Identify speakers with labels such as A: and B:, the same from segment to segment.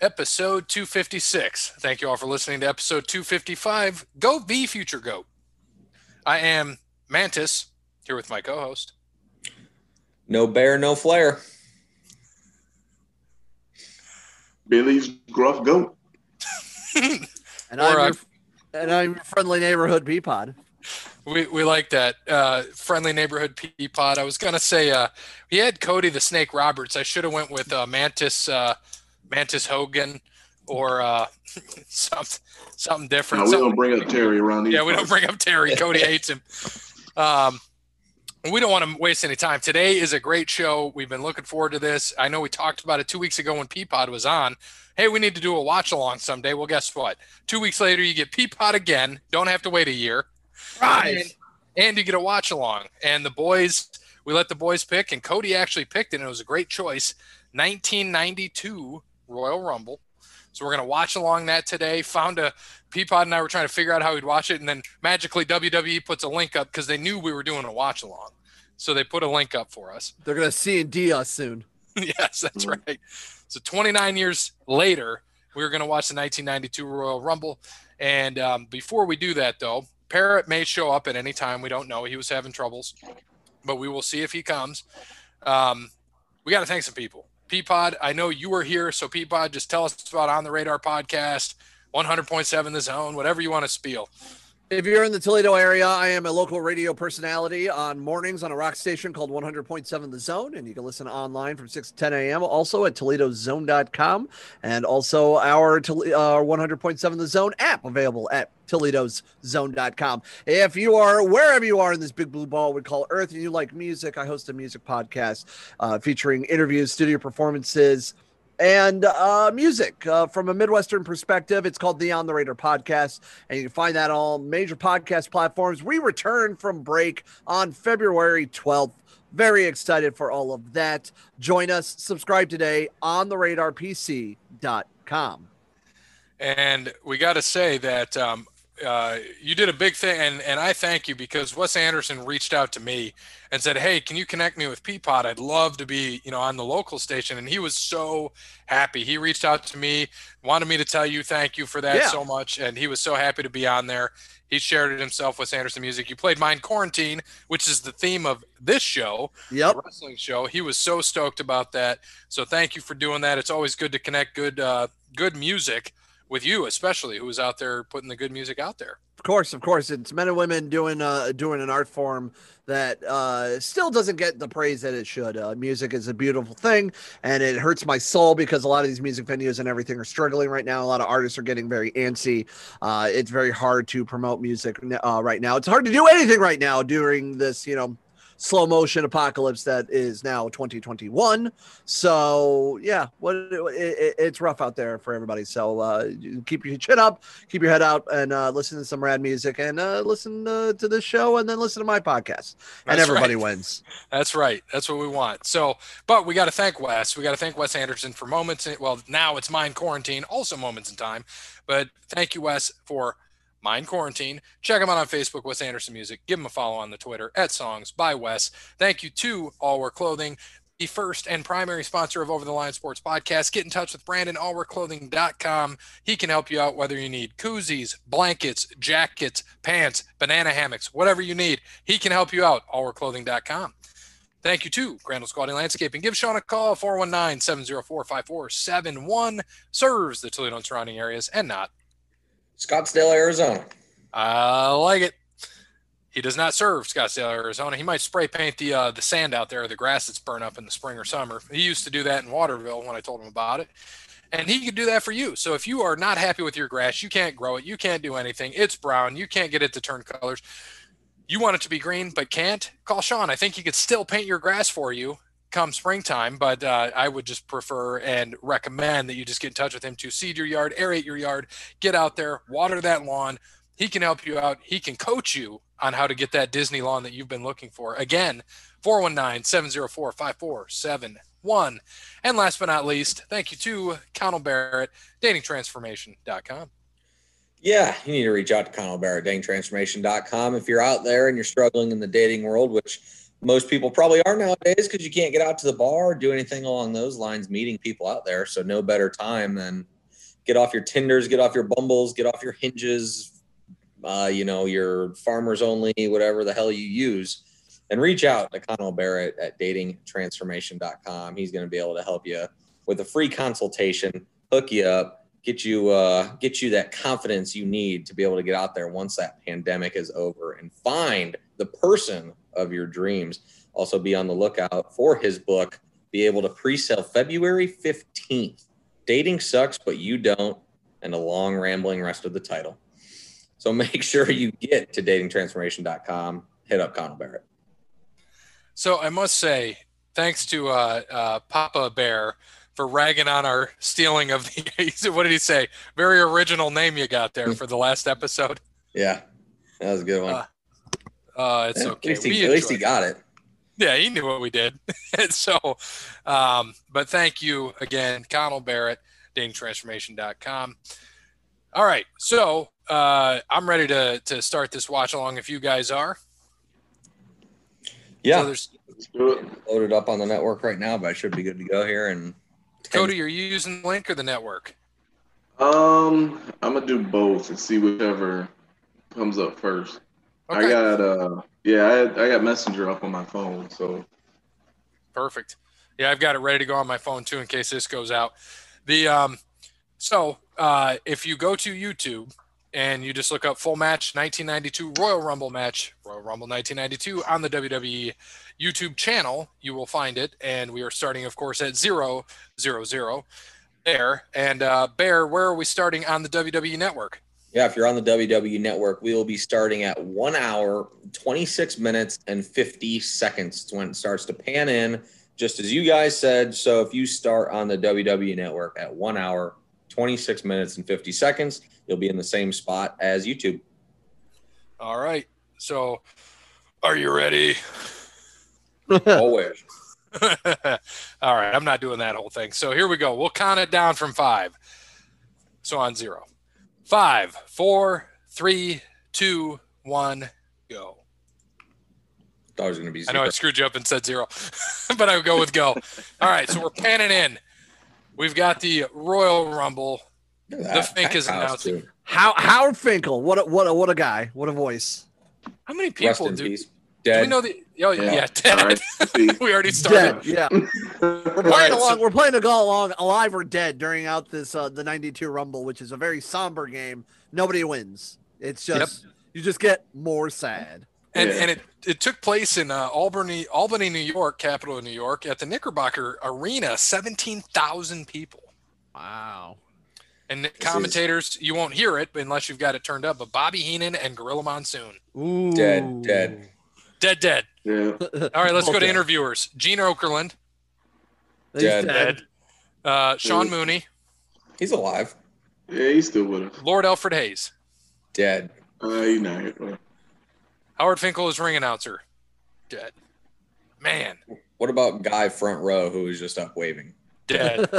A: episode 256. Thank you all for listening to episode 255. Go be future goat. I am Mantis here with my co-host.
B: No bear, no flare.
C: Billy's gruff goat.
D: And
A: Or,
D: I'm,
A: uh,
D: your, and I'm your friendly neighborhood peapod.
A: We, we like that. Uh, friendly neighborhood pea pod. I was gonna say uh, we had Cody the Snake Roberts. I should have went with uh, Mantis uh, Mantis Hogan or uh, something something different.
C: No, we
A: something-
C: don't bring up Terry around these.
A: Yeah, we don't
C: parts.
A: bring up Terry. Cody hates him. Um, we don't want to waste any time. Today is a great show. We've been looking forward to this. I know we talked about it two weeks ago when Peapod was on. Hey, we need to do a watch along someday. Well, guess what? Two weeks later, you get Peapod again. Don't have to wait a year.
D: Rise.
A: And you get a watch along. And the boys, we let the boys pick, and Cody actually picked it, and it was a great choice. 1992 Royal Rumble. So we're going to watch along that today. Found a Peapod and I were trying to figure out how we'd watch it, and then magically WWE puts a link up because they knew we were doing a watch along, so they put a link up for us.
D: They're gonna C and D us soon.
A: yes, that's
C: Mhm.
A: right. So 29 years later, we were going to watch the 1992 Royal Rumble, and um, before we do that, though, Parrot may show up at any time. We don't know. He was having troubles, but we will see if he comes. Um, we got to thank some people. Peapod, I know you were here, so Peapod, just tell us about on the radar podcast. 100.7 the zone, whatever you want to spiel.
D: If you're in the Toledo area, I am a local radio personality on mornings on a rock station called 100.7 The Zone, and you can listen online from 6 to 10 a.m. Also at ToledoZone.com, and also our Tol- uh, 100.7 The Zone app available at ToledoZone.com. If you are wherever you are in this big blue ball we call Earth, and you like music, I host a music podcast uh, featuring interviews, studio performances, and uh, music uh, from a Midwestern perspective. It's called the On the Radar Podcast, and you can find that on all major podcast platforms. We return from break on February 12th. Very excited for all of that. Join us, subscribe today on the radarpc.com.
A: And we got to say that um, uh, you did a big thing, and, and I thank you because Wes Anderson reached out to me and said, "Hey, can you connect me with Peapod? I'd love to be, you know, on the local station." And he was so happy. He reached out to me, wanted me to tell you thank you for that
D: Yeah.
A: so much, and he was so happy to be on there. He shared it himself with Anderson Music. You played mine quarantine, which is the theme of this show
D: Yep.
A: the wrestling show. He was so stoked about that. So thank you for doing that. It's always good to connect good uh, good music with you, especially who is out there putting the good music out there.
D: Of course, of course, it's men and women doing uh, doing an art form that uh, still doesn't get the praise that it should. Uh, music is a beautiful thing, and it hurts my soul because a lot of these music venues and everything are struggling right now. A lot of artists are getting very antsy. Uh, it's very hard to promote music uh, right now. It's hard to do anything right now during this, you know, slow motion apocalypse that is now 2021. So yeah, what it, it, it's rough out there for everybody. So uh, keep your chin up keep your head out and uh, listen to some rad music and uh, listen uh, to this show and then listen to my podcast and
A: That's
D: everybody
A: right.
D: wins
A: That's right. That's what we want. So, but we got to thank Wes. We got to thank Wes Anderson for moments. In, well, now it's Mind Quarantine, also moments in time. But thank you, Wes, for Mind Quarantine. Check him out on Facebook, Wes Anderson Music. Give him a follow on the Twitter at Songs by Wes. Thank you to All Wear Clothing, the first and primary sponsor of Over the Line Sports Podcast. Get in touch with Brandon, allwearclothing.com. He can help you out whether you need koozies, blankets, jackets, pants, banana hammocks, whatever you need. He can help you out, allwearclothing.com. Thank you to Crandall's Quality Landscaping. Give Sean a call, 419 704 5471. Serves the Toledo and surrounding areas and not.
B: Scottsdale, Arizona.
A: I like it. He does not serve Scottsdale, Arizona. He might spray paint the uh, the sand out there, the grass that's burned up in the spring or summer. He used to do that in Waterville when I told him about it, and he could do that for you. So if you are not happy with your grass, you can't grow it, you can't do anything. It's brown, you can't get it to turn colors. You want it to be green, but can't. Call Sean. I think he could still paint your grass for you come springtime, but uh, I would just prefer and recommend that you just get in touch with him to seed your yard, aerate your yard, get out there, water that lawn. He can help you out. He can coach you on how to get that Disney lawn that you've been looking for. Again, 419 704 5471. And last but not least, thank you to Connell Barrett, datingtransformation.com.
B: Yeah, you need to reach out to Connell Barrett, dangtransformation.com. If you're out there and you're struggling in the dating world, which most people probably are nowadays because you can't get out to the bar or do anything along those lines, meeting people out there. So, no better time than Get off your Tinders, get off your Bumbles, get off your Hinges, uh, you know, your Farmers Only, whatever the hell you use, and reach out to Connell Barrett at datingtransformation.com. He's going to be able to help you with a free consultation, hook you up, get you uh, get you that confidence you need to be able to get out there once that pandemic is over and find the person of your dreams. Also, be on the lookout for his book. Be able to pre-sale February fifteenth. Dating sucks, but you don't, and a long rambling rest of the title. So make sure you get to datingtransformation.com. Hit up Connell Barrett.
A: So I must say, thanks to uh, uh, Papa Bear for ragging on our stealing of the. he said- what did he say? Very original name you got
B: Hmm.
A: there for the last episode.
B: Yeah, that was a good one.
A: Uh, Uh, it's
B: Yeah,
A: okay.
B: At least he,
A: We
B: at least he
A: enjoyed it.
B: got it.
A: Yeah, he knew what we did. And so, um, but thank you again, Connell Barrett, datingtransformation.com. All right. So uh, I'm ready to, to start this watch along if you guys are. So
B: Yeah,
A: there's,
C: Let's do it.
B: loaded up on the network right now, but I should be good to go here. And
A: Cody, are you using the link or the network?
C: Um, I'm gonna do both and see whichever comes up first. I got uh, yeah, I, I got Messenger up on my phone, so
A: Perfect. Yeah, I've got it ready to go on my phone too in case this goes out. The um, so uh, if you go to YouTube and you just look up full match 1992 Royal Rumble match Royal Rumble 1992 on the WWE YouTube channel, you will find it. And we are starting, of course, at zero zero zero. Bear and uh, Bear, where are we starting on the WWE Network?
B: yeah, if you're on the WWE network, we will be starting at one hour, 26 minutes, and 50 seconds is when it starts to pan in, just as you guys said. So if you start on the WWE network at one hour, 26 minutes, and 50 seconds, you'll be in the same spot as YouTube.
A: All right. So, are you ready?
B: Always.
A: All right, I'm not doing that whole thing. So here we go. We'll count it down from five. So on zero, five, four, three, two, one, go.
B: Thought it was going to be
A: I know I
B: zero.
A: screwed you up and said zero, but I would go with go. All right, so we're panning in. We've got the Royal Rumble.
B: Look at that.
A: Fink is
B: That house,
A: announcing.
B: Ah, too.
D: How Howard Finkel? What a, what a, what a guy! What a voice!
A: How many
B: Rest
A: people
B: in
A: do, do
B: peace.
A: we
B: Dead.
A: know the? Oh, yeah,
C: Yeah.
A: yeah
C: all
A: dead.
C: right. See,
A: we already
D: Dead.
A: started.
D: Yeah, we're
A: All right,
D: playing along.
A: so-
D: We're playing a go along, alive or dead, during out this uh, the '92 Rumble, which is a very somber game. Nobody wins. It's
A: Yep.
D: just you just get more sad.
A: and
C: Yeah.
A: and it, it took place in uh, Albany, Albany, New York, capital of New York, at the Knickerbocker Arena, seventeen thousand people.
D: Wow.
A: And commentators, you won't hear it unless you've got it turned up. But Bobby Heenan and Gorilla Monsoon,
D: Ooh.
B: Dead, dead.
A: dead, dead.
C: yeah,
A: All right, let's go to
D: Okay.
A: interviewers. Gene Okerlund,
D: He's
B: Dead.
A: dead. Uh, Sean Mooney,
B: He's alive.
C: yeah, he's still with us.
A: Lord Alfred Hayes,
B: Dead.
C: Uh, he's not here. bro.
A: Howard Finkel is ring announcer, dead. Man,
B: What about guy front row who was just up waving?
A: dead.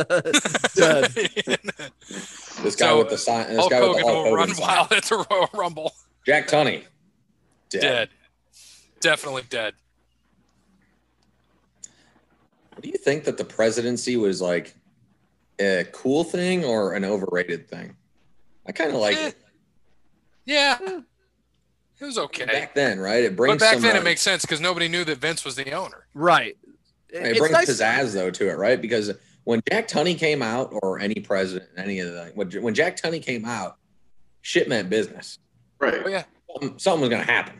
D: Dead.
B: This guy
A: So,
B: with the sign. This
A: Hulk
B: guy with
A: Hogan
B: the Hulk
A: will
B: Hogan
A: run
B: sign.
A: wild at the Royal Rumble.
B: Jack Tunney. Dead.
A: dead. Definitely dead.
B: Do you think that the presidency was like a cool thing or an overrated thing? I kind of like
A: Eh,
B: it
A: Yeah. It was okay.
B: back then, right? It brings
A: But back
B: some,
A: then
B: uh,
A: it makes sense because nobody knew that Vince was the owner.
D: Right.
B: it
D: It's
B: brings
D: nice-
B: pizzazz though to it, right? Because when Jack Tunney came out, or any president, any of the when, when Jack Tunney came out, shit meant business.
C: Right.
A: Oh yeah.
B: Something, something was gonna happen.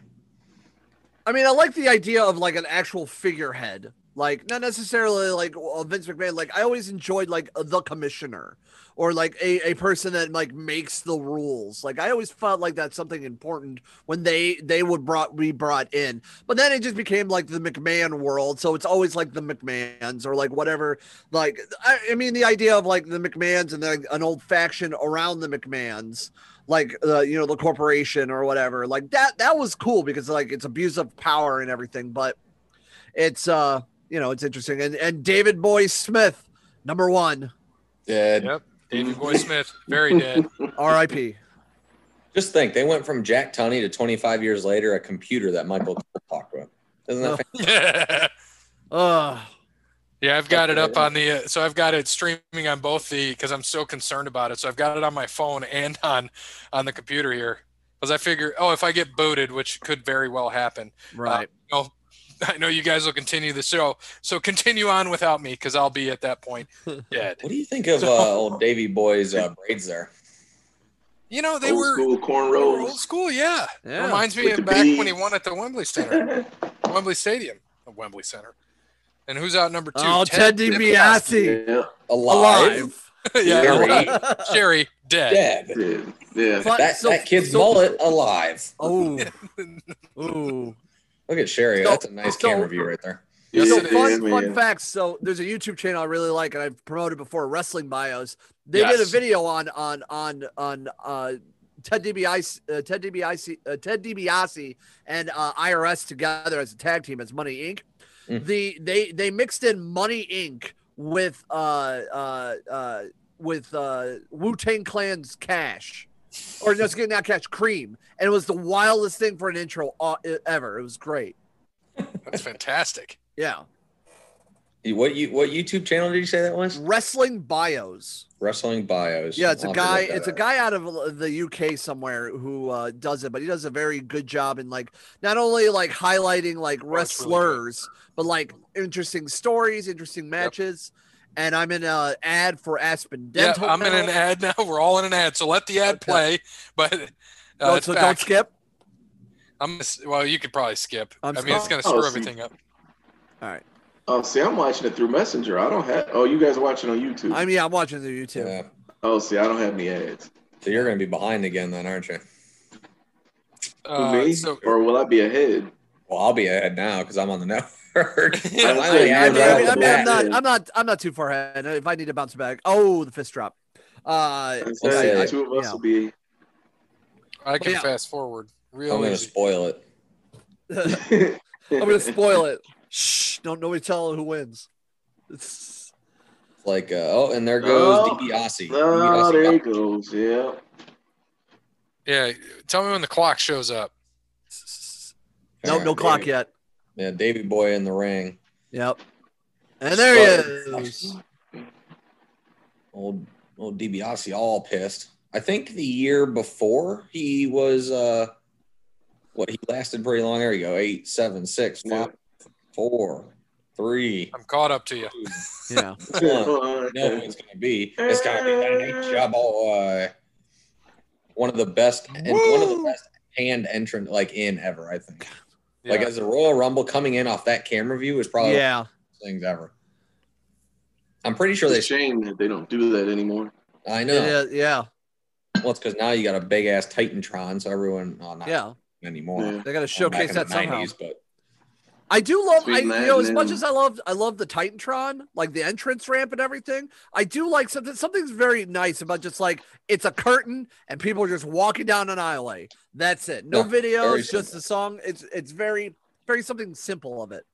D: I mean, I like the idea of like an actual figurehead, like not necessarily like uh, Vince McMahon. Like I always enjoyed like the commissioner or like a, a person that like makes the rules. Like I always felt like that's something important when they they would brought be brought in. But then it just became like the McMahon world, so it's always like the McMahons or like whatever. Like I, I mean, the idea of like the McMahons and like an old faction around the McMahons like uh, you know the corporation or whatever like that that was cool because like it's abuse of power and everything but it's uh you know it's interesting and and david boy smith number one
B: Dead.
A: Yep. David Boy Smith, very dead.
D: rip
B: Just think, they went from Jack Tunney to 25 years later, a computer that Michael Cole talked with. Isn't that
D: Oh.
B: fantastic?
A: yeah.
D: uh
A: Yeah, I've got it up on the. Uh, so I've got it streaming on both the because I'm so concerned about it. So I've got it on my phone and on on the computer here because I figure, oh, if I get booted, which could very well happen,
D: Right.
A: you know, I know you guys will continue the show. So continue on without me because I'll be at that point dead.
B: What do you think of uh, old Davy Boy's uh, braids there?
A: You know, they
C: old
A: were
C: school
A: they were old
C: cornrows.
A: school. Yeah,
D: Yeah.
A: reminds me
C: With the
A: of back when he
C: beads.
A: won at the Wembley Center, Wembley Stadium, uh, Wembley Center. And who's out number two?
D: oh,
A: Ted
D: Teddy
A: DiBiase.
D: Biasi
C: yeah,
B: Alive,
D: alive.
A: yeah,
B: Sherry.
A: right. Sherry dead.
B: dead.
C: yeah, yeah.
D: Fuck,
B: That,
D: so-
B: that kid's
D: so-
B: mullet alive.
D: Oh, ooh.
B: Look at Sherry.
D: So-
B: That's a nice
D: so-
B: camera view right there.
C: Yeah,
D: so
A: it
D: fun,
C: yeah,
D: fun
C: man.
D: facts. So there's a YouTube channel I really like, and I've promoted before, Wrestling Bios. They did
A: Yes.
D: a video on on on on uh, Ted DiBiase, uh, Ted DiBiase, uh, Ted DiBiase, and uh, IRS together as a tag team as Money Inc.
B: Mm.
D: The they they mixed in Money Inc. with uh uh uh with uh Wu Tang Clan's Cash. Or just getting that cash cream, and it was the wildest thing for an intro uh, ever. It was great.
A: That's fantastic.
D: Yeah,
B: You- What you what YouTube channel did you say that was?
D: wrestling bios.
B: Wrestling bios.
D: Yeah, it's a
B: I'll have to
D: guy.
B: look that
D: It's a
B: up.
D: guy out of uh, the UK somewhere who uh, does it, but he does a very good job in like not only like highlighting like
A: Oh, it's really good.
D: wrestlers, but like interesting stories, interesting matches. And I'm in a ad for Aspen
A: Yeah,
D: Dental.
A: I'm in an
D: now.
A: ad now. We're all in an ad, so let the ad
D: Okay.
A: play. But uh,
D: Don't-
A: it's
D: so
A: back.
D: don't skip.
A: I'm gonna s- well, you could probably skip. i
D: I'm
A: mean, it's
D: sorry.
A: gonna screw
C: Oh, see.
A: everything up.
D: All right.
C: Oh, see, I'm watching it through Messenger. I don't have. Oh, you guys are watching on YouTube.
D: I mean, yeah, I'm watching the YouTube.
B: Yeah.
C: oh, see, I don't have any ads.
B: So you're gonna be behind again then, aren't you?
A: Uh,
C: me,
A: so
C: or will I be ahead?
B: Well, I'll be ahead now because I'm on the network.
A: Yeah,
B: I'm
C: I
B: on the
C: mean,
D: I
B: ad
D: mean,
B: right
D: I
B: off
D: mean,
B: the
D: I mean,
B: bat.
D: I'm not. I'm not. I'm not too far ahead. If I need to bounce back, oh, the fist drop. Uh,
C: I
B: Let's
C: said
B: see.
C: the two of us
D: Yeah.
C: will be.
A: I can
D: Yeah.
A: fast forward.
B: I'm
A: Really,
B: gonna spoil it.
D: I'm gonna spoil it. Shh! Don't nobody tell who wins. It's,
B: It's like, uh, oh, and there goes
C: Oh.
B: DiBiase.
C: Oh,
B: DiBiase
C: there he
B: got-
C: goes. Yeah.
A: yeah. Tell me when the clock shows up.
D: No,
B: All
D: no
B: right,
D: clock
B: Davey.
D: yet.
B: Yeah, Davy Boy in the ring.
D: Yep. And there he
B: Spoiler.
D: is.
B: Old old DiBiase, all pissed. I think the year before he was, uh, what he lasted pretty long. There you go, eight, seven, six,
C: Yeah.
B: five, four, three.
A: I'm caught up to you.
D: Yeah.
B: one. know who it's going to be. It's going to be the Ninja Boy. One of the best, and one of the
D: Woo!
B: best hand entrant like in ever. I think.
A: Yeah.
B: Like as a Royal Rumble coming in off that camera view is probably one
D: Yeah.
B: of the things ever. I'm pretty sure
C: It's
B: they.
C: a shame that they don't do that anymore.
B: I
D: It
B: know.
D: is- Yeah.
B: Well, it's because now you got a big ass Titantron, so everyone. Oh, not
D: Yeah.
B: anymore.
C: Yeah.
D: They got to
B: Well, back
D: showcase
B: in
D: that
B: the
D: somehow.
B: 90s, but
D: I do love, I,
C: Sweet
D: you
C: man,
D: know, as
C: man.
D: much as I love, I love the Titantron, like the entrance ramp and everything. I do like something. Something's very nice about just like it's a curtain and people are just walking down an alleyway. That's it. No
B: Yeah, very
D: videos, just
B: simple.
D: the song. It's it's very very something simple of it.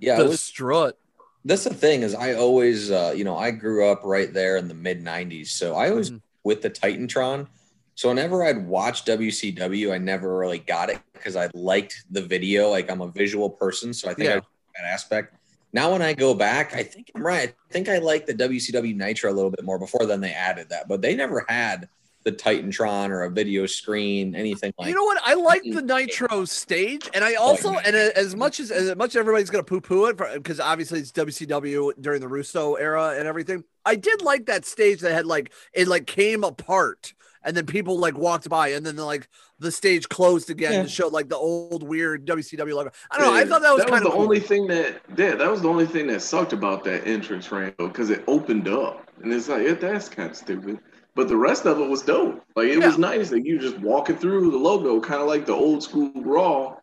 B: yeah, it
D: the
B: was
D: strut.
B: that's the thing is I always uh, you know I grew up right there in the mid '90s, so I always
D: Mhm.
B: with the Titantron. So whenever I'd watch WCW, I never really got it because I liked the video. Like I'm a visual person, so I think I
D: Yeah.
B: like that aspect. Now when I go back, I think I'm right. I think I like the WCW Nitro a little bit more. Before then, they added that, but they never had the Titantron or a video screen, anything like.
D: you know what? I like the Nitro stage, and I also, and uh, as much as as much as everybody's gonna poo poo it because obviously it's WCW during the Russo era and everything. I did like that stage that had like it like came apart, and then people like walked by, and then like the stage closed again
B: Yeah.
D: to show like the old weird WCW logo. I don't know. I thought that was
C: that
D: kind
C: was
D: of
C: the only thing that yeah, that was the only thing that sucked about that entrance ramp because it opened up and it's like yeah, that's kind of stupid. But the rest of it was dope. Like it was nice that you just walking through the logo, kind of like the old school Raw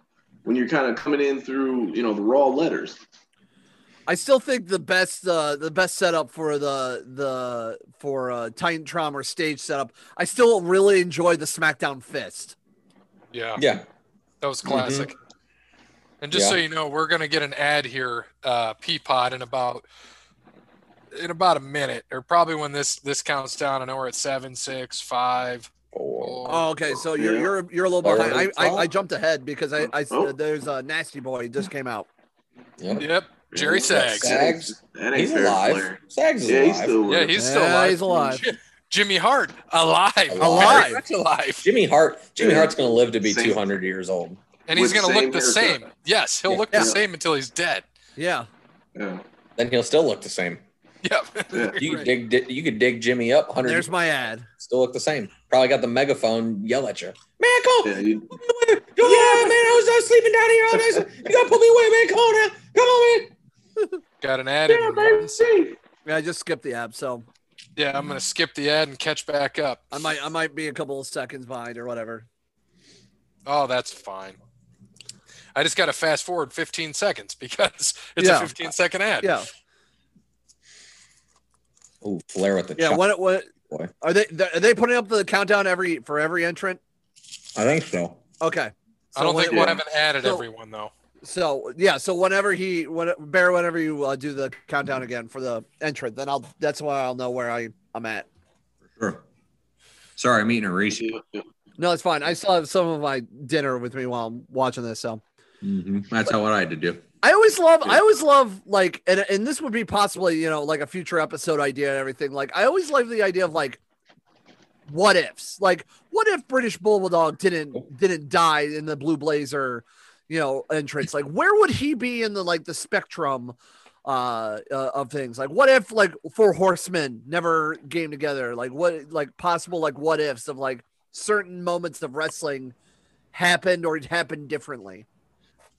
C: when you're kind of coming in through you know the Raw letters.
D: I still think the best uh, the best setup for the the for uh, Titan Trauma or stage setup. I still really enjoy the SmackDown fist.
A: Yeah,
B: yeah,
A: that was
D: Mm-hmm.
A: classic. And just so
B: Yeah.
A: you know, we're gonna get an ad here, uh, Peapod, in about in about a minute, or probably when this this counts down. I know we're at seven, six, five.
B: or,
A: Four.
D: Oh, okay. So you're
C: Yeah.
D: you're you're a little behind. I,
A: Oh.
B: Alright.
D: I, I jumped ahead because I, I
C: Oh.
D: there's a nasty boy just came out.
B: yeah.
A: Yep. Jerry Sags.
B: Sags,
C: That ain't
B: he's
C: fair
B: alive.
C: player.
B: Sags is
C: Yeah, he's
B: alive.
C: still with
A: Yeah,
C: us.
A: he's still
D: Yeah,
A: alive.
D: he's alive.
A: J- Jimmy Hart, alive.
B: Alive.
A: Very much alive.
B: Jimmy Hart. Jimmy
C: Yeah.
B: Hart's going to live to be
C: Same.
B: 200 years old.
A: And he's
C: With
A: going to look
C: same
A: the
C: haircut.
A: same. Yes, he'll
B: Yeah.
A: look
D: Yeah.
A: the same until he's dead.
D: Yeah.
C: Yeah.
B: Then he'll still look the same.
A: Yep.
C: Yeah.
B: You could
A: Right.
B: dig. Di- you could dig Jimmy up 100.
D: There's my ad.
B: still look the same. Probably got the megaphone yell at you. Man, come.
C: Yeah, you,
B: Yeah, man, I was uh, sleeping down here all night. You gotta put me away, man. Come on now. Come on, man.
A: Got an ad.
C: yeah,
A: in
C: baby.
A: Martin's.
C: see?
D: Yeah, I just skipped the ad, so
A: Yeah, I'm going to skip the ad and catch back up.
D: I might I might be a couple of seconds behind or whatever.
A: Oh, that's fine. I just got to fast forward 15 seconds because it's
D: Yeah.
A: a 15 second ad.
D: Yeah.
B: Ooh, Flair with the
D: Yeah.
B: chop.
D: What what
B: Boy.
D: are they are they putting up the countdown every for every entrant?
B: I think so.
D: Okay. So
A: I don't think
D: when-
A: we'll
C: Yeah.
A: have an ad at
D: So-
A: everyone, though.
D: So yeah, so whenever he when bear whenever you uh, do the countdown again for the entrant, then I'll that's why I'll know where I I'm at.
B: Sure. Sorry, I'm eating a Reese.
C: Yeah, yeah.
D: No, it's fine. I still have some of my dinner with me while I'm watching this. So
B: Mm-hmm. That's how what I had to do.
D: I always love,
C: Yeah.
D: I always love like, and, and this would be possibly, you know, like a future episode idea and everything. Like, I always love the idea of like, what ifs? Like, what if British Bulldog didn't didn't die in the Blue Blazer, you know, entrance? Like, where would he be in the like the spectrum uh, uh of things? Like, what if like Four Horsemen never came together? Like, what like possible like what ifs of like certain moments of wrestling happened or it happened differently?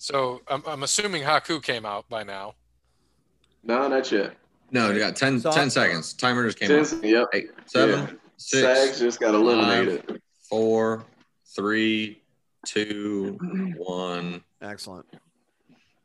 A: So I'm, I'm assuming Haku came out by now.
C: No, not yet.
B: No, we got 10,
D: So-
B: 10 seconds. Timer just came
C: Ten,
B: out.
C: yep.
B: Eight, seven,
C: yeah.
B: six,
C: Sags just got eliminated.
B: four, three, two, one.
D: Excellent.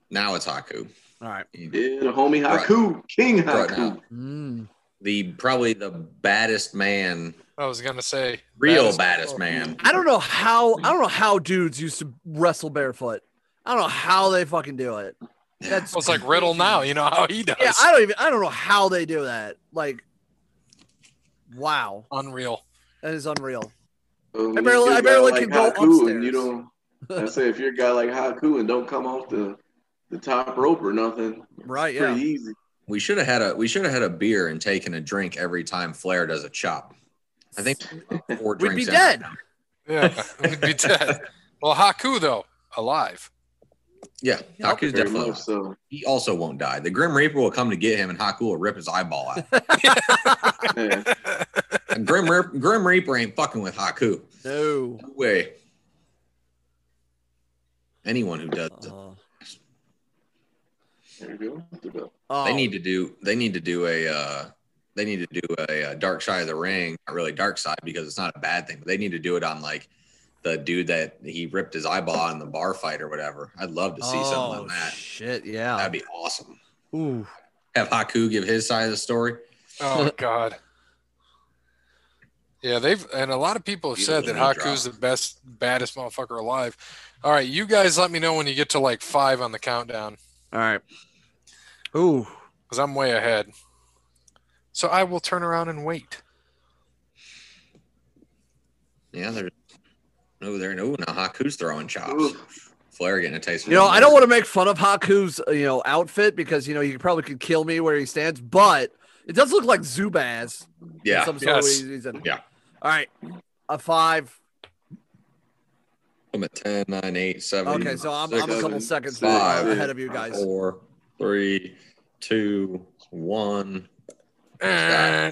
B: Now it's Haku.
D: All right.
C: Yeah, the homie
B: Right.
C: Haku, King
B: Right
C: Haku.
B: now.
D: Mm.
B: The probably the baddest man,
A: I was going to say
B: real
A: baddest-
B: baddest man.
D: I don't know how I don't know how dudes used to wrestle barefoot. I don't know how they fucking do it. That's
A: Well, it's like Riddle now. You know how he does.
D: yeah. I don't even I don't know how they do that. Like, wow,
A: Unreal.
D: that is unreal.
C: Um,
D: I barely-
C: if
D: I
C: you're a
D: barely
C: guy
D: can go
C: Haku and You
D: upstairs.
C: don't. I say if you're a guy like Haku and don't come off the the top rope or nothing,
D: Right?
C: pretty
D: Yeah.
C: easy.
B: We should have had a we should have had a beer and taken a drink every time Flair does a chop. I think four
D: We'd be
B: drinks in.
D: dead.
A: Yeah. We'd be dead. Well, Haku, though, alive.
B: Yeah,
D: Yep.
B: Haku's
C: Very
B: definitely.
C: much so.
B: He also won't die. The Grim Reaper will come to get him, and Haku will rip his eyeball out.
C: Yeah.
B: and Grim Reaper, Grim Reaper ain't fucking with Haku.
D: No.
B: No way. Anyone who does, it.
D: Uh,
C: There you go.
D: oh,
B: they need to do. They need to do a. Uh, they need to do a, uh dark side of the ring. Not really dark side because it's not a bad thing, but they need to do it on like the dude that he ripped his eyeball out in the bar fight or whatever. I'd love to see something
D: oh,
B: on that.
D: Shit. Yeah.
B: That'd be awesome.
D: Ooh.
B: Have Haku give his side of the story.
A: Oh God. Yeah, they've and a lot of people have said that
B: Beautiful
A: Haku's the best, baddest motherfucker alive. All right, you guys, let me know when you get to like five on the countdown
D: All right. Ooh.
A: because I'm way ahead. So I will turn around and wait.
B: Yeah, there's no there. No, now Haku's throwing chops. Flair getting a taste.
D: You know, I don't want to make fun of Haku's, uh, you know, outfit because you know you probably could kill me where he stands, but it does look like Zubaz.
B: to.
D: for
B: Yeah,
D: some sort of
A: Yes.
D: reason.
B: Yeah.
D: All right. A five.
B: I'm at 10, 9, 8, 7.
D: Okay, so I'm, I'm a
B: six,
D: couple seconds
B: five,
D: ahead of you guys.
B: Four, three, two, one.
A: Eh,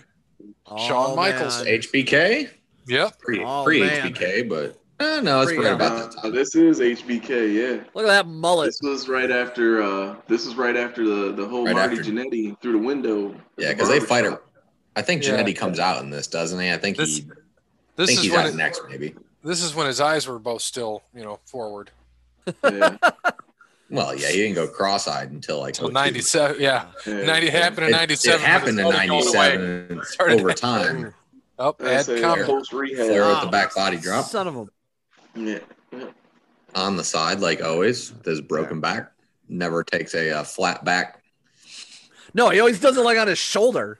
A: Shawn Michaels.
D: Oh, man.
B: HBK?
A: yep.
B: Pre,
D: Oh,
B: pre
D: man.
B: HBK, but uh, no, it's
D: Pre-
B: right
D: yeah.
B: about that
C: Uh,
B: time.
C: this is HBK. Yeah.
D: Look at that mullet.
C: This was right after. Uh, this was right after the the whole
B: Right
C: Marty
B: after.
C: Jannetty through the window.
B: Yeah, because they fight it. I think
A: Yeah.
B: Janetti comes out in this, doesn't he? I think
A: This-
B: he. I
A: This
B: think
A: is
B: he's
A: when
B: out
A: it,
B: next, maybe.
A: this is when his eyes were both still, you know, forward.
C: Yeah,
B: Well, yeah, he didn't go cross-eyed until like
A: So
B: 02.
A: ninety-seven. Yeah,
C: yeah.
A: ninety happened in
B: Oh, It,
A: ninety-seven.
B: it happened in
A: but it's all going away. Oh,
B: '97
A: Started
B: over
A: to-
B: time.
A: Up
C: I
A: ad
C: say
A: coming.
C: uh, post
B: Flair
C: rehab.
B: with the back body drop
D: Oh, Son of a.
C: Yeah.
B: on the side, like always. With his broken back, never takes a uh, flat back.
D: No, he always does it like on his shoulder.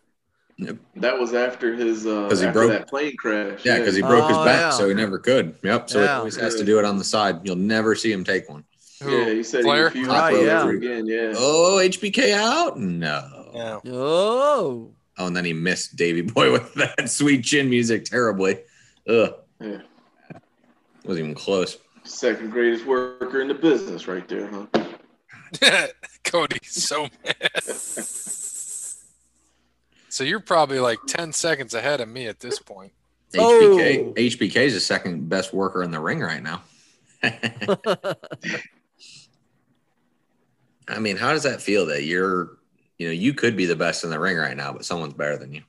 C: That was after his. Uh,
B: 'Cause he
C: after
B: broke-
C: that plane crash.
B: Yeah, because he broke his
D: Oh,
B: back,
D: yeah.
B: so he never could. Yep. So he
D: Yeah.
B: always has to do it on the side. You'll never see him take one.
C: Yeah, he said
A: Flair?
C: he refused
B: Ah,
C: to
D: yeah.
C: yeah. again. Yeah.
B: Oh, HBK out? No.
A: Yeah.
D: Oh,
B: Oh, and then he missed Davy Boy with that sweet chin music terribly. Ugh.
C: Yeah.
B: Wasn't even close.
C: Second greatest worker in the business, right there, huh?
A: Cody's so mad. so you're probably like 10 seconds ahead of me at this point.
B: HBK,
D: Oh.
B: HBK is the second best worker in the ring right now.
D: Oh,
B: I mean, how does that feel that you're, you know, you could be the best in the ring right now, but someone's better than you.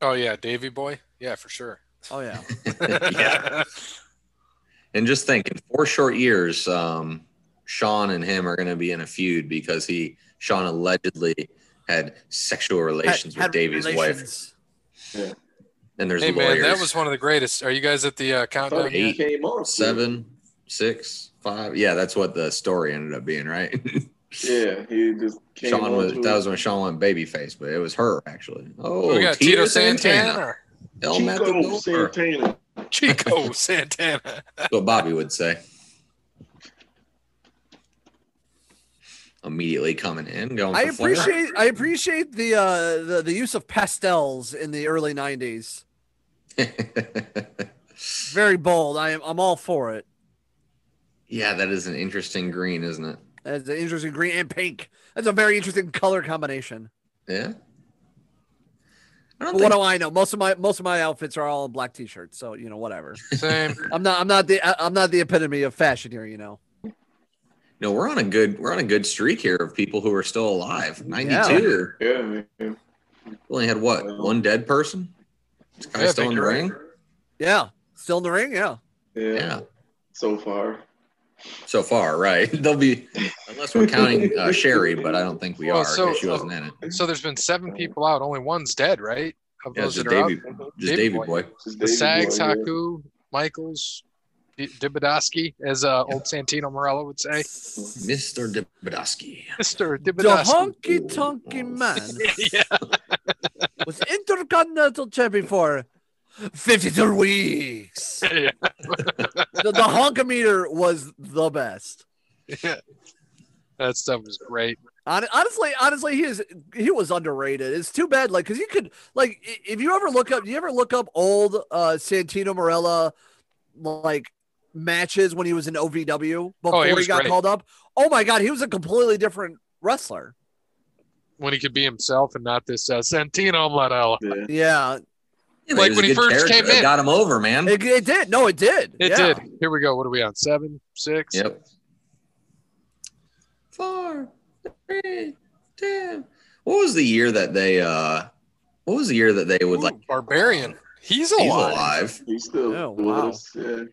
A: Oh, yeah. Davy Boy? Yeah, for sure.
D: oh yeah.
B: Yeah. And just think, in four short years, um, Sean and him are going to be in a feud because he, Sean allegedly had sexual relations with Davy's wife. And there's
A: Hey, man,
B: lawyers.
A: that was one of the greatest. Are you guys at the uh,
C: I
A: countdown?
C: thought he
A: yet?
B: Eight,
C: came on.
B: seven, six, five. Yeah, that's what the story ended up being, right?
C: Yeah, he just came
B: Sean
C: on
B: was
C: to
B: that
C: it.
B: was when Sean went babyface, but it was her actually. Oh,
A: we got Tito Santana.
B: El
C: Chico
B: Matador.
C: Santana.
A: Chico Santana.
B: That's what Bobby would say. Immediately coming in, going.
D: I
B: for Flair.
D: appreciate I appreciate the uh the, the use of pastels in the early '90s. Very bold. I am I'm all for it.
B: yeah, that is an interesting green, isn't it?
D: That's an interesting green and pink. That's a very interesting color combination.
B: Yeah. I
D: But
B: don't
D: what
B: think
D: do I know? Most of my most of my outfits are all in black t-shirts, so you know whatever.
A: Same.
D: I'm not I'm not the I- I'm not the epitome of fashion here. You know.
B: no. We're on a good we're on a good streak here of people who are still alive. Ninety two.
C: Yeah, man. Yeah,
B: We only had what
C: Well-
B: one dead person. This
A: Yeah,
B: guy's still in the
A: Victor.
B: ring.
D: Yeah. Still in the ring. Yeah.
B: Yeah.
C: so far.
B: So far, right? They'll be unless we're counting uh, Sherry, but I don't think we
A: Well,
B: are. 'cause
A: so-
B: she wasn't in it.
A: So there's been seven people out. Only one's dead, right? Of
B: Yeah,
A: those
B: just
A: that are out.
B: Davy, just
A: Davey
B: Davy boy.
A: Boy.
C: Just
A: Mm-hmm. The
C: Davey
A: Sags,
C: Boy, yeah.
A: Haku, Michaels, D- Dibidoski, as uh, old Santino Morello would say.
B: Mr. Dabrowski.
A: Mr.
D: The
A: Dibidoski.
D: honky tonky man
A: yeah.
D: was intercontinental champion for 52 weeks.
A: yeah.
D: The, the honkometer was the best.
A: Yeah. That stuff was great.
D: Hon- Honestly, honestly, he is he was underrated. It's too bad, like, cause you could like i- if you ever look up, you ever look up old uh Santino Morella like matches when he was in OVW before he
A: Oh, was
D: got
A: great.
D: called up. Oh my god, he was a completely different wrestler.
A: When he could be himself and not this uh, Santino Morello.
C: Yeah.
D: Yeah,
B: Yeah,
A: Like
B: was
A: when
B: a
A: he
B: good
A: first came
B: It
A: in.
B: got him over, man.
D: it, it did. No, it did.
A: It
D: yeah.
A: did. Here we go. What are we on? Seven, six?
B: Yep. Four, three, two. eh, What was the year that they? uh What was the year that they would
A: Ooh,
B: like?
A: Barbarian. He's
B: He's
A: alive.
B: alive.
C: He's still
D: Oh,
C: with
D: wow.
C: us. Yeah.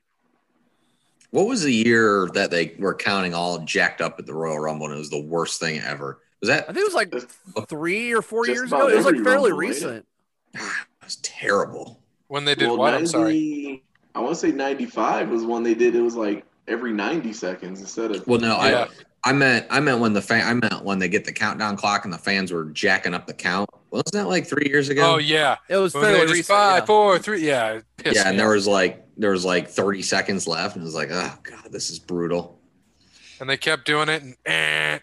B: What was the year that they were counting all jacked up at the Royal Rumble and it was the worst thing ever? Was
D: I
B: that
D: think it was like three or four
C: Just
D: years
C: about
D: ago. It was like
C: every
D: fairly
C: Rumble, ain't it?
D: recent.
B: that was terrible.
A: When they did
C: Well,
A: what? I'm sorry.
C: 90 I want to say 95 was one they did. It was like every 90 seconds instead of.
B: Well, no,
A: Yeah.
B: I I meant I meant when the fan I meant when they get the countdown clock and the fans were jacking up the count. Wasn't that like three years ago?
A: Oh, yeah.
D: It was
A: When they
D: fairly
A: just
D: recent.
A: five,
D: yeah.
A: four, three. Yeah. it pissed
B: yeah,
A: me
B: and there
A: off.
B: was like there was like thirty seconds left, and it was like, oh god, this is brutal.
A: and they kept doing it and eh.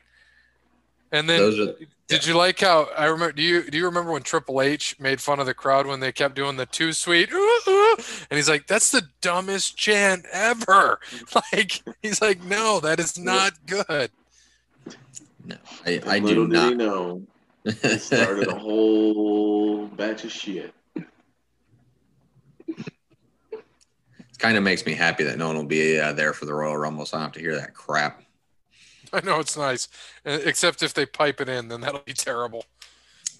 A: and then
B: Those are
A: did you like how I remember do you do you remember when Triple H made fun of the crowd when they kept doing the two sweet ooh, ooh, and he's like that's the dumbest chant ever like he's like no that is not good
B: no, I, I
C: little
B: do
C: did he
B: not.
C: know. It started a whole batch of shit.
B: kind of makes me happy that no one will be uh, there for the Royal Rumble, so I don't have to hear that crap.
A: I know it's nice Uh, except if they pipe it in then that'll be terrible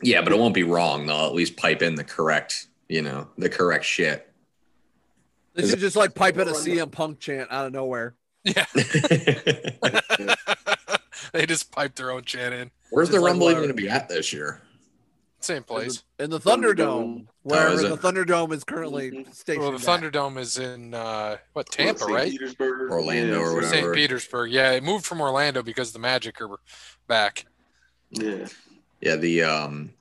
B: Yeah, but it won't be wrong. They'll at least pipe in the correct, you know, the correct shit.
D: They should just like pipe in a CM Punk chant out of nowhere.
A: yeah
B: Where's
A: they just pipe their own chant in
B: the
D: Just like
B: Rumble even
D: Larry.
B: going to be at this year?
A: same place
D: In the, in the Thunderdome,
C: Thunderdome.
D: wherever
B: Oh, is
D: the
B: it?
D: Thunderdome is currently
C: Mhm.
D: stationed.
A: well the
D: at.
A: Thunderdome is in uh what Tampa
C: St.
A: right
C: Petersburg.
B: Orlando or
C: yeah,
B: whatever.
A: St. Petersburg yeah it moved from Orlando because the Magic are back
C: Yeah.
B: Yeah, the um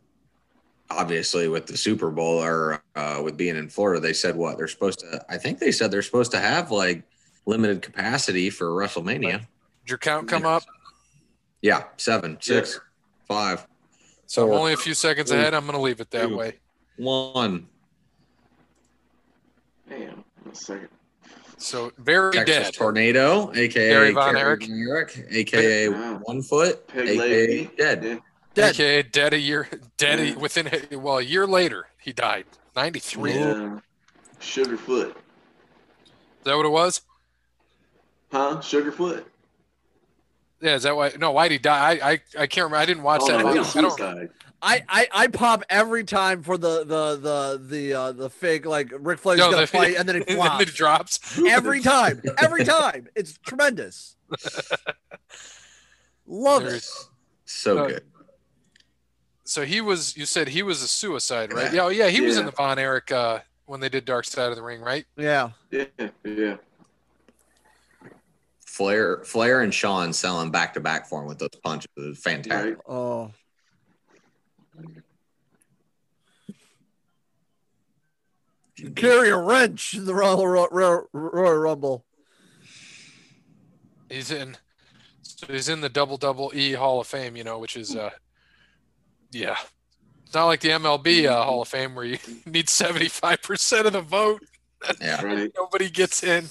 B: obviously with the Super Bowl or uh with being in Florida, they said what they're supposed to I think they said they're supposed to have like limited capacity for
A: Did
B: WrestleMania.
A: your count come up?
B: Yeah, seven, six, five,
A: So I'm
B: Four.
A: only a few seconds ahead. I'm going to leave it that
C: Two.
A: way.
B: one.
C: Damn, one second.
A: So very
B: Texas
A: dead.
B: Tornado, aka
A: Gary Von
B: Gary
A: Erich.
B: Von Erich, aka
C: Wow.
B: One Foot,
C: Peg
B: aka
C: leg.
B: Dead.
D: Dead.
A: AKA dead a year, dead a,
C: Yeah.
A: within a, well a year later he died. Ninety three. Is
C: Yeah. Sugarfoot.
A: that what it was?
C: Huh? Sugarfoot.
A: Yeah. Is that why? No, why would he die? I I, I can't remember. I didn't watch
C: Oh,
A: that.
C: no,
A: I
C: that
A: don't-
C: was
A: I don't-
C: suicide.
D: I, I I pop every time for the the the the uh, the fake like Ric Flair's
A: No,
D: gonna
A: the-
D: fight and then it
A: and then it
D: flops
A: drops.
D: every time every time it's tremendous. Love it.
A: There's-
B: So
A: Uh,
B: good.
A: So he was. You said he was a suicide, right?
B: Yeah.
A: Yeah. Oh yeah, he was
C: Yeah.
A: in the Von Erich uh, when they did Dark Side of the Ring, right?
D: Yeah.
C: Yeah, yeah.
B: Flair, Flair, and Sean selling back to back form with those punches. It was fantastic.
C: Right.
D: Oh. Carry a wrench in the Royal, Royal, Royal, Royal Rumble.
A: He's in. So he's in the Double Double E Hall of Fame, you know, which is uh, yeah. It's not like the MLB
C: Mm-hmm.
A: uh, Hall of Fame where you need seventy five percent of the vote.
B: Yeah.
C: Right.
A: Nobody gets in.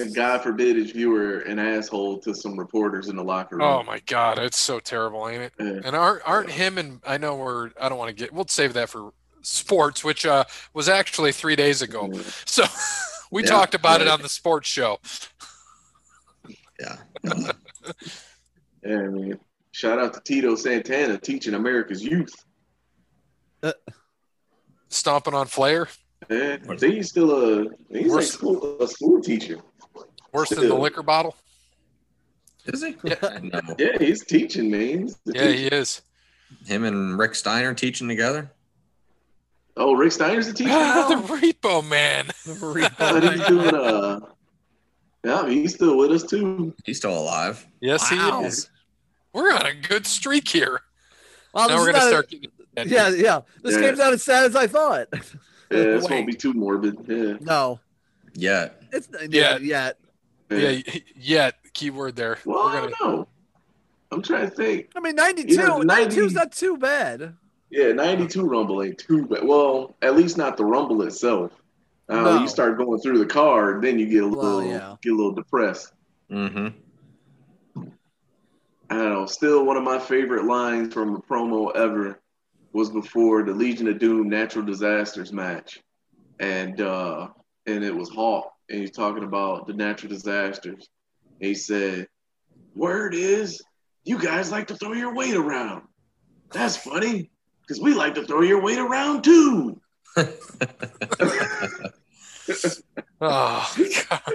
C: And God forbid if you were an asshole to some reporters in the locker room.
A: Oh my god, it's so terrible, ain't it?
C: Yeah.
A: And aren't aren't him and I know we're I don't want to get we'll save that for sports, which uh was actually three days
C: Mm-hmm.
A: ago. So we
B: Yeah,
A: talked about it
B: right.
A: on the sports show.
B: Yeah.
C: Yeah, man. Shout out to Tito Santana teaching America's youth.
A: Stomping on Flair.
C: Yeah, he's still a he's like
A: Worse-
C: school, a school teacher.
A: Worse than the
C: Yeah.
A: liquor bottle.
B: Is he?
A: Yeah.
B: I know.
C: Yeah, he's teaching, man. He's the
A: Yeah,
C: teacher.
A: he is.
B: Him and Rick Steiner teaching together.
C: Oh, Rick Steiner's the teacher. now?
A: the repo man.
C: But he's doing uh Yeah, he's still with us too.
B: He's still alive.
A: Yes,
B: Wow.
A: he is. We're on a good streak here.
D: Wow,
A: now
D: this
A: we're
D: is
A: gonna
D: not a-
A: start getting
D: yeah, yeah. This
C: Yeah.
D: game's not as sad as I thought.
C: Yeah, this
A: Wait.
C: won't be too morbid. Yeah.
D: No,
B: Yeah.
D: it's not
A: Yeah.
D: yet. yet.
A: yeah, yet keyword there.
C: Well,
A: We're
C: I
A: gonna
C: don't know. I'm trying to think.
D: I mean, 92.
C: Yeah,
D: 92 is
C: 90.
D: not too bad.
C: Yeah, 92 Rumble ain't too bad. Well, at least not the Rumble itself. Uh,
D: No.
C: You start going through the card, then you get a
D: Well,
C: little
D: yeah.
C: get a little depressed.
B: Mm-hmm.
C: I don't know. Still, one of my favorite lines from a promo ever was before the Legion of Doom Natural Disasters match, and uh, and it was Hawk, and he's talking about the natural disasters. And he said, "Word is, you guys like to throw your weight around. That's funny, because we like to throw your weight around too."
A: Oh, God.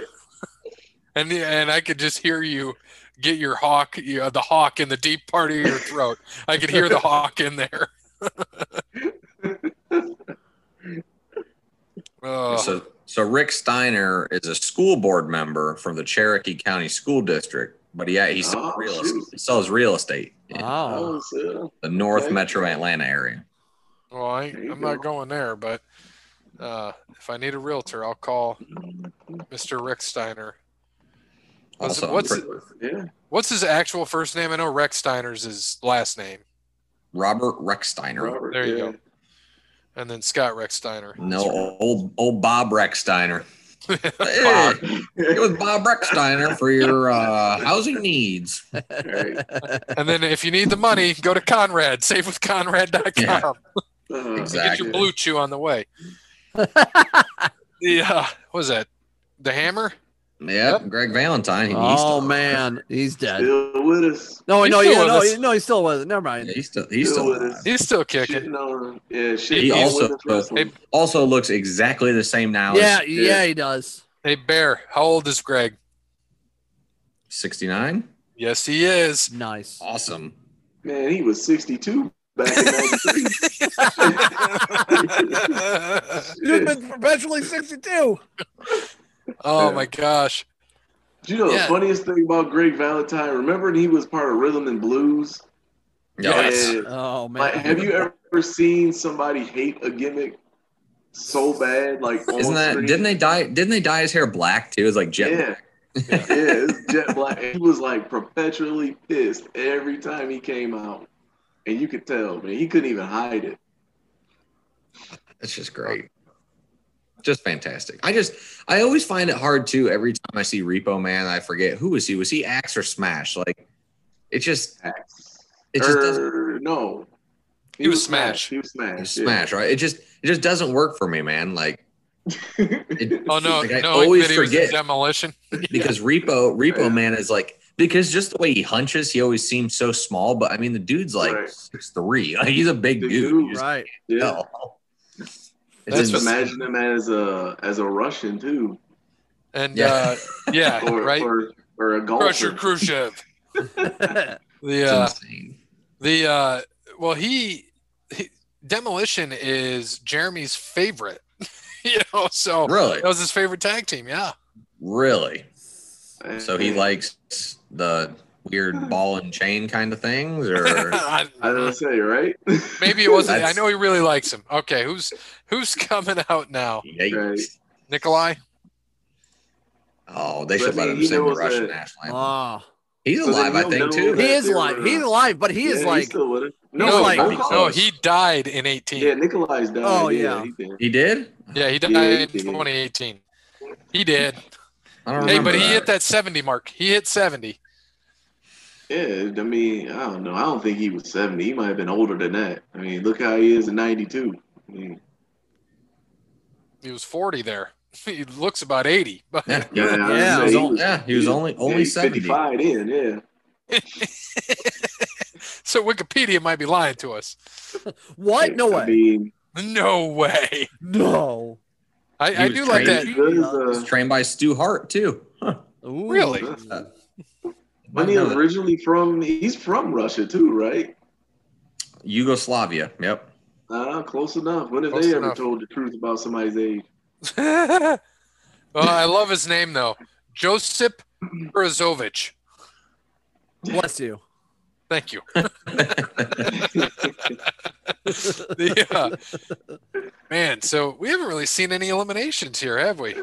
A: and and I could just hear you get your hawk, you know, the hawk in the deep part of your throat. I could hear the hawk in there. oh,
B: So, so Rick Steiner is a school board member from the Cherokee County School District, but yeah, he sells,
C: Oh,
B: real,
C: shoot.
B: he sells real estate in
A: Uh,
D: Wow.
C: Oh, so-
B: the North
C: Okay.
B: Metro Atlanta area.
A: well, I,
C: There you
A: I'm not going there, but uh, if I need a realtor, I'll call Mr. Rick Steiner. What's-
B: Also,
A: what's
B: what's
C: yeah,
A: What's his actual first name? I know Rex Steiner's his last name,
B: Robert Rick Steiner?
C: Robert,
A: There you
C: yeah.
A: go. and then Scott Rex Steiner.
B: No, old old Bob Rick Steiner. Hey,
A: Bob.
B: it was Bob Rick Steiner for your uh, housing needs.
C: Right.
A: And then if you need the money, go to Conrad. Save with Conrad.com.
B: Yeah.
C: Uh,
A: Get your
B: Exactly.
A: blue chew on the way. The uh, what was that? The hammer?
B: Yep, Greg Valentine. He's
D: oh,
B: still,
D: man. He's dead.
C: Still with us.
D: No,
A: He's
D: no,
A: still
D: yeah,
A: with
D: no,
A: us.
D: he- no, he still wasn't. Never
B: yeah,
D: mind.
B: he's still he's
C: Still
B: still
C: with
B: alive.
C: us.
A: He's still kicking.
C: Shitting on, yeah, shitting
B: He
C: on
B: also-
C: women's wrestling.
B: Also looks exactly the same now.
D: Yeah,
B: as
D: yeah, he does.
A: Hey Bear, how old is Greg?
B: sixty nine.
A: Yes, he is.
D: Nice.
B: Awesome.
C: man, he was 62 back in 93.
A: Oh,
D: You've
C: Shit.
D: been perpetually 62.
A: oh my gosh.
C: you know
A: Yeah.
C: the funniest thing about Greg Valentine? Remember when he was part of Rhythm and Blues?
A: Yes.
C: And,
D: Oh, man.
C: like, have you ever seen somebody hate a gimmick so bad? Like, on
B: Isn't that?
C: screen?
B: Didn't they dye? Didn't they dye his hair black too? It's like jet.
C: Yeah, Yeah, it's jet black. He was like perpetually pissed every time he came out, and you could tell, man. He couldn't even hide it.
B: It's just great. Just fantastic. I just I always find it hard too. Every time I see Repo Man, I forget who was he? Was he Axe or Smash? Like it just it just doesn't
C: Er, no,
A: He was Smash.
C: He was smash.
B: it was Smash, right? It just it just doesn't work for me, man. Like
C: yeah.
B: it,
A: Oh no,
B: Like, I
A: no,
B: always
A: that he was in
B: forget.
A: demolition.
B: because Repo
C: Yeah.
B: Repo Man is like because just the way he hunches, he always seems so small. But I mean, the dude's like
C: Right.
B: six three. Like he's a big
C: Big
B: dude.
C: dude,
B: You just
D: Right.
C: yeah.
B: know. It's
A: That's
B: insane.
C: Just imagine him as a as a Russian too,
A: And
B: Yeah.
A: yeah, uh, yeah
C: or
A: right.
C: or, or a golfer.
A: Crusher Khrushchev. The
B: It's
A: uh,
B: insane.
A: the uh, well, he, he demolition is Jeremy's favorite. you know, so
B: Really,
A: that was his favorite tag team. Yeah,
B: really. So he
C: And-
B: likes the weird ball and chain kind of things, or
A: I-
C: I don't say right.
A: maybe it wasn't. I
B: That's-
A: know he really likes him. Okay, who's who's coming out now?
B: yikes.
A: Nikolai.
B: Oh, they
C: But
B: should
C: I
B: let
C: mean,
B: him
C: he
B: sing the
C: knows
B: Russian
C: that-
B: national anthem.
D: Oh.
B: he's
C: So then
B: alive, I
C: he'll
B: think,
C: know
B: too.
D: He
C: that
D: is
C: they
D: live.
C: were-
D: He's live, but he
C: Yeah,
D: is like
C: still with it.
A: No,
C: no,
A: like-
C: no,
B: no,
A: No, he died in eighteen.
C: yeah, Nikolai's died.
D: Oh,
C: yeah,
D: yeah.
C: he did.
B: He did.
A: Yeah, he died
C: Yeah, he
A: in
C: did.
A: 2018. He did.
B: I don't
A: Hey,
B: remember
A: but he
B: that.
A: hit that 70 mark. He hit 70.
C: Yeah, I mean, I don't know. I don't think he was 70. He might have been older than that. I mean, look how he is in 92. I mean,
A: He was 40 there. He looks about 80. But
B: Yeah,
C: Yeah, I was
D: Yeah,
B: he
C: gonna
B: was
C: say,
B: on- yeah, he was only
C: yeah,
B: only
C: he's
B: seventy.
C: 55 in, yeah.
A: so Wikipedia might be lying to us.
D: what? No
C: I
D: way.
C: mean,
A: No way.
D: No.
A: I,
B: He
A: I
B: was
A: do like that.
C: he's good as,
B: He was
C: uh,
B: trained by Stu Hart too. Huh.
D: Ooh.
A: Really?
C: wasn't he originally from, he's from Russia too, right?
B: Yugoslavia. Yep.
C: Uh, close enough. What if
A: Close
C: they ever
A: enough.
C: told the truth about somebody's age?
A: well, I love his name, though. Josip Brzovic.
D: Bless you.
A: Thank you. The, uh, man, so we haven't really seen any eliminations here, have we?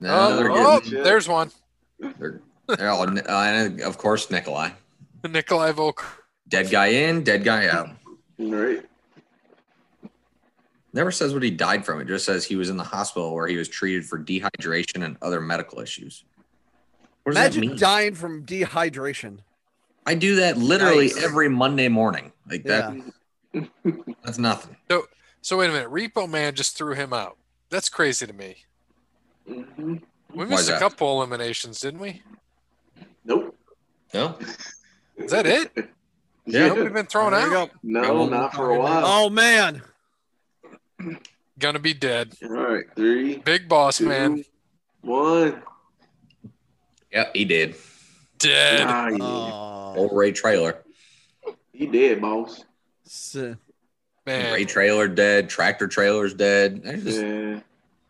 B: No,
A: Oh,
B: they're
A: oh,
B: getting-
A: there's one.
B: they're- they're all- uh, and of course, Nikolai.
A: Nikolai Volk.
B: Dead guy in, dead guy out.
C: Right?
B: Never says what he died from. It just says he was in the hospital where he was treated for dehydration and other medical issues. What does that
D: Imagine
B: mean?
D: dying from dehydration.
B: I do that literally
D: Yikes.
B: every Monday morning. Like that.
D: Yeah.
B: That's nothing.
A: So wait a minute, Repo Man just threw him out. That's crazy to me.
C: hmm
A: We
B: Why's
A: missed a
B: that?
A: couple eliminations, didn't we?
C: Nope.
B: No.
A: Is that it?
B: Yeah.
A: Nobody's been thrown
D: There you
A: out.
D: go.
C: No, not for a while.
D: Oh man.
A: Gonna be dead.
C: All right, three,
A: Big boss
C: two,
A: man,
C: one.
B: Yeah, he did.
A: dead.
C: Ah, yeah.
B: Old
D: Oh.
B: Ray Trailer.
C: He dead, boss.
D: S-
B: Ray
A: Man,
B: Trailer dead. Tractor Trailer's dead. They're just
C: Yeah.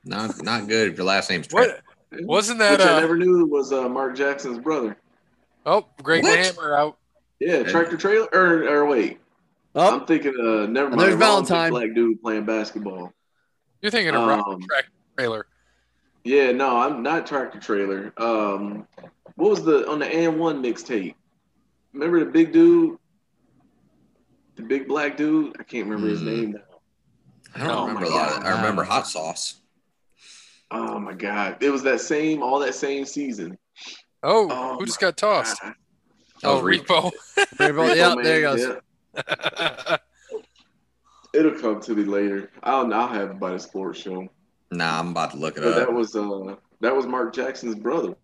B: not not good if your last name's Trailer.
A: what wasn't that?
C: Which I
A: Uh,
C: never knew was uh, Mark Jackson's brother.
A: oh, great
B: What?
A: hammer out.
C: Yeah, tractor trailer. Or, or wait,
D: Oh,
C: I'm thinking. Uh, never
D: And
C: mind.
D: there's
C: wrong, big
D: Valentine.
C: Black dude playing basketball.
A: You're thinking
B: Uh,
A: of rock
C: Um,
A: track trailer.
C: yeah, no, I'm not tractor trailer. Um, what was the on the and one mixtape? Remember the big dude, the big black dude. I can't remember his
B: Hmm.
C: name now.
B: I don't
A: Oh
B: remember
C: my
B: a lot.
C: God.
B: I remember hot sauce.
C: Oh my god, it was that same all that same season.
A: Oh,
C: oh
A: who
C: my
A: just got tossed?
C: God.
B: That
A: Oh,
B: was Reed.
A: Repo.
D: Repo- yeah, there he goes.
C: Yeah. It'll come to me later. I'll I'll have it by the sports show.
B: Nah, I'm about to look it
C: But that
B: up.
C: was uh that was Mark Jackson's brother.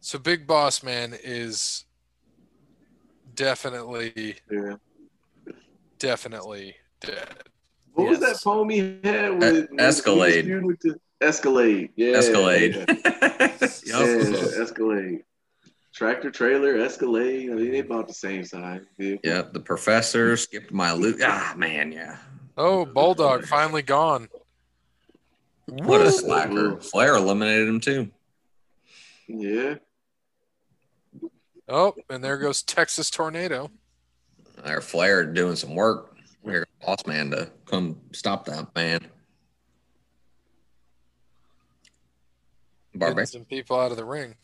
A: so Big Boss Man is definitely,
C: Yeah.
A: definitely dead.
C: What was
A: Yes.
C: that poem he had with
B: E-
C: with- with
B: Escalade.
C: the dude with the- Escalade. Yeah.
B: Escalade.
C: Yeah.
B: yep.
C: Yeah, Escalade. Tractor trailer, Escalade. I mean, they about the same size. Yeah.
B: Yep, The professor skipped my loot. Ah, man, yeah.
A: Oh, Bulldog finally gone.
B: What
A: Woo.
B: a slacker. Flair eliminated him too.
C: Yeah.
A: Oh, and there goes Texas Tornado.
B: There, Flair doing some work. Here, boss man, to come stop that man. Barbie.
A: Getting some people out of the ring.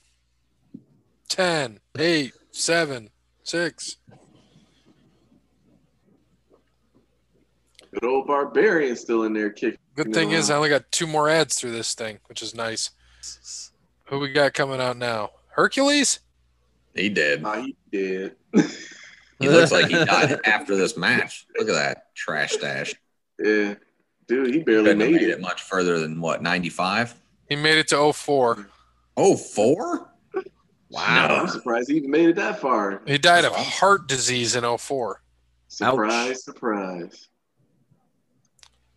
A: 10, 8, 7, 6.
C: Good old barbarian still in there kicking.
A: Good thing is, I only got two more ads through this thing, which is nice. Who we got coming out now? Hercules?
B: He did.
C: Nah, he did.
B: He looks like he died after this match. Look at that trash dash.
C: Yeah, dude, he barely
B: Couldn't have
C: made
B: made
C: it.
B: it much further than what, 95?
A: He made it to 04.
B: Oh, four?
C: No,
B: Wow.
C: I'm surprised he even made it that far.
A: He died of heart disease in 04.
C: Surprise, surprise.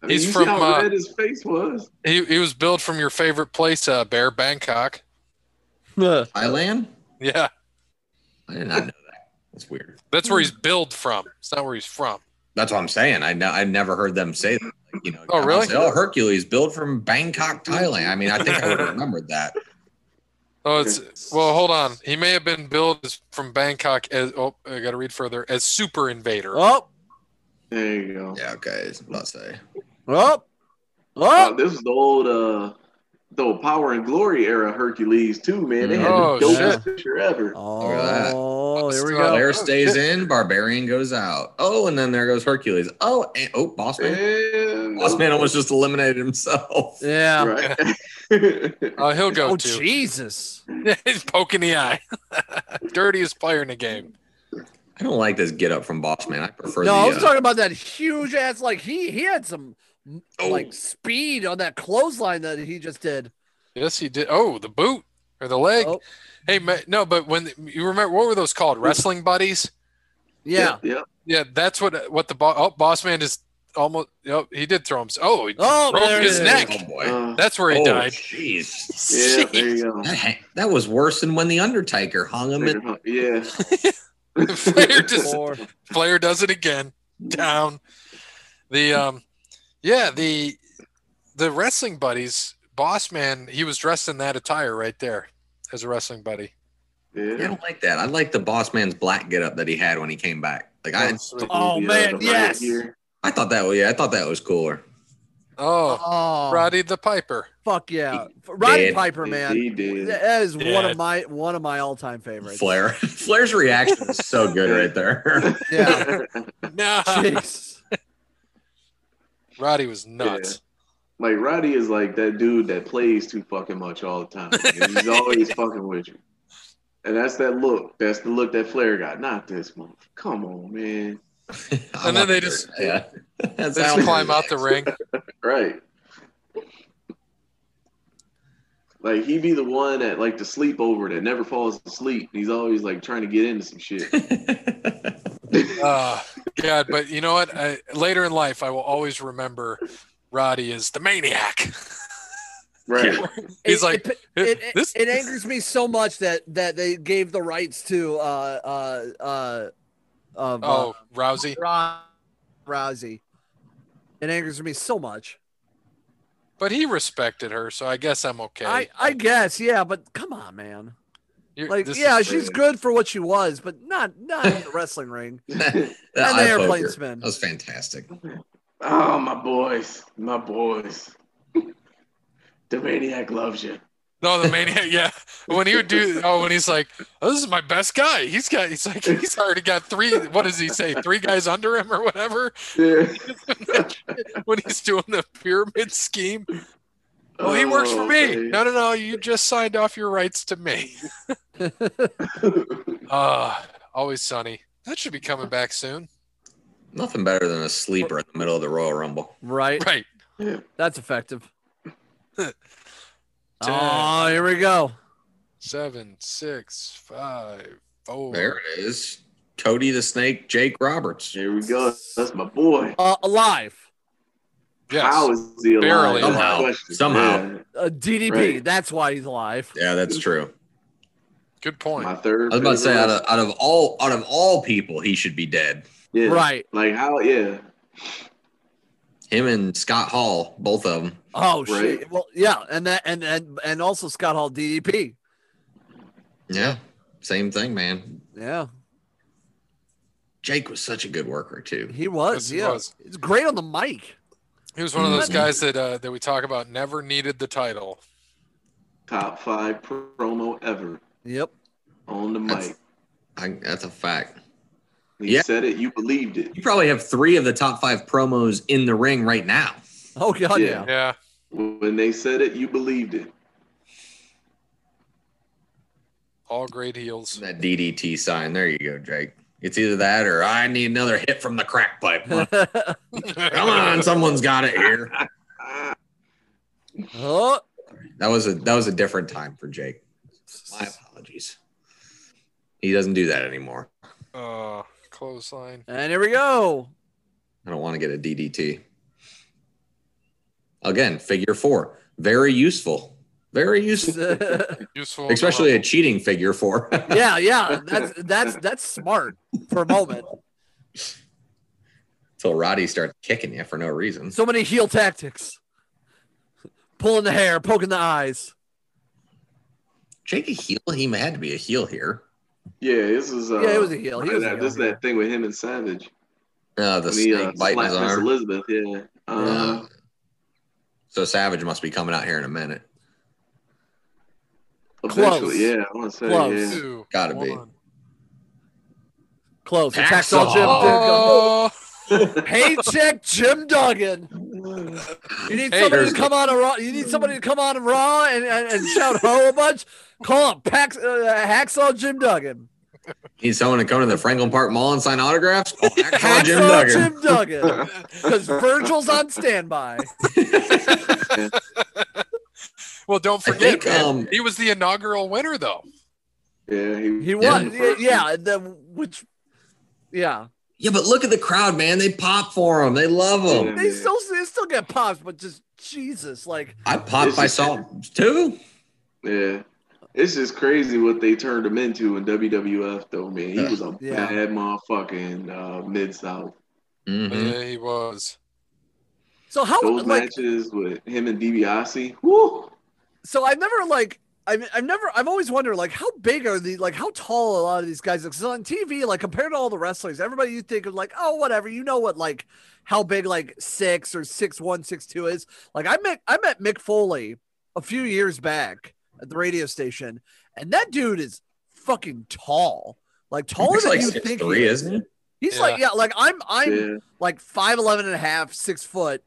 C: I mean,
A: He's
C: you
A: from,
C: see how
A: uh,
C: red his face was.
A: He, he was billed from your favorite place, uh, Bear Bangkok.
D: Oh,
B: Thailand?
A: Yeah,
B: I did not know that. That's weird.
A: that's
D: Hmm.
A: where he's billed from. It's not where he's from.
B: That's what I'm saying. I know, I've never heard them say that. Like, you know,
A: Oh, really?
B: say, oh, Hercules built from Bangkok, Thailand. I mean, I think I would have remembered that.
A: Oh, it's well. Hold on. He may have been billed as, from Bangkok as. Oh, I got to read further as Super Invader.
D: Oh,
C: There you go.
B: Yeah, okay. it's about to say.
D: oh,
C: Oh,
D: oh.
C: this was the old uh the old power and glory era Hercules too, man. They had
A: Oh,
C: the dopest picture ever.
B: Look at that.
D: Oh, here we
A: Oh,
D: go.
B: Blair stays in, Barbarian goes out. Oh, and then there goes Hercules. Oh, and, oh, Boss Man.
C: And-
B: Boss Man almost just eliminated himself.
D: Yeah.
C: right.
A: Uh, he'll go
D: Oh,
A: to.
D: Jesus.
A: he's poking the eye. Dirtiest player in the game.
B: I don't like this get up from Boss Man. I prefer
D: No,
B: the.
D: I was
B: uh,
D: talking about that huge ass. Like he he had some
B: oh,
D: like speed on that clothesline that he just did.
A: Yes, he did. Oh, the boot or the leg.
D: Oh.
A: Hey, ma- no, but when you remember what were those called? Wrestling buddies.
D: Yeah.
C: yeah.
A: Yeah, that's what what the bo- oh, boss man is almost. Oh, he did throw him. Oh, he
D: Oh, there
A: broke
D: it
A: his
D: is.
A: neck.
B: oh boy.
C: Uh,
A: That's where he
B: oh,
A: died.
B: jeez.
C: yeah, there you go.
B: That, ha- that was worse than when the Undertaker hung him. In-
C: Yeah.
A: Flair just
D: Or-
A: Flair does it again. Down. The um yeah, the the wrestling buddies, boss man, he was dressed in that attire right there as a wrestling buddy.
B: I
C: yeah.
B: don't like that. I like the Boss Man's black get up that he had when he came back. Like I,
D: Oh,
C: Yeah,
D: man,
C: right
D: yes.
C: here.
B: I thought that. Yeah, I thought that was cooler.
A: Oh,
D: Oh,
A: Roddy the Piper.
D: fuck yeah, Roddy
B: Dead.
D: Piper, man.
C: He did.
D: That is one
A: Yeah.
D: of my one of my all time favorites.
B: Flair. Flair's reaction is so good right there.
D: Yeah.
A: Nah.
D: Jeez.
A: Roddy was nuts.
C: like Roddy is like that dude that plays too fucking much all the time. man. He's always fucking with you. And that's that look. That's the look that Flair got. Not this month. Come on, man.
B: I
A: And then they
B: want-
A: just-
B: yeah. That's
A: They
B: how-
A: just climb out the ring.
C: Right. Like he be the one that like the sleepover that never falls asleep. He's always like trying to get into some shit.
A: Uh, God, but you know what? I, later in life, I will always remember Roddy as the maniac.
C: Right.
A: He's
D: It-
A: like,
D: it, it, it,
A: this.
D: it angers me so much that that they gave the rights to uh uh uh of,
A: Oh,
D: uh,
A: Rousey.
D: Ron Rousey. It angers me so much.
A: But he respected her, so I guess I'm okay.
D: I I guess yeah, but come on, man.
A: You're-
D: Like
A: this is
D: yeah,
C: is
D: she's
C: bad.
D: good for what she was, but not not in the wrestling ring.
B: The
D: And the
B: eye
D: airplane
B: poker.
D: spin.
B: That was fantastic.
C: Oh my boys. My boys. the maniac loves you.
A: No, the maniac. Yeah, when he would do. Oh, when he's like, oh, "This is my best guy." He's got. He's like, he's already got three. What does he say? Three guys under him or whatever.
C: Yeah.
A: When he's doing the pyramid scheme. Oh, he works for me. No, no, no. You just signed off your rights to me. Uh always sunny. That should be coming back soon,
B: Nothing better than a sleeper in the middle of the Royal Rumble.
D: Right,
A: right?
D: that's effective.
A: Ten.
D: oh, here we go.
A: Seven, six, five, four.
B: There it is. Cody the Snake, Jake Roberts.
C: There we go. That's my boy.
D: Uh, alive.
A: Yes.
C: How is he
A: Barely.
C: alive? That's the
B: Somehow.
C: question.
B: Somehow.
C: Yeah.
D: Uh, DDP.
C: Right.
D: That's why he's alive.
B: Yeah, that's true.
A: Good point.
C: My third.
B: I was about to say
C: favorite.
B: out of, out of all out of all people, he should be dead.
C: yeah.
D: Right.
C: Like how? Yeah.
B: Him and Scott Hall, both of them.
D: Oh
C: Right.
D: shit. Well, yeah, and that and and and also Scott Hall DDP.
B: Yeah, same thing, man.
D: Yeah,
B: Jake was such a good worker too.
D: he
A: Yes,
D: was.
A: he
D: yeah,
A: was.
D: it's great on the mic.
A: He was one of those
B: Mhm.
A: guys that uh, that we talk about never needed the title.
C: top five promo ever
D: Yep.
C: on the
B: That's-
C: mic.
B: I, that's a fact.
C: He
B: yeah.
C: said it. You believed it.
B: You probably have three of the top five promos in the ring right now.
D: Oh god, yeah.
C: Yeah.
A: Yeah.
C: When they said it, you believed it.
A: All great heels.
B: That DDT sign. There you go, Jake. It's either that or I need another hit from the crack pipe. Come on, someone's got it here.
C: Ah,
D: oh,
B: That was a that was a different time for Jake. My apologies. He doesn't do that anymore.
A: Uh, clothesline.
D: and here we go.
B: I don't want to get a DDT. Again, figure four. Very useful. Very useful.
D: yeah,
A: Useful.
B: Especially a cheating figure four.
D: yeah. That's that's that's smart for a moment.
B: Until Roddy starts kicking you for no reason.
D: So many heel tactics. Pulling the hair, poking the eyes.
B: Jake a heel? He had to be a heel here.
C: yeah, this is. Uh,
D: Yeah, it was a heel. He
C: right
D: was a
C: now,
D: heel
C: this is
D: here.
C: that thing with him and Savage.
B: Uh, the
C: When he,
B: snake biting his
C: slapped Miss
B: arm.
C: Elizabeth. Yeah. Uh,
B: Uh, so Savage must be coming out here in a minute.
D: Close.
C: eventually, yeah. I want to say,
D: Close.
C: yeah.
A: Two,
B: Gotta be.
A: one.
D: Close.
B: Hacksaw.
D: Hacksaw Jim Duggan.
A: Oh,
D: Paycheck Jim Duggan. You need
A: Hey,
D: somebody
B: there's-
D: to come on a raw. You need somebody to come on raw and, and, and shout ho a bunch. Call him Pax, uh, Hacksaw Jim Duggan.
B: Need someone to come to the Franklin Park Mall and sign autographs? Oh, Hacksaw
D: Hacksaw
B: Jim Duggan.
D: Jim Duggan. Because Virgil's on standby.
A: well, don't
B: I
A: forget,
B: think
A: man,
B: um,
A: he was the inaugural winner, though.
C: yeah, he,
D: He
B: Yeah.
D: was. Yeah. yeah and then, which, yeah.
B: yeah, but look at the crowd, man. They pop for him. They love him.
C: Yeah.
D: They still, they still get pops, but just Jesus. Like,
B: I popped.
C: This
B: I
C: is-
B: saw two.
C: Yeah. It's just crazy what they turned him into in WWF, though, man. He was a
D: Yeah.
C: bad motherfucker in uh, Mid South.
B: Mhm.
A: Yeah, he was.
D: so how,
C: Those
D: like,
C: matches with him and DiBiase, whoo!
D: so I've never like I've, I've never I've always wondered like how big are the like how tall a lot of these guys because on TV like compared to all the wrestlers everybody you think of like oh whatever you know what like how big like six or six one six two is like I met I met Mick Foley a few years back at the radio station and that dude is fucking tall like taller
B: He's
D: than
B: like
D: you
B: six
D: think
B: three,
D: he
B: isn't he?
D: he's like yeah like I'm I'm
C: Yeah.
D: like 5'11 and a half, six foot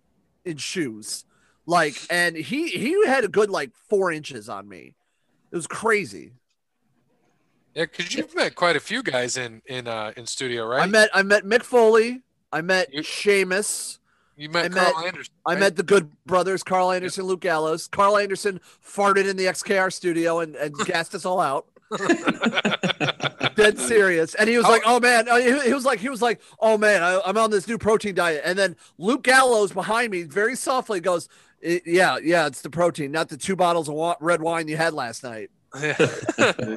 D: in shoes. Like, and he he had a good like four inches on me. It was crazy.
A: Yeah, because you've met quite a few guys in in uh, in studio,
D: I
A: right?
D: met I met Mick Foley. I met
A: You-
D: Sheamus.
A: you
D: I
A: met
D: met-
A: Carl Anderson.
D: I
A: right?
D: met the Good Brothers, Carl Anderson, Luke Gallows. Carl Anderson farted in the XKR studio and, and gassed us all out. Dead serious. And he was
A: How-
D: like, "Oh man," uh, he, he was like, "He was like, oh man, I, I'm on this new protein diet." And then Luke Gallows behind me, very softly, goes, "I- "Yeah, yeah, it's the protein, not the two bottles of wa- red wine you had last night."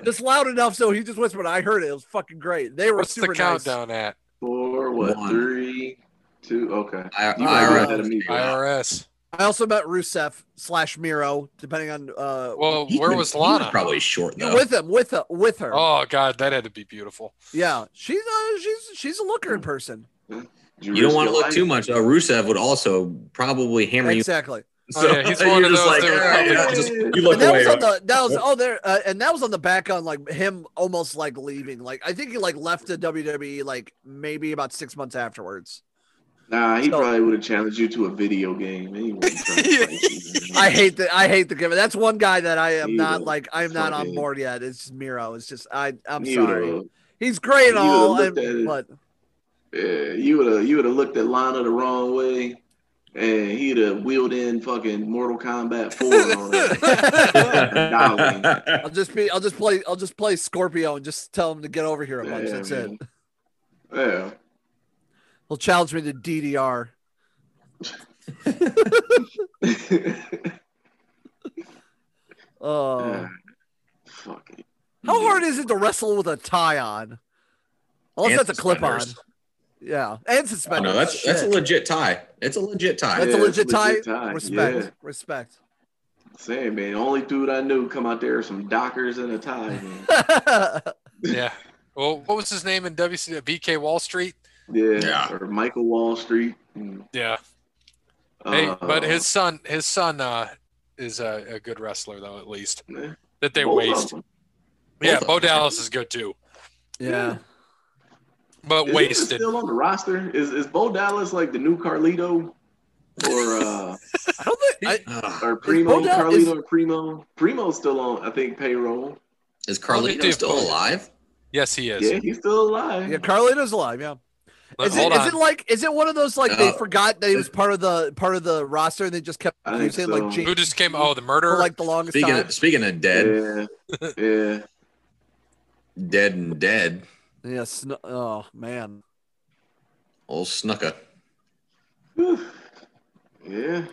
D: Just loud enough so he just whispered. I heard it. It was fucking great. They were
A: What's
D: super
A: the countdown at?
C: Four, what,
B: One.
C: three, two, okay.
B: I,
C: You
B: I,
C: guys
B: read-
C: had me.
A: IRS.
D: nice. I also met Rusev slash Miro, depending on uh,
A: Well,
B: he
A: where
B: could-
A: was
B: he was
A: Lana?
B: Probably short though.
D: with him, with her, with her.
A: Oh God, that had to be beautiful.
D: Yeah, she's a, she's she's a looker in person.
C: Did
B: you don't
C: risk
B: want to
C: your
B: look
C: life?
B: too much. though. Rusev would also probably hammer you.
D: Exactly.
A: Oh, yeah, he's one
B: you're
A: of
B: just
A: those
B: like,
A: that would
B: "All right," you know,
C: probably-
B: just- you look
D: And that
B: away.
D: was on
B: right?
D: the that was oh there uh, and that was on the back on like him almost like leaving. Like I think he like left the WWE like maybe about six months afterwards.
C: Nah, he
D: So-
C: probably would have challenged you to a video game. He wouldn't try to fight you.
D: I hate that. I hate the giver. That's one guy that I am
C: You
D: not
C: know,
D: like. I'm not on
C: fucking-
D: board yet. It's just Miro. It's just I. I'm
C: You
D: sorry.
C: would've-
D: He's great and
C: you
D: all,
C: would've looked at
D: and,
C: it.
D: but
C: Yeah, you would have you would have looked at Lana the wrong way, and he'd have wheeled in fucking Mortal Kombat Four on her.
D: I'll just be. I'll just play. I'll just play Scorpio and just tell him to get over here a bunch.
C: Yeah,
D: That's
C: man.
D: it.
C: Yeah,
D: He'll challenge me to DDR. Oh.
C: Yeah. fucking.
D: How hard is it to wrestle with a tie on? Unless
B: And
D: that's a clip on.
B: suspenders.
D: Yeah, and
B: Oh,
D: suspenders.
B: no, that's that's a
D: Shit.
B: legit tie. It's a legit tie.
D: That's a
C: Yeah, it's
D: legit tie.
C: Yeah.
D: Respect, respect.
C: Same man. Only dude I knew come out there with some dockers and a tie. Man.
A: Yeah. Well, what was his name in WCW? BK Wall Street.
C: Yeah.
B: Yeah.
C: Or Michael Wall Street.
D: Uh,
A: Yeah. Hey, but his son, his son, uh, is a, a good wrestler though, at least
C: Yeah.
A: that they
C: Both of
A: waste.
C: them.
A: Yeah,
B: Both of
A: Bo
B: them.
A: Dallas is good too,
D: Yeah.
A: but
C: Is he even
A: wasted.
C: still on the roster? Is is Bo Dallas like the new Carlito, or uh,
D: I don't think. I,
C: or Primo?
D: Bo Dal-
C: Carlito
D: is-
C: or Primo? Primo's still on, I think, payroll.
B: Is
A: Well, they
B: Carlito
A: do-
B: still alive?
A: Yes, he is.
C: Yeah, he's still alive.
D: yeah, Carlito's alive. Yeah.
A: Let-
D: Is it,
A: hold
D: is
A: on.
D: it like is it one of those like they
B: No.
D: forgot that he was part of the part of the roster and they just kept
C: I think
D: saying
C: so.
D: like Jake
A: Who just came? Oh, the
D: for
A: murderer.
D: like the longest
B: Speaking
D: time?
B: of, speaking of dead,
C: yeah, yeah.
B: dead and dead,
D: Yeah. Sn- oh man.
B: old Snuka.
C: Whew. yeah.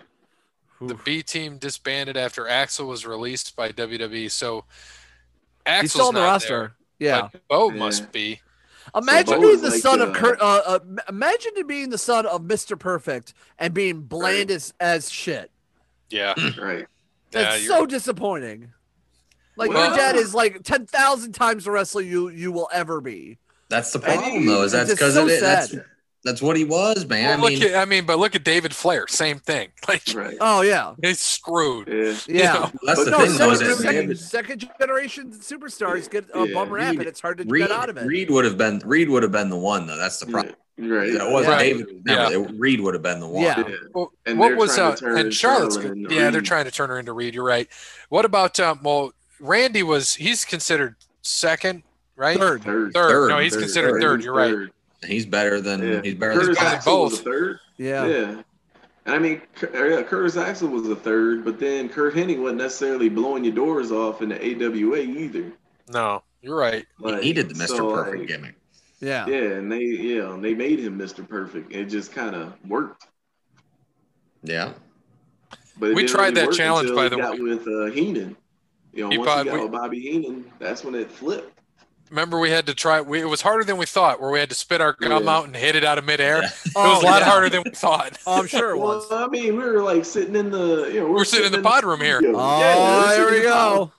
A: the
D: Oof.
A: B team disbanded after Axel was released by WWE. So
D: He's
A: Axel's
D: still on the
A: not
D: roster.
A: there,
D: yeah.
A: but Bo
C: Yeah.
A: must be.
D: Imagine
C: So Bo
D: being
C: is
D: the
C: like,
D: son of
C: uh,
D: Kurt. Uh, uh, m- imagine being the son of Mister Perfect and being bland
C: Right.
D: as as shit.
A: Yeah,
C: Right.
A: Yeah,
D: That's
A: you're-
D: so disappointing. Like
C: Well-
D: your dad is like ten thousand times the wrestler you you will ever be.
B: That's the
C: And
B: problem, though, is
D: it's
B: that's
D: just
B: because
D: so
B: it. That's
D: sad.
B: that's what he was,
A: Well,
B: man. I
A: look
B: mean,
A: at, I mean, but look at David Flair. Same thing. Like
C: Right.
D: Oh yeah,
A: he's screwed.
C: Yeah.
D: yeah.
B: that's
C: But
B: the
D: no,
B: thing, though, is
D: second,
B: that
C: it's
D: second,
B: David,
D: second generation superstars get a
C: Yeah,
D: bum rap,
B: Reed-
D: and it's hard to
B: Reed,
D: get out of it.
B: Reed would have been Reed would have been the one, though. That's the problem.
C: Right. Right.
B: That wasn't
D: Yeah.
B: David. was never- it- Reed would have been the one.
D: Yeah.
C: Yeah.
A: Well,
C: And
A: what
C: they're
A: was
C: trying
A: uh,
C: to turn
A: and Charlotte's?
C: Charlotte into Mm.
A: yeah, they're
C: Reed.
A: trying to turn her into Reed. You're right. What about um? Well, Randy was he's considered second, right?
D: Third,
C: Third.
A: Third.
B: Third.
A: No, he's
B: Third.
A: considered third. You're right.
B: He's better than
C: Yeah.
B: he's better than
C: Curtis
A: He's
B: Bob.
C: Axel was a
A: both.
C: third.
D: yeah.
C: Yeah. And I mean, Cur- yeah, Curtis Axel was a third, but then Kurt Hennig wasn't necessarily blowing your doors off in the AWA either.
A: No, you're right.
B: He
C: Like,
B: needed the Mr.
C: so,
B: Perfect
C: like,
B: gimmick.
D: yeah,
C: Yeah, and they yeah and they made him Mr. Perfect. It just kind of worked.
B: Yeah.
C: But it
A: We
C: didn't
A: tried
C: really
A: that
C: work
A: challenge,
C: until
A: by
C: he
A: the
C: got with uh, Heenan. You know,
A: He
C: once
A: probably-
C: he got with Bobby Heenan, that's when it flipped.
A: Remember, we had to try. We, it was harder than we thought. Where we had to spit our gum
C: Yeah.
A: out and hit it out of midair.
B: Yeah.
A: It was a lot
D: Oh, yeah.
A: harder than we thought.
D: Oh, I'm sure it
C: Well,
D: was.
C: I mean, we were like sitting in the you know we
A: We're sitting in the pod room here.
C: studio.
D: Oh,
C: Yeah, we're
D: there
C: sitting
D: we
C: in the pod
D: go.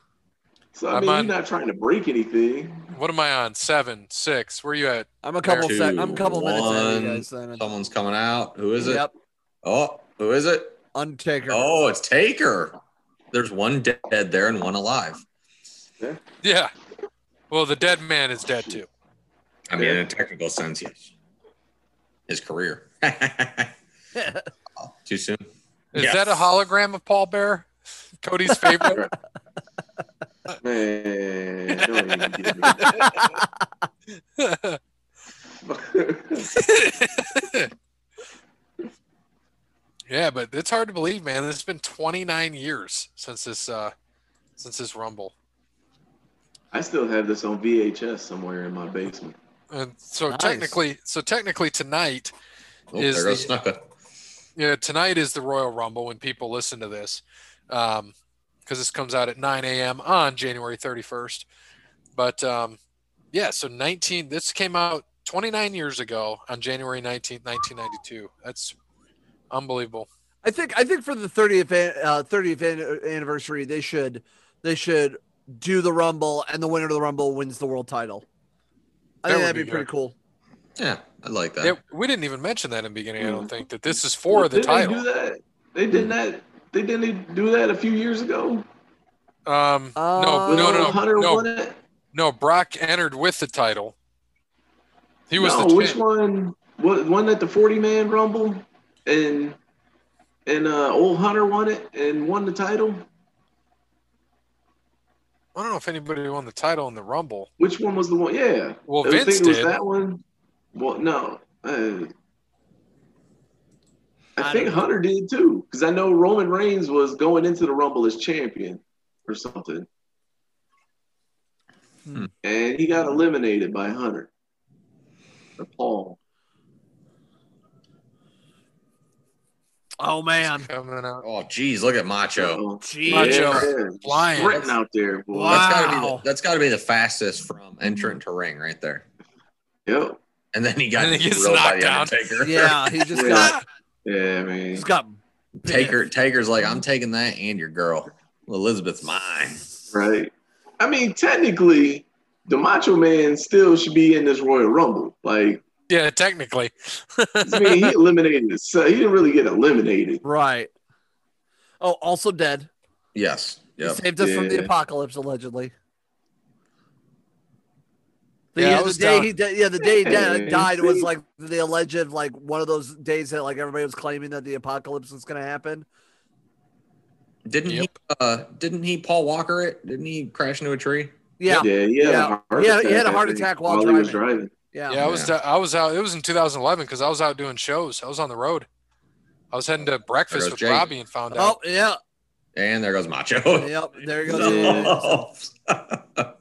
C: So I
A: I'm
C: mean,
A: on-
C: you're not trying to break anything.
A: What am I on? Seven, six. Where you at?
D: I'm a couple
B: Two,
D: sec. I'm a couple minutes ahead of you
B: one.
D: guys. Then.
B: Someone's coming out. Who is it?
D: Yep,
B: Oh, who is it?
D: Undertaker.
B: Oh, it's Taker. There's one dead there and one alive.
A: Yeah. Well, the dead man is dead too.
B: I mean, in a technical sense, yes. His career. Oh, Too soon.
A: Is
B: Yes.
A: that a hologram of Paul Bear? Cody's favorite.
C: Man, don't even get me.
A: yeah, but it's hard to believe, man. It's been 29 years since this uh since this Rumble.
C: I still have this on VHS somewhere in my basement.
A: And so
D: Nice.
A: technically, so technically tonight,
B: Oh,
A: Is
B: there goes
A: the-
B: Snuka.
A: yeah, tonight is the Royal Rumble when people listen to this, um, because this comes out at 9 a.m. on January 31st. But um, yeah, so 19. This came out 29 years ago on January 19th, 1992. That's unbelievable.
D: I think I think for the 30th an- uh, 30th an- anniversary, they should they should do the Rumble, and the winner of the Rumble wins the world title. I
A: That
D: think
A: would
D: that'd be,
A: be
D: pretty
A: good.
D: cool.
B: Yeah, I like that.
A: Yeah, we didn't even mention that in the beginning. I don't
C: Mhm.
A: think that this is for the
C: didn't
A: title.
C: They do that? They did that. They didn't do that a few years ago.
A: Um,
B: Oh.
A: no,
D: Uh,
A: no,
C: When
A: no,
C: Hunter
A: no,
C: won it.
A: no. Brock entered with the title. He was
C: no,
A: the
C: which
A: champ.
C: one? What one at the forty man rumble, and and uh, old Hunter won it and won the title.
A: I don't know if anybody won the title in the Rumble.
C: Which one was the one? Yeah,
A: Well,
C: I think
A: Vince
C: it was
A: did.
C: that one. Well, no. Uh, I,
D: I
C: think
D: don't know.
C: Hunter did too, because I know Roman Reigns was going into the Rumble as champion or something,
D: Hmm.
C: and he got eliminated by Hunter or Paul.
D: Oh man,
A: Coming out.
B: Oh, geez, look at Macho.
C: Uh-oh.
D: Jeez.
A: Macho.
C: Yeah,
A: Flying.
C: Threatening out there, boy.
D: Wow.
B: That's gotta be the, that's gotta be the fastest from entrant to ring right there.
C: Yep.
B: And then he got
A: And he gets
B: drilled by
A: knocked
B: the
A: down.
B: Undertaker.
D: Yeah, he just
C: Yeah.
D: got
C: Yeah, man.
D: just got
B: Taker Taker's like, I'm taking that and your girl. Elizabeth's mine.
C: Right. I mean, technically, the Macho Man still should be in this Royal Rumble. Like,
A: Yeah, technically.
C: I mean, he eliminated himself. He didn't really get eliminated.
D: right. Oh, also dead.
B: Yes. Yep.
D: Saved us from the
C: Yeah.
D: apocalypse, allegedly. The,
A: Yeah,
D: yeah,
A: I
D: the
A: was
D: day
A: down-
D: he di- yeah, the day he di- uh,
C: Hey,
D: died was
C: see?
D: like the alleged like one of those days that like everybody was claiming that the apocalypse was gonna happen.
B: Didn't
A: Yep.
B: he? Uh, didn't he? Paul Walker it? Didn't he crash into a tree?
D: Yeah,
C: Yeah, he had,
D: Yeah.
C: A, heart
D: He had- he
C: attack,
D: had a
C: I
D: heart
C: think,
D: attack while
C: he was driving.
D: yeah.
A: Yeah, I was I was out. It was in 2011 because I was out doing shows. I was on the road. I was heading to breakfast
B: goes
A: with
B: Jake.
A: Robbie and found
D: Oh
A: out.
D: yeah,
B: And there goes Macho.
D: yep. There you go.
B: No.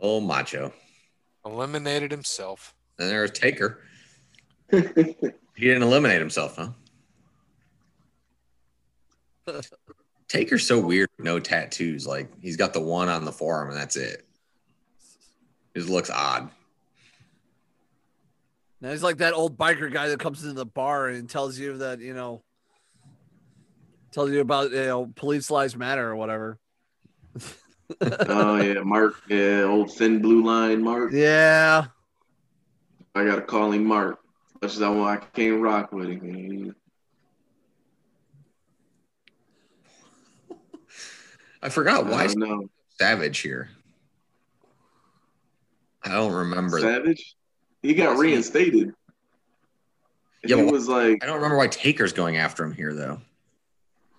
B: oh, Macho.
A: Eliminated himself.
B: And there's Taker. He didn't eliminate himself, huh? Taker's so weird. No tattoos. Like he's got the one on the forearm, and that's it. It looks odd.
D: Now he's like that old biker guy that comes into the bar and tells you that you know, tells you about you know police lives matter or whatever.
C: Oh yeah, Mark. Yeah, old thin blue line Mark.
D: Yeah,
C: I gotta call him Mark. As much as I want, I can't rock with him.
B: I forgot why
C: I
B: is
C: don't know.
B: Savage here. I don't remember. that.
C: Savage. He got
B: Yes, he-
C: reinstated.
B: Yeah,
C: he
B: but-
C: was like,
B: I don't remember why Taker's going after him here though.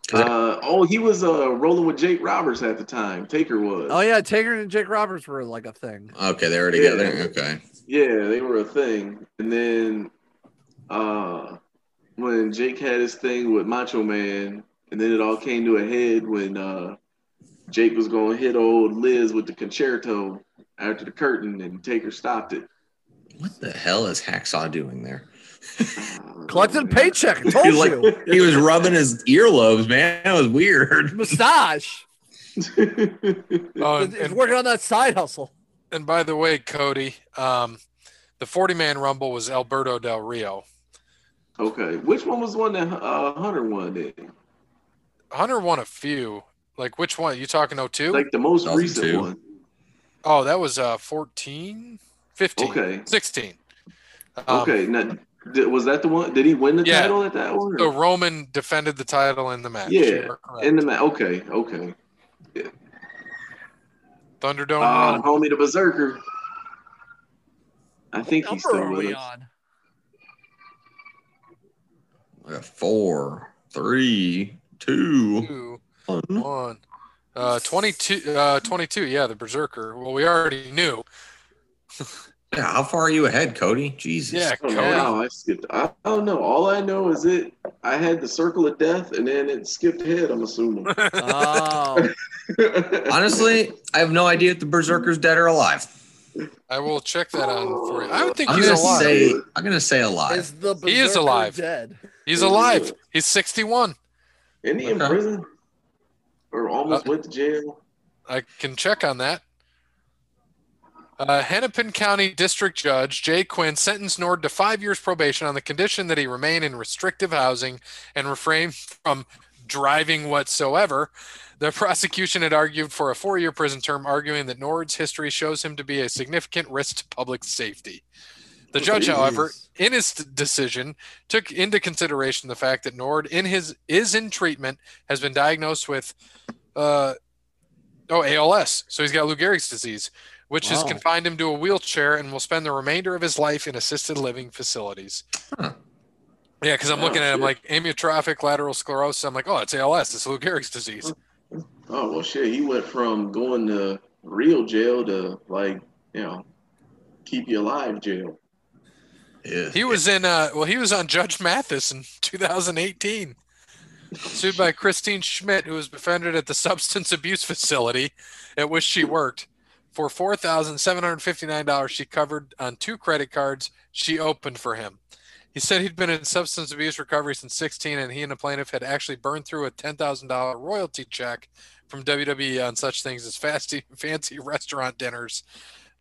B: 'Cause I-
C: uh, oh, he was uh, rolling with Jake Roberts at the time. Taker was.
D: oh yeah, Taker and Jake Roberts were like a thing.
B: okay, they were together.
C: Yeah.
B: Okay.
C: Yeah, they were a thing. And then uh when Jake had his thing with Macho Man, and then it all came to a head when uh Jake was gonna hit old Liz with the concerto after the curtain and Taker stopped it.
B: What the hell is Hacksaw doing there?
C: Uh, man.
D: Collecting paycheck, I told
B: like-
D: you.
B: He was rubbing his earlobes, man. That was weird.
D: Mustache.
A: Oh,
D: He's
A: and,
D: he's
A: and,
D: working on that side hustle.
A: and by the way, Cody, um, the 40 man rumble was Alberto Del Rio.
C: okay. Which one was the one that uh Hunter won then?
A: Hunter won a few. Like which one? You talking 02?
C: Like the most
B: That was
C: recent
B: two.
C: one.
A: oh, that was uh 14, 15,
C: Okay.
A: 16. Um,
C: Okay. now, did, was that the one? Did he win the
A: Yeah.
C: title at that one? or-
A: So Roman defended the title in the match.
C: Yeah,
A: You are correct.
C: In the ma- okay, okay.
A: Thunderdome.
C: Ah,
A: Rumble.
C: homie the Berserker. I think he's
D: Number
C: still
D: are
C: with
D: we
C: us.
D: on?
B: Four, three, two,
A: Two,
B: one.
A: one. Uh, 22, uh, 22, yeah, the Berserker. Well, we already knew.
B: Yeah, how far are you ahead, Cody? Jesus.
A: Yeah,
C: Oh,
A: Cody.
C: wow, I skipped. I, I don't know. All I know is it. I had the circle of death, and then it skipped ahead. I'm assuming.
D: Oh,
B: Honestly, I have no idea if the Berserker's dead or alive.
A: I will check that out for you. I would think
B: I'm
A: he's
B: gonna
A: alive.
B: say I'm gonna say alive.
D: is the
A: He is
D: Berserker
A: alive.
D: Dead.
A: he's alive. He's 61.
C: Isn't he in
B: Okay. Uh,
C: prison? Or almost went to jail?
A: I can check on that. Uh, Hennepin County District Judge Jay Quinn sentenced Nord to five years probation on the condition that he remain in restrictive housing and refrain from driving whatsoever. The prosecution had argued for a four year prison term, arguing that Nord's history shows him to be a significant risk to public safety. The judge, however,
D: Jeez.
A: in his d- decision, took into consideration the fact that Nord in his is in treatment has been diagnosed with uh, oh ALS, so he's got Lou Gehrig's disease, which has
D: Wow.
A: confined him to a wheelchair and will spend the remainder of his life in assisted living facilities.
B: Huh.
A: Yeah, because I'm
C: Oh,
A: looking at him
C: shit.
A: like amyotrophic lateral sclerosis. I'm like, oh, it's ALS. It's Lou Gehrig's disease.
C: Oh well, shit. He went from going to real jail to like you know keep you alive jail.
B: Yeah.
A: He was in uh well he was on Judge Mathis in 2018. Sued by Christine Schmidt, who was defended at the substance abuse facility at which she worked for four thousand seven hundred fifty nine dollars she covered on two credit cards she opened for him. He said he'd been in substance abuse recovery since sixteen and he and the plaintiff had actually burned through a ten thousand dollar royalty check from WWE on such things as fancy fancy restaurant dinners.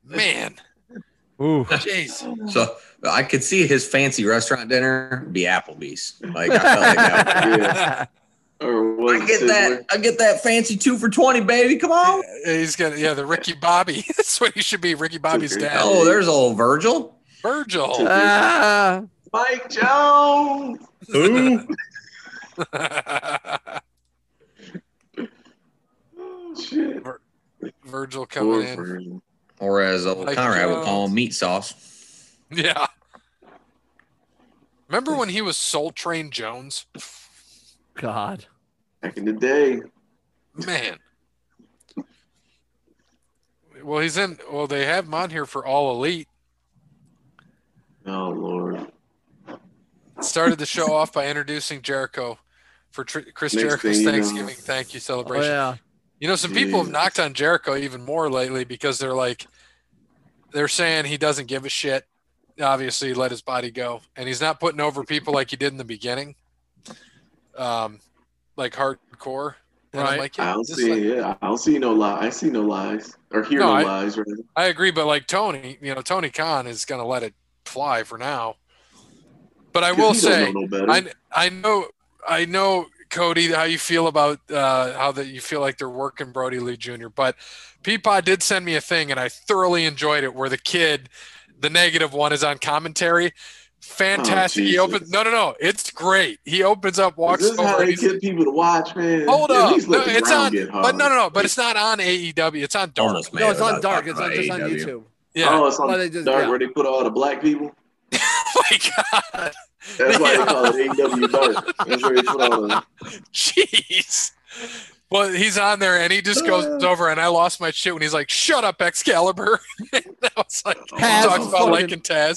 A: Man,
D: Ooh.
A: jeez.
B: So I could see his fancy restaurant dinner be Applebee's. Like I felt like that.
C: Yeah. Or was
B: I
C: it
B: get that. I get that fancy two for twenty, baby. Come on.
A: Yeah, Uh, He's gonna yeah, the Ricky Bobby. That's what he should be, Ricky Bobby's
C: Okay.
A: dad.
B: Oh, there's old Virgil.
A: Virgil.
D: Ah,
C: Mike Jones?
B: Who?
A: yeah,
C: Shit.
A: Virgil coming
C: Poor
A: in.
C: Virgil.
B: Or as old
A: Like uh,
B: Conrad would call
A: Jones.
B: him, meat sauce.
A: Yeah. Remember when he was Soul Train Jones?
D: God.
C: Back in the day,
A: Man. Well, he's in. Well, they have him on here for All Elite.
C: oh lord,
A: Started the show off by introducing Jericho for tr- Chris
C: Next
A: Jericho's
C: thing you know.
A: Thanksgiving thank you
D: Oh,
A: celebration.
D: yeah.
A: You know, some people have
C: Jesus.
A: knocked on Jericho even more lately because they're like, they're saying he doesn't give a shit. Obviously, he let his body go, and he's not putting over people like he did in the beginning, um, like hardcore. And I'm
D: Right.
A: like,
C: I
A: yeah,
C: don't
A: just
C: see.
A: like-
C: yeah, I don't see no lie. I see no lies or hear
A: No,
C: no,
A: I-
C: lies. Rather,
A: I agree, but like Tony, you know, Tony Khan is going to let it fly for now. But I
C: 'Cause
A: will
C: he don't
A: say,
C: know no better.
A: I I know I know Cody how you feel about uh, how that you feel like they're working Brody Lee Jr. But Peapod did send me a thing and I thoroughly enjoyed it where the kid, the negative one, is on commentary. Fantastic. he
C: Oh, Jesus.
A: opens no no no. It's great. He opens up, walks
C: this is how
A: over. and
C: they
A: he's-
C: get uh, people to watch, man.
A: Hold
C: At
A: up.
C: least let
A: No,
C: the
A: it's
C: ground
A: on-
C: get hard.
A: But no no no. But it's not on AEW. It's on Dark.
B: Almost made
D: No,
B: it
D: it's not
B: without
D: dark.
B: talking
D: It's on,
B: about
D: just on
B: AEW.
D: YouTube.
A: Yeah.
C: Oh, it's
D: Well,
C: on
D: they just-
C: dark
D: yeah.
C: where they put all the black people.
A: Oh my god.
C: That's why they call it AW Dark. That's where they put all the.
A: Jeez. Well, he's on there and he just goes
C: Uh.
A: over, and I lost my shit when he's like, "Shut up, Excalibur." and I was like,
D: Has
A: talks about
D: fucking-
A: liking Taz.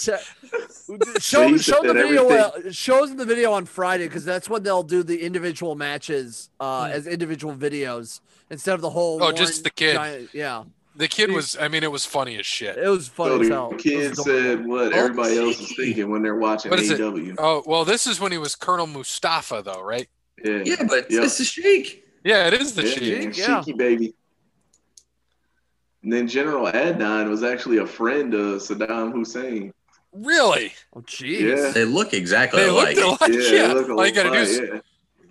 C: So
D: show
C: he
D: show
C: said
D: the
C: that
D: video. Uh, shows the video on Friday because that's when they'll do the individual matches uh,
A: Hmm.
D: as individual videos instead of the whole.
A: Oh, just
D: one
A: the kid.
D: giant- yeah,
A: The kid was—I mean, it was funny as shit.
D: it was
C: So
D: funny. as hell.
C: the kid
D: It was adorable.
C: said what
D: Oh,
C: everybody else is thinking when they're watching
A: What is it?
C: AW.
A: Oh well, this is when he was Colonel Mustafa, though, right?
C: Yeah,
B: Yeah, but
C: Yeah.
B: it's a shake.
A: Yeah, it is the
C: yeah,
A: shit.
D: Sheik,
C: yeah,
D: yeah.
C: Sheiky baby. And then General Adnan was actually a friend of Saddam Hussein.
A: Really?
D: "Oh, jeez."
C: Yeah.
B: They look exactly
A: They
B: alike.
A: looked alike.
C: Yeah,
A: Yeah,
C: look
A: all you gotta do is,
C: alike, yeah.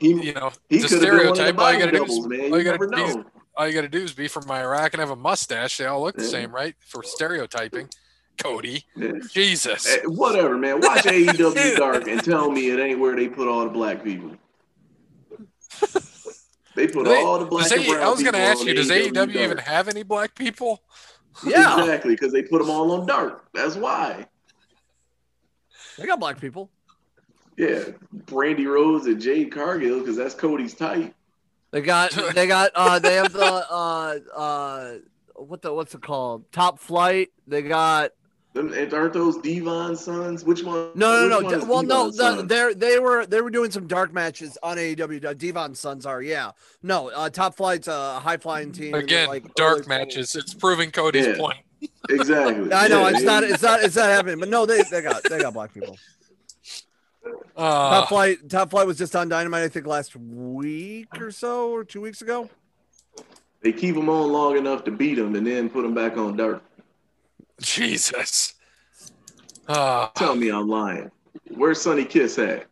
C: He,
A: you know,
C: he
A: the
C: could have been one
A: stereotype.
C: of the
A: All you
C: body
A: gotta do is
C: doubles, man.
A: all
C: You
A: you gotta
C: never
A: do is-
C: know.
A: all you gotta do is be from Iraq and have a mustache. They all look the
C: Yeah.
A: same, right? For stereotyping. Cody,
C: Yeah.
A: Jesus.
C: Eh, Whatever, man. Watch AEW Dark and tell me it ain't where they put all the black people. They put
A: They-
C: all the black
A: Does
C: and
A: AE
C: brown
A: I was going to
C: people
A: ask
C: on E
A: you, does AEW even
C: Dark.
A: have any black people?
D: Yeah.
C: Exactly, because they put them all on Dark. That's why.
D: They got black people.
C: Yeah, Brandy Rose and Jade Cargill, because that's Cody's type.
D: They got they got uh they have the uh uh what the what's it called? Top flight. They got
C: Them, and aren't those Devon sons? Which one?
D: no no
C: which one
D: no.
C: is
D: Well, no,
C: Devon's
D: the,
C: son?
D: they they were they were doing some dark matches on AEW. Uh, Devon Sons are yeah. No, uh, top flight's a high flying team.
A: Again,
D: like,
A: dark
D: early-
A: matches. It's proving Cody's
C: Yeah.
A: point.
C: exactly.
D: I know
C: Yeah,
D: it's
C: they-
D: not it's not it's not happening. But no, they they got they got black people.
A: Uh,
D: top flight top flight was just on Dynamite I think last week or so or two weeks ago.
C: They keep them on long enough to beat them and then put them back on Dark.
A: Jesus. Uh,
C: Tell me I'm lying. Where's Sonny Kiss at?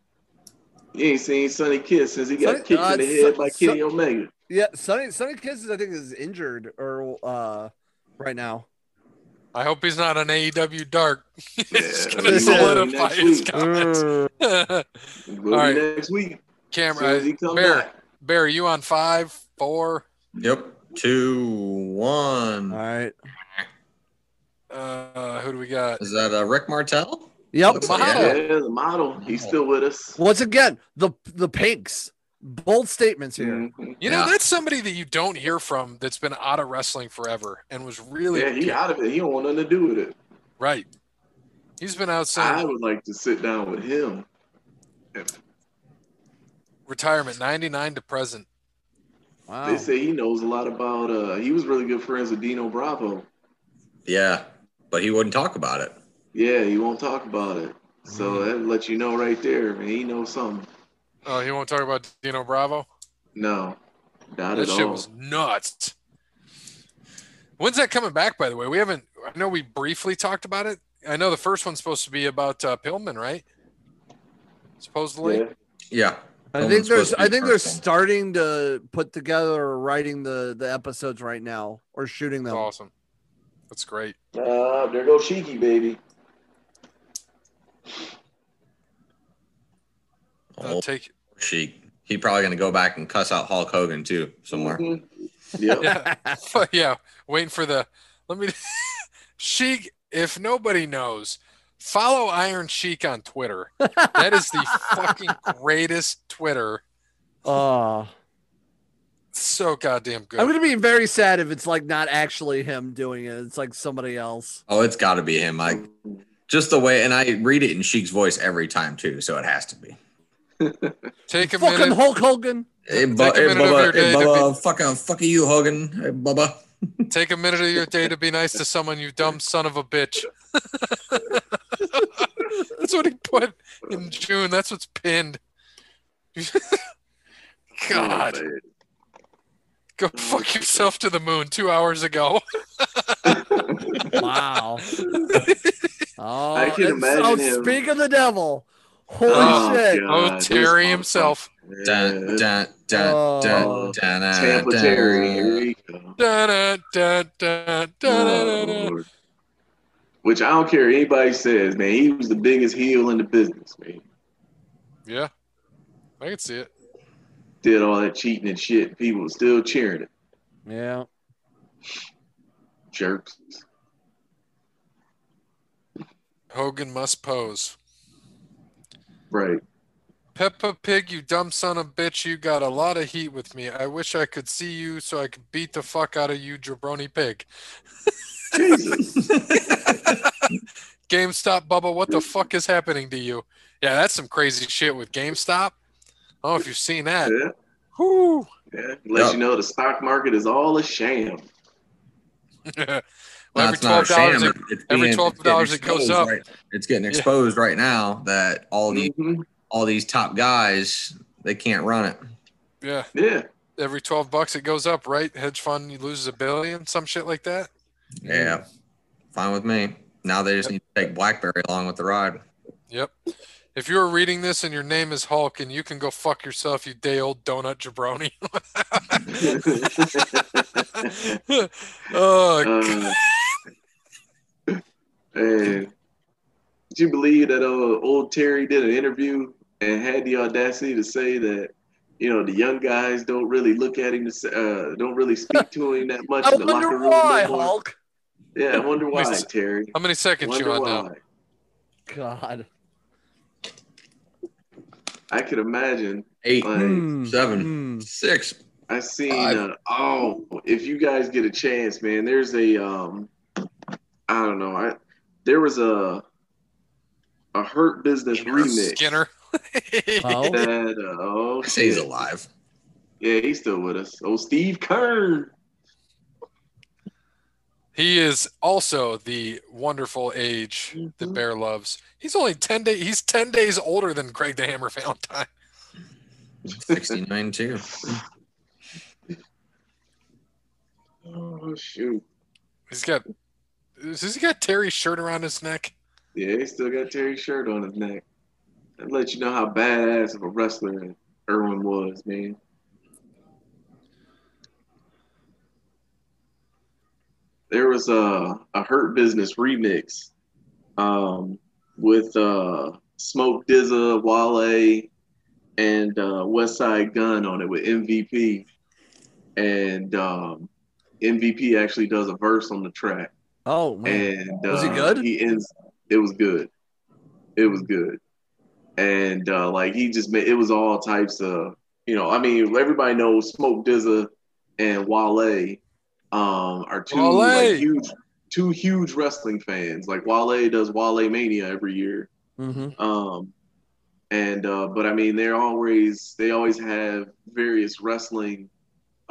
C: You ain't seen Sonny Kiss since he got
D: Sonny-
C: kicked
D: uh,
C: in the head
D: Son-
C: by Kenny
D: Son-
C: Omega.
D: Yeah, Sonny Sonny Kisses I think is injured or uh right now.
A: I hope he's not on AEW Dark. it's
C: Yeah,
A: going to
D: he's on
A: solidify
C: next
A: his
C: week.
A: comments.
C: We'll
A: All right.
C: be next week. As soon
A: Camera,
C: as he comes
A: Bear.
C: back.
A: Bear, you on five, four?
B: Yep. Two, one.
D: All right.
A: Uh, who do we got?
B: Is that uh, Rick Martel?
D: Yep.
B: Looks
A: Mahalo.
B: it.
C: Yeah, the model. He's
D: Oh.
C: still with us.
D: Once again, the the pinks. Bold statements here.
C: Mhm.
A: You
B: Yeah.
A: know, that's somebody that you don't hear from that's been out of wrestling forever and was really
C: Yeah, he out of it. He don't want nothing to do with it.
A: right. He's been out since
C: I would like to sit down with him.
A: retirement, 99 to present.
D: Wow. Oh.
C: They say he knows a lot about. Uh, he was really good friends with Dino Bravo.
B: Yeah. But he wouldn't talk about it.
C: Yeah, he won't talk about it. So that lets you know right there, man. He knows something.
A: Oh, he won't talk about Dino Bravo?
C: No, not
A: That
C: at
A: shit
C: all.
A: was nuts. When's that coming back, by the way? We haven't, I know we briefly talked about it. I know the first one's supposed to be about uh, Pillman, right? Supposedly.
C: Yeah.
B: Yeah.
D: I
B: That
D: think
B: one's supposed
D: there's
B: to be
D: I think they're
B: personal.
D: starting to put together or writing the the episodes right now or shooting
A: That's
D: them.
A: awesome. That's great.
C: Uh, there goes Sheiky, baby.
A: Uh,
B: Oh,
A: take
B: Sheik. He probably going to go back and cuss out Hulk Hogan too somewhere.
C: Mhm. Yep.
A: yeah, yeah. Waiting for the. Let me. Sheik. If nobody knows, follow Iron Sheik on Twitter. That is the fucking greatest Twitter.
D: Oh,
A: So goddamn good.
D: I'm gonna be very sad if it's like not actually him doing it. It's like somebody else.
B: Oh, it's got to be him. I just the way, and I read it in Sheik's voice every time too, so it has to be.
A: Take a
D: Fucking
A: minute.
D: Hulk Hogan.
B: Hey, bu-
A: Take a
B: hey,
A: minute of your
B: Bubba,
A: day
B: hey,
A: to
B: Bubba, fucking, fucking you, Hogan, hey, Bubba.
A: Take a minute of your day to be nice to someone, you dumb son of a bitch. That's what he put
C: Oh,
A: in June. That's what's pinned. God, go fuck yourself to the moon two hours ago.
D: Wow. Oh,
C: I can
D: it's-
C: imagine
D: oh,
C: him.
D: speak of the devil. Holy
C: Oh,
D: shit.
C: God,
A: Oh,
C: this
A: Terry
C: motherfucker.
A: himself.
C: Yeah,
B: Dun, dun, dun,
D: Oh.
B: dun, dun, dun,
C: Tampa
B: dun.
C: Terry. Here we go.
A: Da-da, da-da, da-da, da-da.
C: Oh, Lord. Which I don't care what anybody says, man. He was the biggest heel in the business, man.
A: Yeah, I can see it.
C: Did all that cheating and shit. People were still cheering it.
D: Yeah.
C: Jerks.
A: Hogan must pose.
C: Right.
A: Peppa Pig, you dumb son of a bitch, you got a lot of heat with me. I wish I could see you so I could beat the fuck out of you, jabroni pig.
C: Jesus.
A: GameStop, Bubba, what the fuck is happening to you? Yeah, that's some crazy shit with GameStop. I don't know if you've seen that.
C: yeah.
A: Whew.
C: yeah. Let you know the stock market is all a sham.
A: well,
B: No,
A: every
B: it's not a
A: twelve
B: sham.
A: dollars, it,
B: It's
A: every
B: being-
A: $12
B: it's
A: it
B: getting
A: goes
B: exposed
A: up.
B: right- it's getting
A: Yeah. Mm-hmm.
B: exposed right now that all
A: Oh,
B: these
C: Mhm.
B: all these top guys they can't run it.
A: yeah,
C: Yeah.
A: every twelve bucks it goes up, right? Hedge fund loses a billion, some shit like that. Mm-hmm.
B: Yeah, fine with me. Now they just need to take BlackBerry along with the ride.
A: Yep. If you're reading this and your name is Hulk, and you can go fuck yourself, you day old donut jabroni. oh,
C: Uh, and did you believe that uh, old Terry did an interview and had the audacity to say that you know the young guys don't really look at him, to, s- uh, don't really speak to him that much
D: I
C: in the locker
D: wonder
C: room?
D: why,
C: no more?
D: Hulk.
C: Yeah, I wonder why,
A: Wait,
C: Terry.
A: how many seconds you
C: Wonder
A: on now?
C: why.
D: God.
C: I could imagine.
B: Eight,
C: Like,
D: Hmm.
B: seven,
D: Hmm.
B: six.
C: I seen.
B: Five.
C: Uh, oh, if you guys get a chance, man, there's a um, I don't know. I there was a a hurt business remix.
A: Skinner.
D: Oh.
C: That, uh, oh,
B: I say he's
C: shit.
B: alive.
C: Yeah, he's still with us. Oh, Steve Kern.
A: He is also the wonderful age that
C: Mhm.
A: Bear loves. He's only ten day. He's ten days older than Greg the Hammer Valentine.
B: 69 too.
C: Oh shoot.
A: He's got. Has he got Terry's shirt around his neck?
C: Yeah, he still got Terry's shirt on his neck. That lets you know how badass of a wrestler Irwin was, man. There was a, a Hurt Business remix um, with uh, Smoke Dizza, Wale, and uh, West Side Gun on it with MVP. And um, MVP actually does a verse on the track.
D: Oh man.
C: And uh,
D: Was he good?
C: He ends. It was good. It was good. And uh, like he just made it was all types of you know I mean everybody knows Smoke Dizza and Wale um, are two
A: Wale!
C: like, huge two huge wrestling fans. Like Wale does Wale Mania every year.
D: Mm-hmm.
C: Um, and uh, but I mean, they're always they always have various wrestling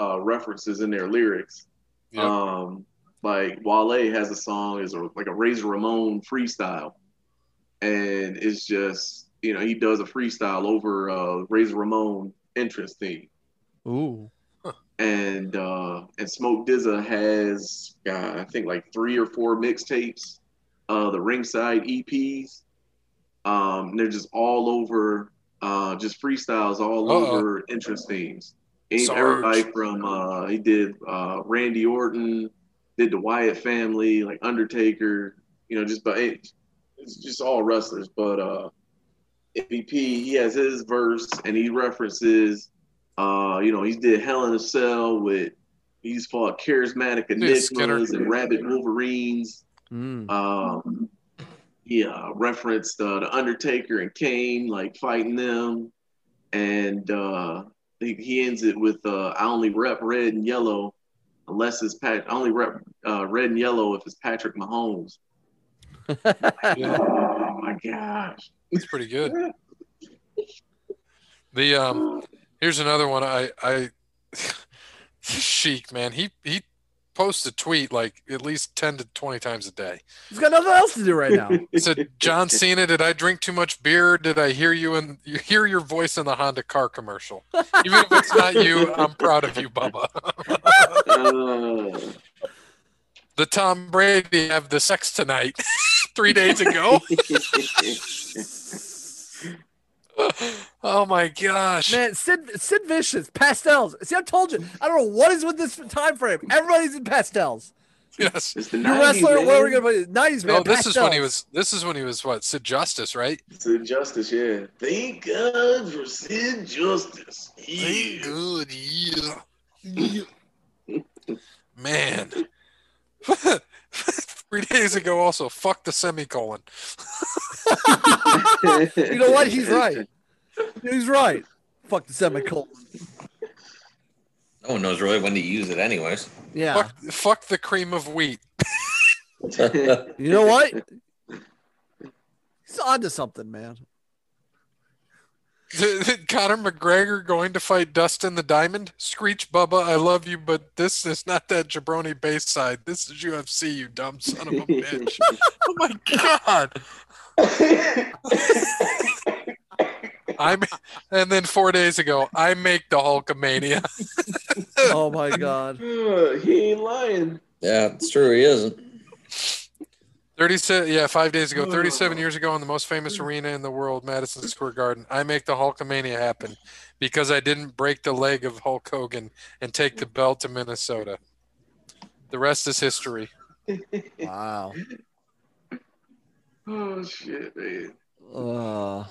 C: uh, references in their lyrics.
A: Yep.
C: Um, like Wale has a song is a, like a Razor Ramon freestyle, and it's just you know he does a freestyle over uh, Razor Ramon entrance theme.
D: Ooh.
C: And uh, and Smoke Dizza has God, I think like three or four mixtapes, uh, the ringside EPs. Um, and they're just all over, uh, just freestyles all
A: Uh-oh.
C: over entrance themes. And
A: Sarge.
C: Everybody from uh, he did uh, Randy Orton, did the Wyatt family, like Undertaker, you know, just but it, it's just all wrestlers. But uh, MVP, he has his verse and he references, uh, you know, he did Hell in a Cell with He's fought charismatic
A: Skinner.
C: enigmas and rabid wolverines.
D: Mm.
C: Um, yeah, referenced uh, the Undertaker and Kane, like fighting them, and uh, he, he ends it with uh, "I only rep red and yellow, unless it's Pat. I only rep uh, red and yellow if it's Patrick Mahomes." Oh my gosh!
A: It's pretty good. The um, here's another one. I I Sheik man, he he posts a tweet like at least ten to twenty times a day.
D: He's got nothing else to do right now.
A: He said, "John Cena, did I drink too much beer? Did I hear you and hear your voice in the Honda car commercial? Even if it's not you, I'm proud of you, Bubba."
C: Uh,
A: The Tom Brady have the sex tonight, three days ago. oh my gosh!
D: Man, Sid Sid Vicious, pastels. See, I told you. I don't know what is with this time frame. Everybody's in pastels.
A: Yes.
C: it's the
D: Your
C: 90s,
D: wrestler,
C: man.
D: what are we gonna put? Nineties man.
A: No, this is when he
D: pastels.
A: was. This is when he was what Sid Justice, right?
C: It's injustice, yeah. Thank God for Sid Justice. Yeah.
A: good, yeah. Man. Three days ago, also, fuck the semicolon.
D: You know what? He's right. He's right. Fuck the semicolon.
B: No one knows really when to use it, anyways.
D: Yeah.
A: Fuck, fuck the cream of wheat.
D: You know what? He's onto something, man.
A: Conor McGregor going to fight Dustin the Diamond? Screech Bubba, I love you, but this is not that jabroni base side. This is UFC, you dumb son of a bitch. oh my God. I'm, and then four days ago, I make the Hulkamania.
D: Oh my god.
C: Uh, he ain't lying.
B: Yeah, it's true. He isn't.
A: 37 yeah five days ago 37
C: Oh.
A: years ago in the most famous arena in the world madison square garden i make the hulkamania happen because i didn't break the leg of hulk hogan and take the belt to minnesota the rest is history
D: Wow.
C: Oh shit, man.
D: Uh, all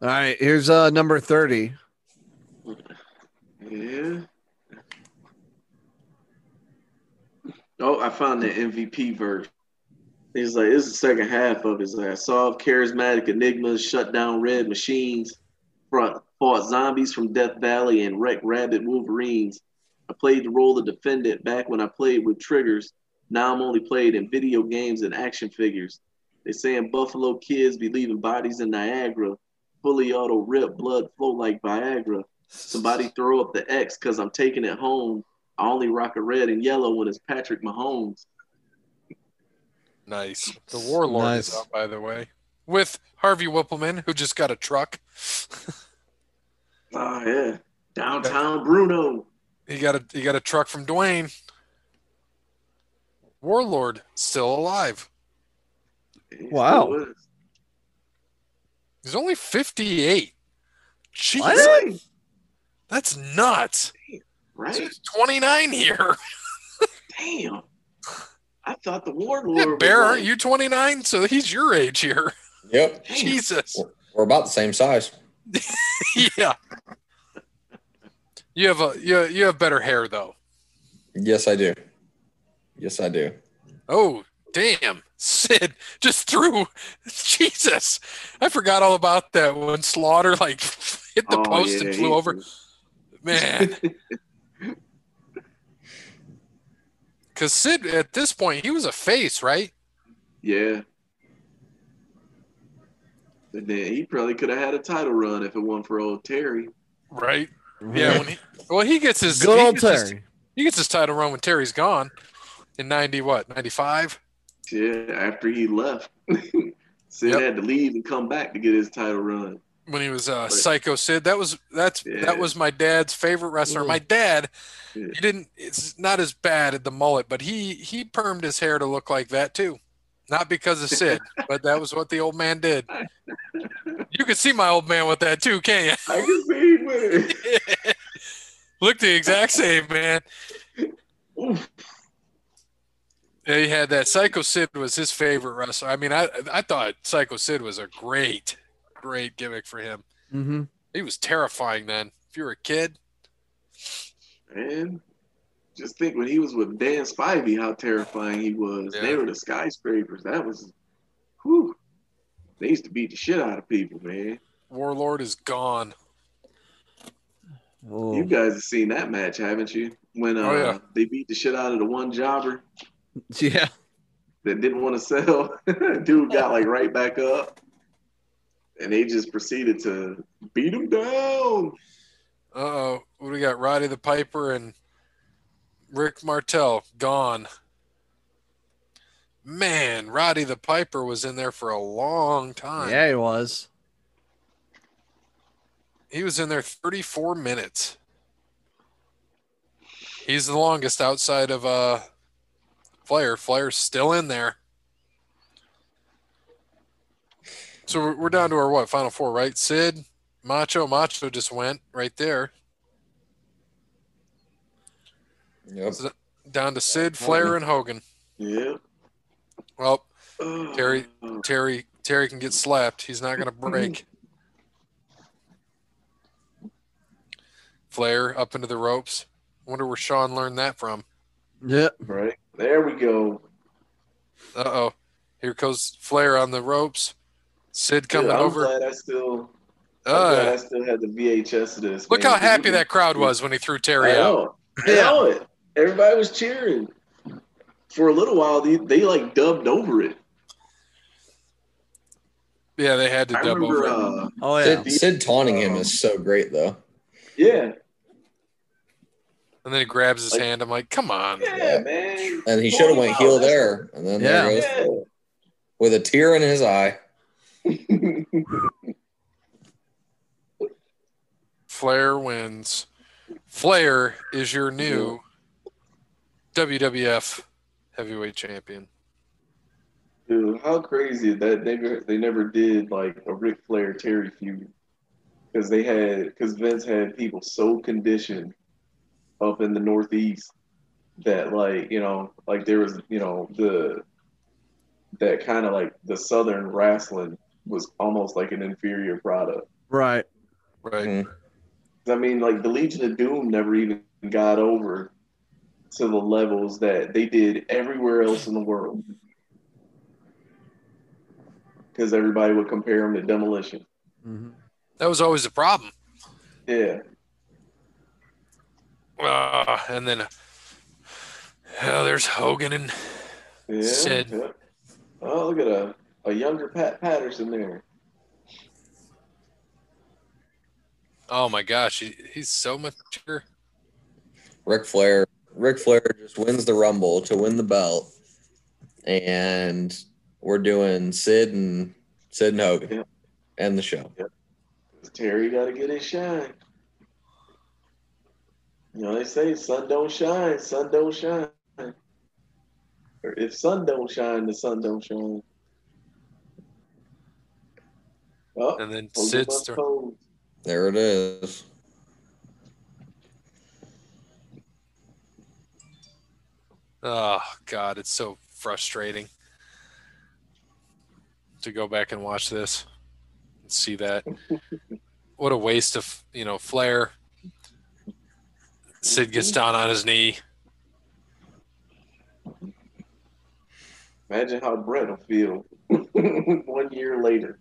D: right, here's uh number 30.
C: Yeah. Oh, I found the MVP verse. He's like, it's the second half of it. It's like, solve charismatic enigmas, shut down red machines, fought, fought zombies from Death Valley, and wrecked rabid wolverines. I played the role of defendant back when I played with triggers. Now I'm only played in video games and action figures. They saying Buffalo kids be leaving bodies in Niagara. Fully auto rip, blood flow like Viagra. Somebody throw up the X because I'm taking it home. I only rock a red and yellow when it's Patrick Mahomes.
A: nice the warlord is
D: Nice.
A: out by the way with harvey whippleman who just got a truck Ah,
C: Oh yeah, downtown Bruno.
A: he got a he got a truck from dwayne warlord still alive
C: He
D: Wow.
C: still is.
A: he's only 58 jeez
D: What?
A: that's nuts
C: Right?
A: He's 29 here
C: Damn. I thought the warlord.
A: Yeah,
C: was
A: Bear,
C: like-
A: aren't you 29? So he's your age here.
B: Yep.
C: Damn.
A: Jesus.
B: We're, we're about the same size.
A: Yeah. You have a you, you have better hair though.
B: Yes, I do. Yes, I do.
A: Oh, damn. Sid just threw Jesus. I forgot all about that when Slaughter like hit the
C: Oh,
A: post
C: yeah,
A: and
C: he-
A: flew over. Man. Cause Sid at this point he was a face, right?
C: Yeah. And then he probably could have had a title run if it wasn't for old Terry.
A: Right. Yeah. When he, well, he gets his
D: Good
A: he
D: old
A: gets his-
D: Terry.
A: he gets his title run when Terry's gone in ninety what ninety five.
C: Yeah, after he left. Sid
A: Yep.
C: had to leave and come back to get his title run.
A: when he was uh,
C: Right.
A: Psycho Sid. That was that's
C: Yeah.
A: that was my dad's favorite wrestler.
D: Mm.
A: My dad,
C: Yeah.
A: he didn't. It's not as bad at the mullet, but he he permed his hair to look like that too. Not because of Sid, but that was what the old man did. You could see my old man with that too, can't
C: I can see him with it.
A: you? Looked the exact same, man.
C: Oof.
A: They had that Psycho Sid was his favorite wrestler. I mean, I I thought Psycho Sid was a great, great gimmick for him.
D: Mm-hmm.
A: He was terrifying then. If you were a kid,
C: And just think when he was with Dan Spivey, how terrifying he was. They
A: Yeah.
C: were the skyscrapers. That was, whew. They used to beat the shit out of people, man.
A: Warlord is gone.
D: Oh.
C: You guys have seen that match, haven't you? When uh,
A: Oh, yeah.
C: they beat the shit out of the one jobber
D: yeah.
C: that didn't want to sell. Dude got like right back up. And they just proceeded to beat him down.
A: Uh oh. What do we got? Roddy the Piper and Rick Martel gone. Man, Roddy the Piper was in there for a long time.
D: Yeah, he was.
A: He was in there 34 minutes. He's the longest outside of uh Flair. Flair's still in there. So we're- we're down to our what final four, right? Sid, Macho, Macho just went right there.
B: Yep.
A: Down to Sid, Flair, and Hogan.
C: Yeah.
A: Well,
C: Oh.
A: Terry- Terry Terry can get slapped. He's not going to break. Flair up into the ropes. Wonder where Sean learned that from.
D: Yeah.
C: Right. There we go.
A: Uh oh, here goes Flair on the ropes. Sid coming
C: Dude, I'm
A: over.
C: Glad I still, I'm glad
A: Uh,
C: I still had the VHS of this.
A: look
C: man,
A: how
C: 'cause
A: happy
C: you
A: that crowd
C: can-
A: was when he threw
C: I
A: Terry out.
C: know. I know it. Everybody was cheering. For a little while, they, they like dubbed over it.
A: Yeah, they had to
C: I
A: dub over.
C: remember,
A: it.
C: uh,
D: Oh yeah.
B: Sid, Sid taunting him is so great though.
C: yeah,
A: And then he grabs his
C: like-
A: hand. I'm like, come on.
C: yeah, man.
B: And he should have went
C: Wow,
B: heel
C: that's-
B: there, and then there
D: Yeah.
B: goes Flair. with a tear in his eye.
C: Yeah.
A: Flair wins. Flair is your new WWF heavyweight champion.
C: Dude, how crazy is that they never they never did like a Ric Flair Terry feud because they had because Vince had people so conditioned up in the Northeast that like you know like there was you know the that kind of like the Southern wrestling was almost like an inferior product.
D: Right.
A: Right.
C: I mean, like the Legion of Doom never even got over to the levels that they did everywhere else in the world. Because everybody would compare them to Demolition.
D: hmm
A: That was always the problem.
C: Yeah.
A: Uh, and then uh, there's Hogan and
C: yeah.
A: Sid.
C: yeah. Oh, look at a, a younger Pat Patterson there.
A: oh my gosh, he, he's so mature.
B: Rick Flair. Rick Flair just wins the Rumble to win the belt, and we're doing Sid and Sid and Hogan
C: Yeah.
B: and the show.
C: Terry got to get his shine. You know, they say sun don't shine, sun don't shine. Or if sun don't shine, the sun don't shine. Oh,
A: And then
C: Hogan
A: Sid's
C: must
A: turn.
C: pose.
B: There it is.
A: Oh God, it's so frustrating to go back and watch this and see that. What a waste of you know Flair. Sid gets down on his knee.
C: Imagine how Brett will feel one year later.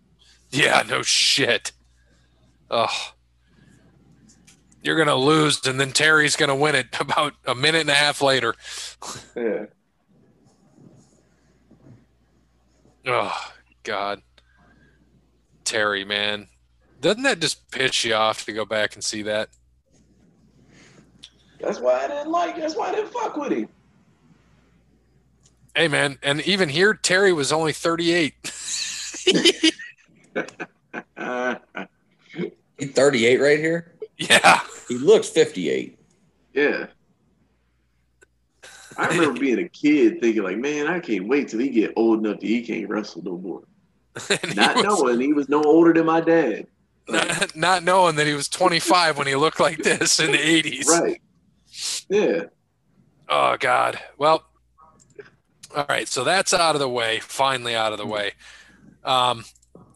A: Yeah, no shit. Ugh. You're gonna lose, and then Terry's gonna win it about a minute and a half later.
C: Yeah.
A: Oh God, Terry, man, doesn't that just piss you off to go back and see that?
C: That's why I didn't like. That's why I didn't fuck with him.
A: Hey, man, and even here, Terry was only 38.
C: Uh,
B: He's 38 right here.
A: yeah,
B: He looks 58.
C: yeah. I remember being a kid thinking like, man, I can't wait till he get old enough that he can't wrestle no more.
A: And he
C: Not
A: was-
C: knowing he was no older than my dad.
A: not, not knowing that he was 25 when he looked like this in the 80s.
C: Right. Yeah.
A: Oh God. Well. All right. So that's out of the way. Finally out of the way. Um,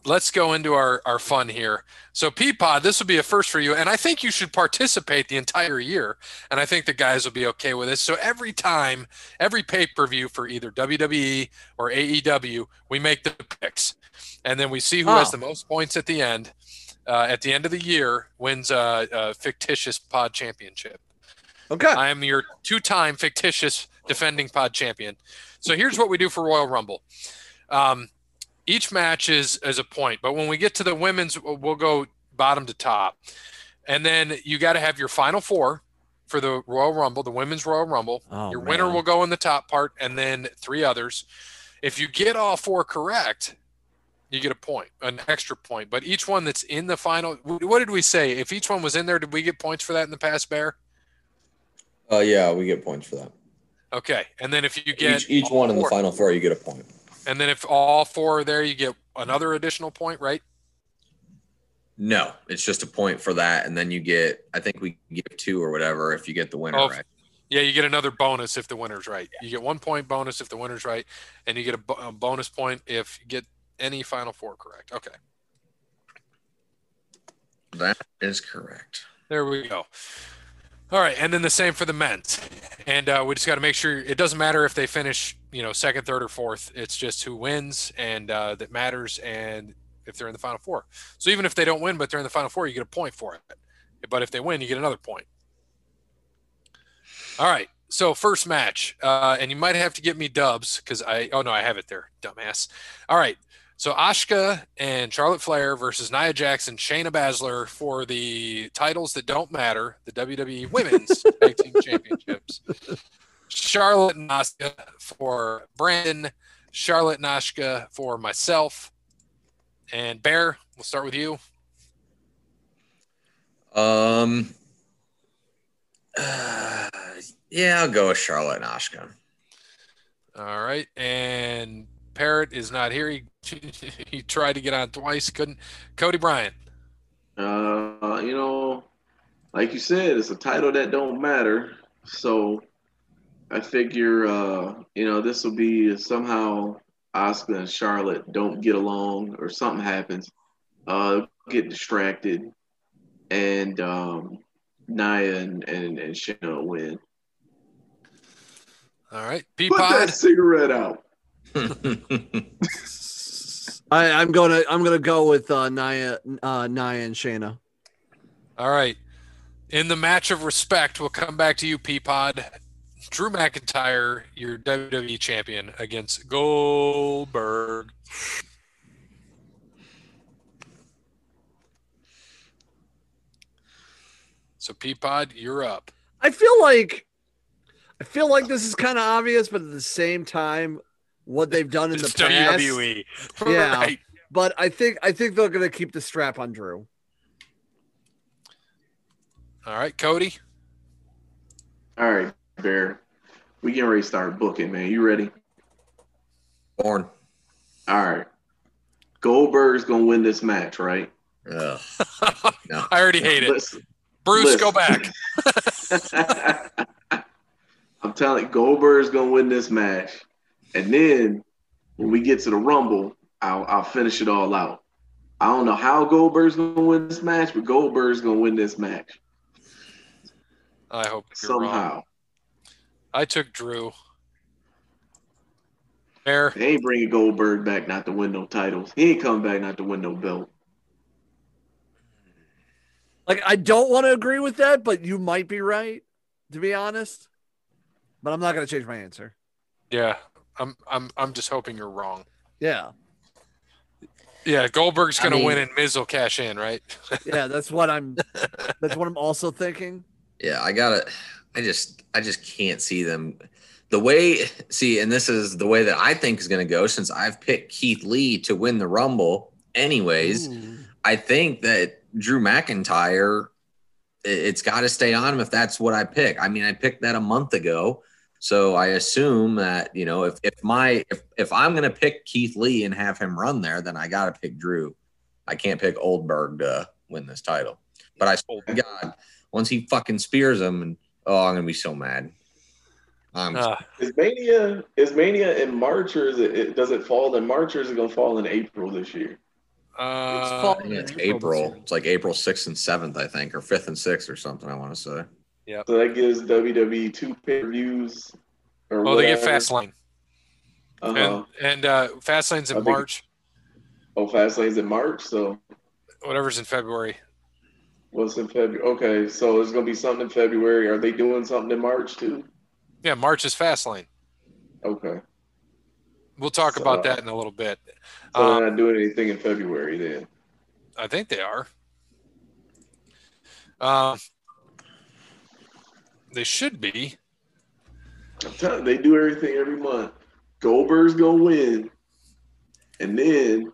A: let's go into our, our fun here. So, Peapod, this will be a first for you. And I think you should participate the entire year. And I think the guys will be okay with this. So, every time, every pay per view for either WWE or AEW, we make the picks. And then we see who
D: Oh.
A: has the most points at the end. Uh, at the end of the year, wins uh, a fictitious pod championship.
D: Okay.
A: I am your two time fictitious defending pod champion. So here's what we do for Royal Rumble. Um, each match is, is a point, but when we get to the women's, we'll go bottom to top. And then you got to have your final four for the Royal Rumble, the women's Royal Rumble.
D: Oh,
A: your winner
D: man.
A: will go in the top part, and then three others. If you get all four correct, you get a point, an extra point. But each one that's in the final, what did we say? If each one was in there, did we get points for that in the past, Bear?
B: Uh, yeah, we get points for that.
A: Okay, and then if you get
B: each each
A: all
B: one in the
A: four-
B: final four, you get a point.
A: and then if all four are there, you get another additional point, right?
B: No, it's just a point for that, and then you get. I think we give two or whatever if you get the winner
A: Oh,
B: right.
A: Yeah, you get another bonus if the winner's right. You get one point bonus if the winner's right, and you get a, bo- a bonus point if you get any final four correct. Okay,
B: That is correct.
A: there we go. All right, and then the same for the men's, and uh, we just got to make sure it doesn't matter if they finish, you know, second, third, or fourth. It's just who wins and uh, that matters, and if they're in the final four. So even if they don't win, but they're in the final four, you get a point for it. But if they win, you get another point. All right. So first match, uh, and you might have to get me dubs because I. Oh no, I have it there, dumbass. All right. So Ashka and Charlotte Flair versus Nia Jackson, Shayna Baszler for the titles that don't matter, the WWE Women's Tag Team Championships. Charlotte and Asuka for Brandon, Charlotte and Ashka for myself, and Bear. We'll start with you.
B: Um. uh, yeah, I'll go with Charlotte and Ashka.
A: All right, and Parrot is not here. He, he tried to get on twice, couldn't. Cody Bryant.
C: Uh, you know, like you said, it's a title that don't matter. So I figure, uh, you know, this will be somehow Oscar and Charlotte don't get along or something happens, uh, get distracted, and um, Nia and, and, and Shayna will win.
A: All right,
C: Put
A: Peapod.
C: that cigarette out.
D: I, I'm gonna I'm gonna go with uh, Nia uh, Nia and Shayna.
A: All right, in the match of respect, we'll come back to you, Peapod. Drew McIntyre, your WWE champion, against Goldberg. So Peapod, you're up.
D: I feel like I feel like this is kind of obvious, but at the same time, what they've done in the
A: It's E.
D: past.
A: WWE.
D: Yeah.
A: Right.
D: But I think I think they're gonna keep the strap on Drew.
A: All right, Cody.
C: All right, Bear. We can already start booking, man. You ready?
B: Born.
C: All right. Goldberg's gonna win this match, right?
B: Ugh. No.
A: I already hate it.
C: Listen-
A: Bruce, go
C: listen.
A: back.
C: I'm telling you, Goldberg's gonna win this match, and then when we get to the Rumble, I'll, I'll finish it all out. I don't know how Goldberg's gonna win this match, but Goldberg's gonna win this match
A: I hope you're wrong.
C: somehow.
A: I took Drew. Bear.
C: They ain't bringing Goldberg back not to win no titles. He ain't coming back not to win no belt.
D: Like I don't want to agree with that, but you might be right, to be honest. But I'm not gonna change my answer.
A: Yeah. I'm I'm I'm just hoping you're wrong.
D: Yeah.
A: Yeah, Goldberg's
B: I
A: gonna
B: mean-
A: win and Miz will cash in, right?
D: Yeah, that's what I'm that's what I'm also thinking.
B: Yeah, I gotta. I just, I just can't see them. The way, see, and this is the way that I think is going to go. Since I've picked Keith Lee to win the Rumble, anyways,
D: Ooh.
B: I think that Drew McIntyre, i- it's got to stay on him if that's what I pick. I mean, I picked that a month ago, so I assume that you know if if my if if I'm going to pick Keith Lee and have him run there, then I got to pick Drew. I can't pick Oldberg to win this title. But I swear to God, once he fucking spears him, and oh, I'm gonna be so mad. I'm
A: Uh,
C: Is Mania is Mania in March or is it, it does it fall in March or is it gonna fall in April this year?
A: Uh,
D: fall.
B: And it's April. It's like April 6th and 7th, I think, or 5th and 6th or something, I want to say.
C: So that gives WWE two pay views. Or
A: oh, they get
C: whatever.
A: Fastlane,
C: Uh-huh.
A: and and uh, Fastlane's
C: I
A: in
C: think-
A: March.
C: Oh, Fastlane's in March, so
A: Whatever's in February.
C: what's in February? Okay, so there's gonna be something in February. Are they doing something in March too?
A: Yeah, March is Fastlane.
C: Okay,
A: We'll talk
C: So-
A: about that in a little bit.
C: so
B: uh,
A: Um,
C: they're not doing anything in February then.
A: I think they are. Um, they should be.
C: I'm telling you, they do everything every month. Goldberg's gonna win, and then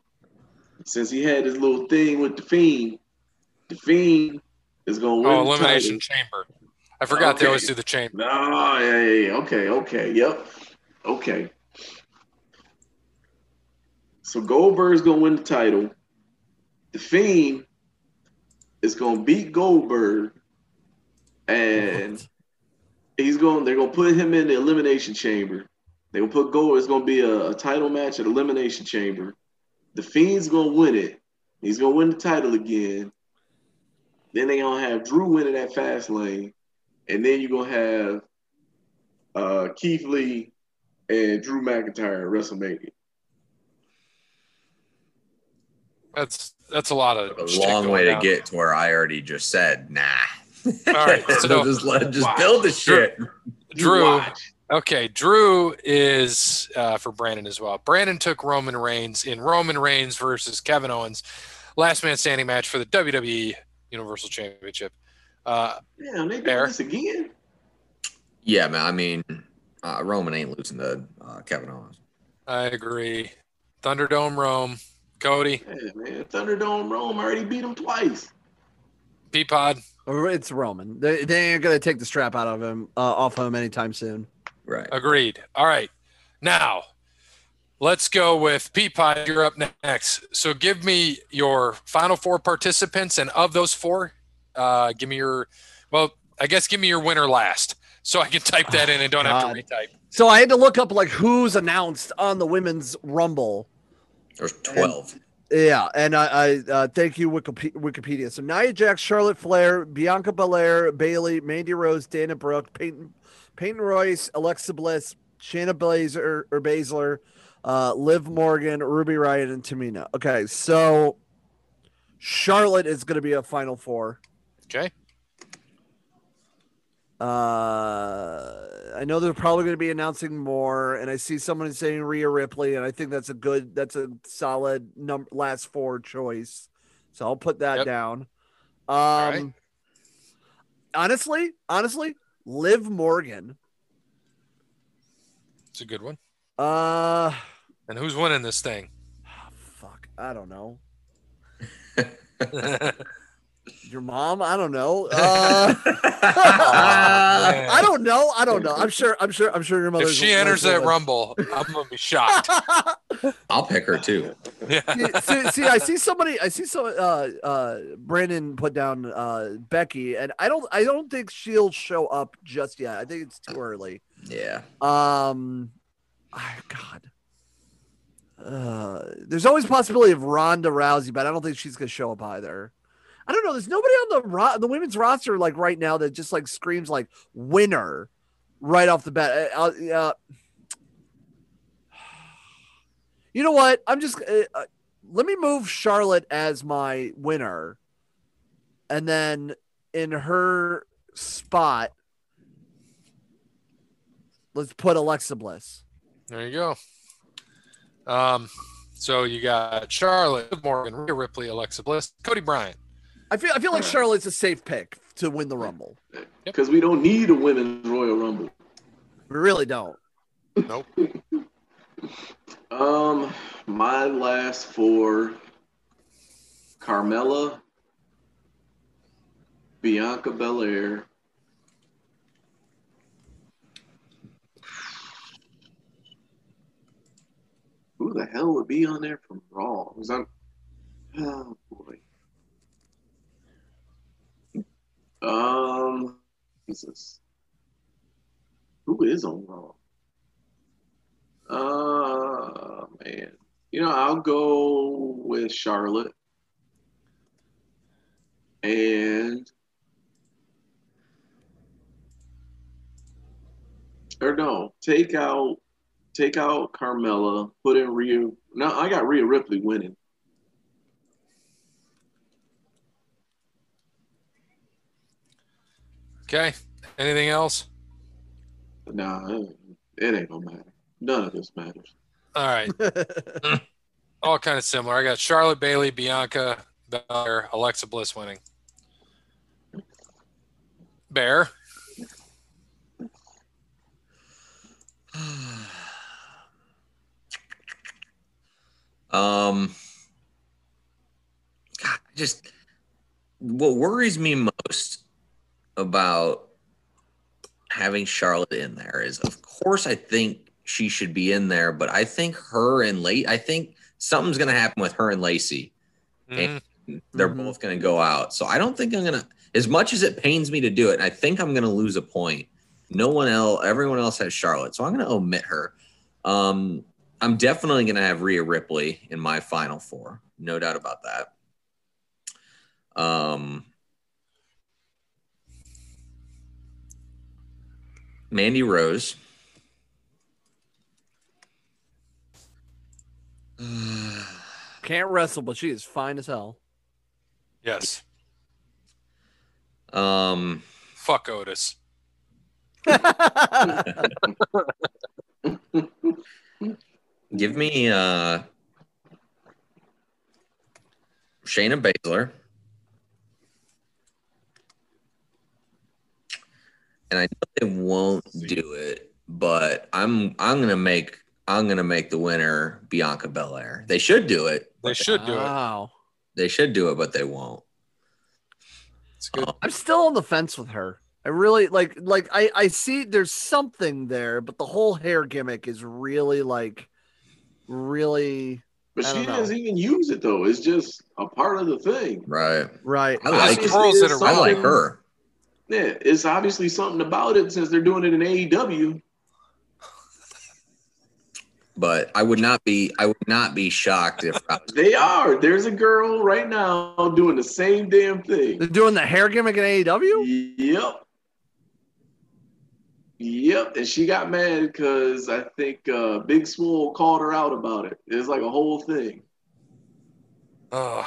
C: since he had his little thing with the Fiend, the Fiend is gonna win.
A: Oh,
C: the
A: Elimination
C: title.
A: Chamber. I forgot they
C: Okay.
A: always do the chamber.
C: No, yeah, yeah, yeah. Okay, okay, yep, okay. So Goldberg's gonna win the title. The Fiend is gonna beat Goldberg, and he's going. They're gonna put him in the elimination chamber. They will put Gold. It's gonna be a, a title match at elimination chamber. The Fiend's gonna win it. He's gonna win the title again. Then they gonna have Drew winning that fast lane, and then you're gonna have uh, Keith Lee and Drew McIntyre at WrestleMania.
A: That's that's a lot of
B: A
A: shit
B: long
A: going
B: way to
A: down.
B: get to where I already just said, nah.
A: All right, so-
B: just let, just
C: Wow.
B: build the shit.
C: You
A: Drew.
C: watch.
A: Okay, Drew is uh, for Brandon as well. Brandon took Roman Reigns in Roman Reigns versus Kevin Owens, last man standing match for the WWE Universal Championship. Uh,
C: Damn, they
A: Fair.
C: doing this again.
B: Yeah, man. I mean, uh, Roman ain't losing to uh, Kevin Owens.
A: I agree. Thunderdome Rome, Cody,
C: Yeah, man, Thunderdome Rome already beat him twice.
A: Peapod.
D: Or It's Roman. They, they ain't gonna take the strap out of him, uh, off him anytime soon.
B: Right.
A: Agreed. All right. Now, let's go with Peapod. You're up next. So give me your final four participants, and of those four, uh, give me your, well, I guess give me your winner last, so I can type that in and don't have
D: God.
A: to retype.
D: So I had to look up like who's announced on the women's rumble.
B: There's 12.
D: Yeah, and I, I uh, thank you, Wikipedia, Wikipedia. So Nia Jax, Charlotte Flair, Bianca Belair, Bailey, Mandy Rose, Dana Brooke, Peyton, Peyton Royce, Alexa Bliss, Shayna Blazer or Baszler, uh, Liv Morgan, Ruby Riot, and Tamina. Okay, so Charlotte is going to be a final four.
A: Okay.
D: Uh, I know they're probably going to be announcing more, and I see someone saying Rhea Ripley, and I think that's a good, that's a solid number last four choice. So I'll put that
A: Yep.
D: down. Um,
A: right.
D: honestly, honestly, Liv Morgan.
A: It's a good one.
D: Uh,
A: And who's winning this thing?
D: fuck, I don't know.
A: oh,
D: Your mom? I don't know. Uh,
A: man.
D: I don't know. I don't know. I'm sure. I'm sure. I'm sure your mother.
A: if she enters that rumble, I'm gonna be shocked.
B: I'll pick her too.
A: Yeah.
D: see, see- see, I see somebody. I see some. Uh, uh, Brandon put down uh, Becky, and I don't. I don't think she'll show up just yet. I think it's too early.
B: Yeah.
D: Um, I- God. Uh, there's always a possibility of Ronda Rousey, but I don't think she's gonna show up either. I don't know. There's nobody on the ro- the women's roster like right now that just like screams like winner right off the bat. Uh, uh, uh, you know what? I'm just uh, uh, let me move Charlotte as my winner, and then in her spot, let's put Alexa Bliss.
A: There you go. Um, so you got Charlotte Liv Morgan, Rhea Ripley, Alexa Bliss, Cody Bryant.
D: I feel I feel like
C: Alright.
D: Charlotte's a safe pick to win the Rumble.
A: Yep.
C: Because we don't need a women's Royal Rumble.
D: We really don't.
A: Nope.
C: Um, my last four: Carmella, Bianca Belair, who the hell would be on there from Raw? 'Cause I'm- oh boy. Um, Jesus, who is on Raw? Uh, man. You know, I'll go with Charlotte. And or no, take out take out Carmella, put in Rhea. No, I got Rhea Ripley winning.
A: Okay. Anything else?
C: Nah, it- it ain't gonna matter. None of this matters.
A: All right. All kind of similar. I got Charlotte Bailey, Bianca, Bear, Alexa Bliss winning. Bear.
B: Um, God, just what worries me most about having Charlotte in there is, of course, I think she should be in there, but I think her and Lacey, I think something's going to happen with her and Lacey.
A: Mhm.
B: They're
D: Mhm.
B: both going to go out. So I don't think I'm going to, as much as it pains me to do it, I think I'm going to lose a point. No one else, everyone else has Charlotte. So I'm going to omit her. Um, I'm definitely going to have Rhea Ripley in my final four. No doubt about that. Um, Mandy Rose.
D: Can't wrestle, but she is fine as hell.
A: Yes.
B: Um,
A: Fuck Otis.
B: give me uh, Shayna Baszler. And I know they won't do it, but I'm I'm gonna make I'm gonna make the winner Bianca Belair. They should do it.
A: They should do it.
D: wow.
B: They should do it, but they won't.
A: It's good.
D: I'm still on the fence with her. I really like like I I see there's something there, but the whole hair gimmick is really like really
C: But
D: I
C: she
D: don't know.
C: doesn't even use it though. It's just a part of the thing.
B: Right.
D: right.
B: I like
C: Obviously,
A: twirls
C: it's
A: it around.
B: I like
C: something-
B: her.
C: Yeah, it's obviously something about it since they're doing it in E AEW.
B: but I would not be I would not be shocked if I was,
C: They are. There's a girl right now doing the same damn thing.
D: They're doing the hair gimmick in E AEW?
C: Yep. Yep. And she got mad because I think uh, Big Swole called her out about it. It's like a whole thing.
A: Oh,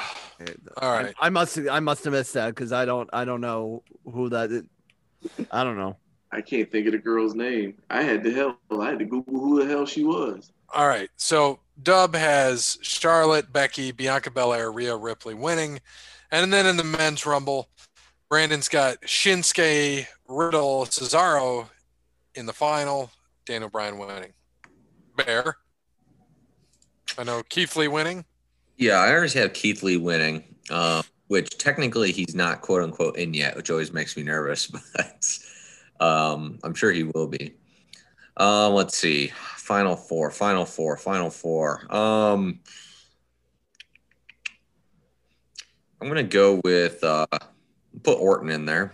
A: all right.
D: I, I must I must have missed that because I don't I don't know who that is. I don't know.
C: I can't think of the girl's name. I had to help. I had to Google who the hell she was.
A: All right. So Dub has Charlotte, Becky, Bianca Belair, Rhea Ripley winning. And then in the men's rumble, Brandon's got Shinsuke, Riddle, Cesaro in the final, Daniel Bryan winning. Bear. I know Keith Lee winning.
B: yeah I always have Keith Lee winning, um, which technically he's not quote unquote in yet, which always makes me nervous, but um, I'm sure he will be. Um, let's see, final four, final four, final four. Um, I'm gonna go with uh, put Orton in there.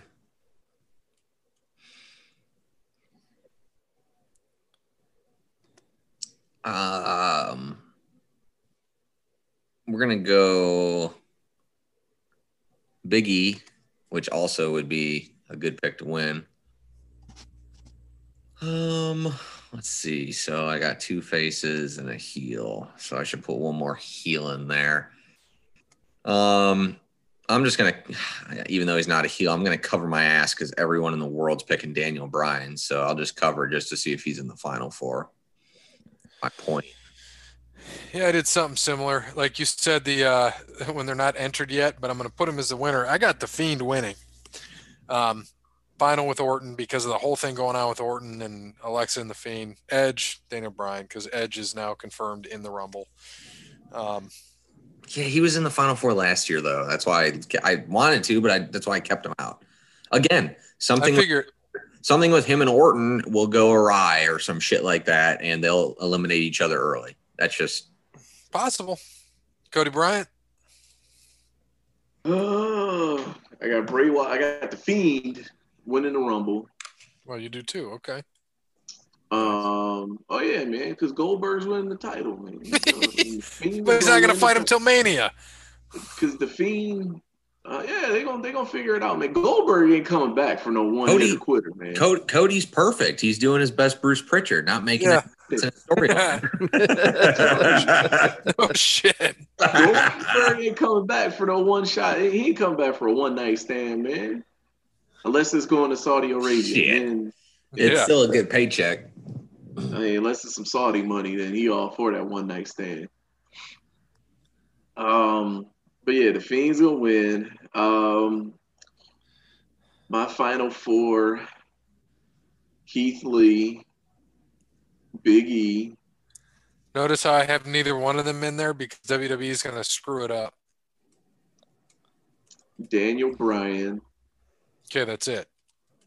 B: Um, we're gonna go Big E, which also would be a good pick to win. Um, let's see. So I got two faces and a heel. So I should put one more heel in there. Um, I'm just gonna, even though he's not a heel, I'm gonna cover my ass because everyone in the world's picking Daniel Bryan. So I'll just cover just to see if he's in the final four. My point.
A: Yeah, I did something similar. Like you said, the uh, when they're not entered yet, but I'm going to put him as the winner. I got the Fiend winning. Um, final with Orton because of the whole thing going on with Orton and Alexa and the Fiend. Edge, Daniel Bryan, because Edge is now confirmed in the Rumble. Um,
B: Yeah, he was in the Final Four last year, though. That's why I, I wanted to, but I, that's why I kept him out. Again,
A: I
B: something
A: figure
B: something with him and Orton will go awry or some shit like that, and they'll eliminate each other early. That's just
A: possible. Cody Bryant.
C: Oh, I got Bray Wyatt. I got the Fiend winning the Rumble.
A: Well, you do too. Okay.
C: Um, oh yeah, man, because Goldberg's winning the title, man.
A: But he's not going to fight him till Mania.
C: because the Fiend. Uh, yeah, they gonna they gonna figure it out, man. Goldberg ain't coming back for no one
B: Cody-
C: hitter quitter, man.
B: Co- Cody's perfect. He's doing his best Bruce Pritchard, not making
A: Yeah.
B: it a storyline.
A: oh shit!
C: Goldberg ain't coming back for no one shot. He ain't coming back for a one night stand, man. Unless it's going to Saudi Arabia,
B: Shit.
C: and
B: it's
A: Yeah.
B: still a good paycheck.
C: I mean, unless it's some Saudi money, then he all for that one night stand. Um, but yeah, the Fiends will win. Um, my final four: Keith Lee, Big E.
A: Notice how I have neither one of them in there because WWE is going to screw it up.
C: Daniel Bryan.
A: Okay, that's it.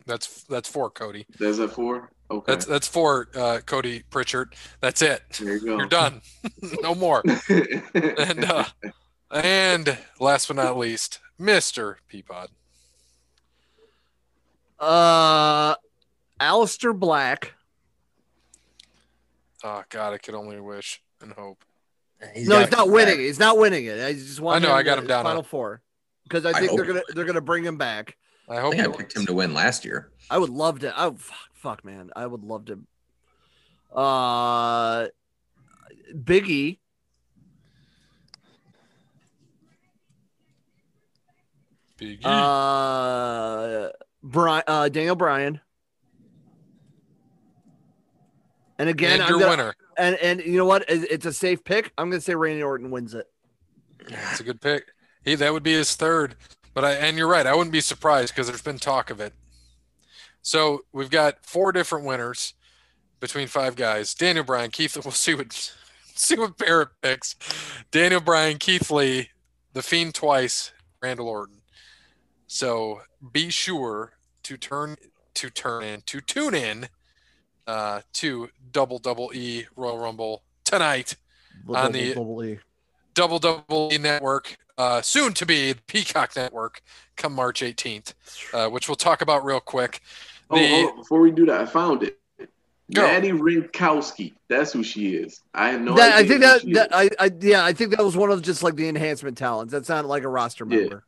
A: That's that's four Cody.
C: That's that four? Okay.
A: That's that's four uh, Cody Pritchard. That's it.
C: there you go.
A: You're done. no more. And uh, and last but not least, Mister Peapod.
D: Uh, Alistair Black.
A: Oh God, I could only wish and hope.
D: no,
B: got
D: he's not
B: it.
D: winning. it. He's not winning it. I just want.
A: I know, I got
D: to-
A: him down
D: Final
A: on-
D: four, because I
B: I
D: think they're
B: hope
D: gonna they're gonna bring him back.
A: I
B: I
A: hope.
B: think I
A: it
B: picked
A: works.
B: him to win last year.
D: I would love to. Oh fuck, fuck, man, I would love to. Uh, Biggie.
A: Big E.
D: Uh, Brian. Uh, Daniel Bryan. And again,
A: and
D: I'm
A: your
D: gonna-
A: winner.
D: and and you know what? It- It's a safe pick. I'm gonna say Randy Orton wins it.
A: That's a good pick. He that would be his third. But I and you're right. I wouldn't be surprised because there's been talk of it. So we've got four different winners between five guys. Daniel Bryan, Keith. We'll see what see what Barrett picks. Daniel Bryan, Keith Lee, The Fiend twice, Randall Orton. So be sure to turn to turn in to tune in uh, to Double Double E Royal Rumble tonight On the-
D: Probably.
A: Double Double E Network, uh, soon to be the Peacock Network, come March 18th, uh, which we'll talk about real quick.
C: oh, hold on, before we do that, I found it.
A: Go.
C: Maddie Rinkowski. That's who she is. I have no
D: that, I
C: idea.
D: think
C: who
D: that,
C: she
D: that
C: is.
D: I, I yeah, I think that was one of just like the enhancement talents. That's not like a roster
C: Yeah.
D: member.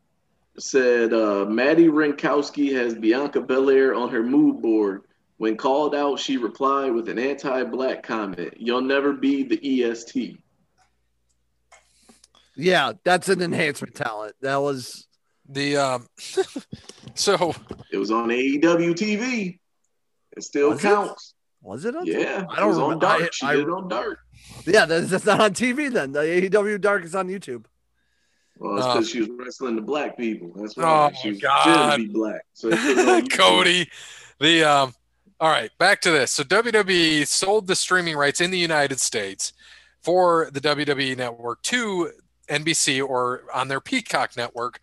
C: said uh, Maddie Rinkowski has Bianca Belair on her mood board. When called out, she replied with an anti-black comment. You'll never be the E EST.
D: Yeah, that's an enhancement talent. That was
A: The um, so
C: It was on E AEW TV. It still
D: Was it?
C: counts.
D: was it? On
C: Yeah,
D: I don't
C: it was on
D: remember-
C: Dark.
D: I-
C: she
D: I-
C: did it on Dark.
D: yeah. That's, that's not on TV then. The AEW Dark is on YouTube.
C: Well, it's
A: Uh,
C: because she was wrestling the black people. That's
A: Oh,
C: why
A: my
C: she was
A: God.
C: should be black. So it's put it on YouTube.
A: Cody, the um, all right, back to this. So WWE sold the streaming rights in the United States for the WWE network to NBC or on their Peacock network.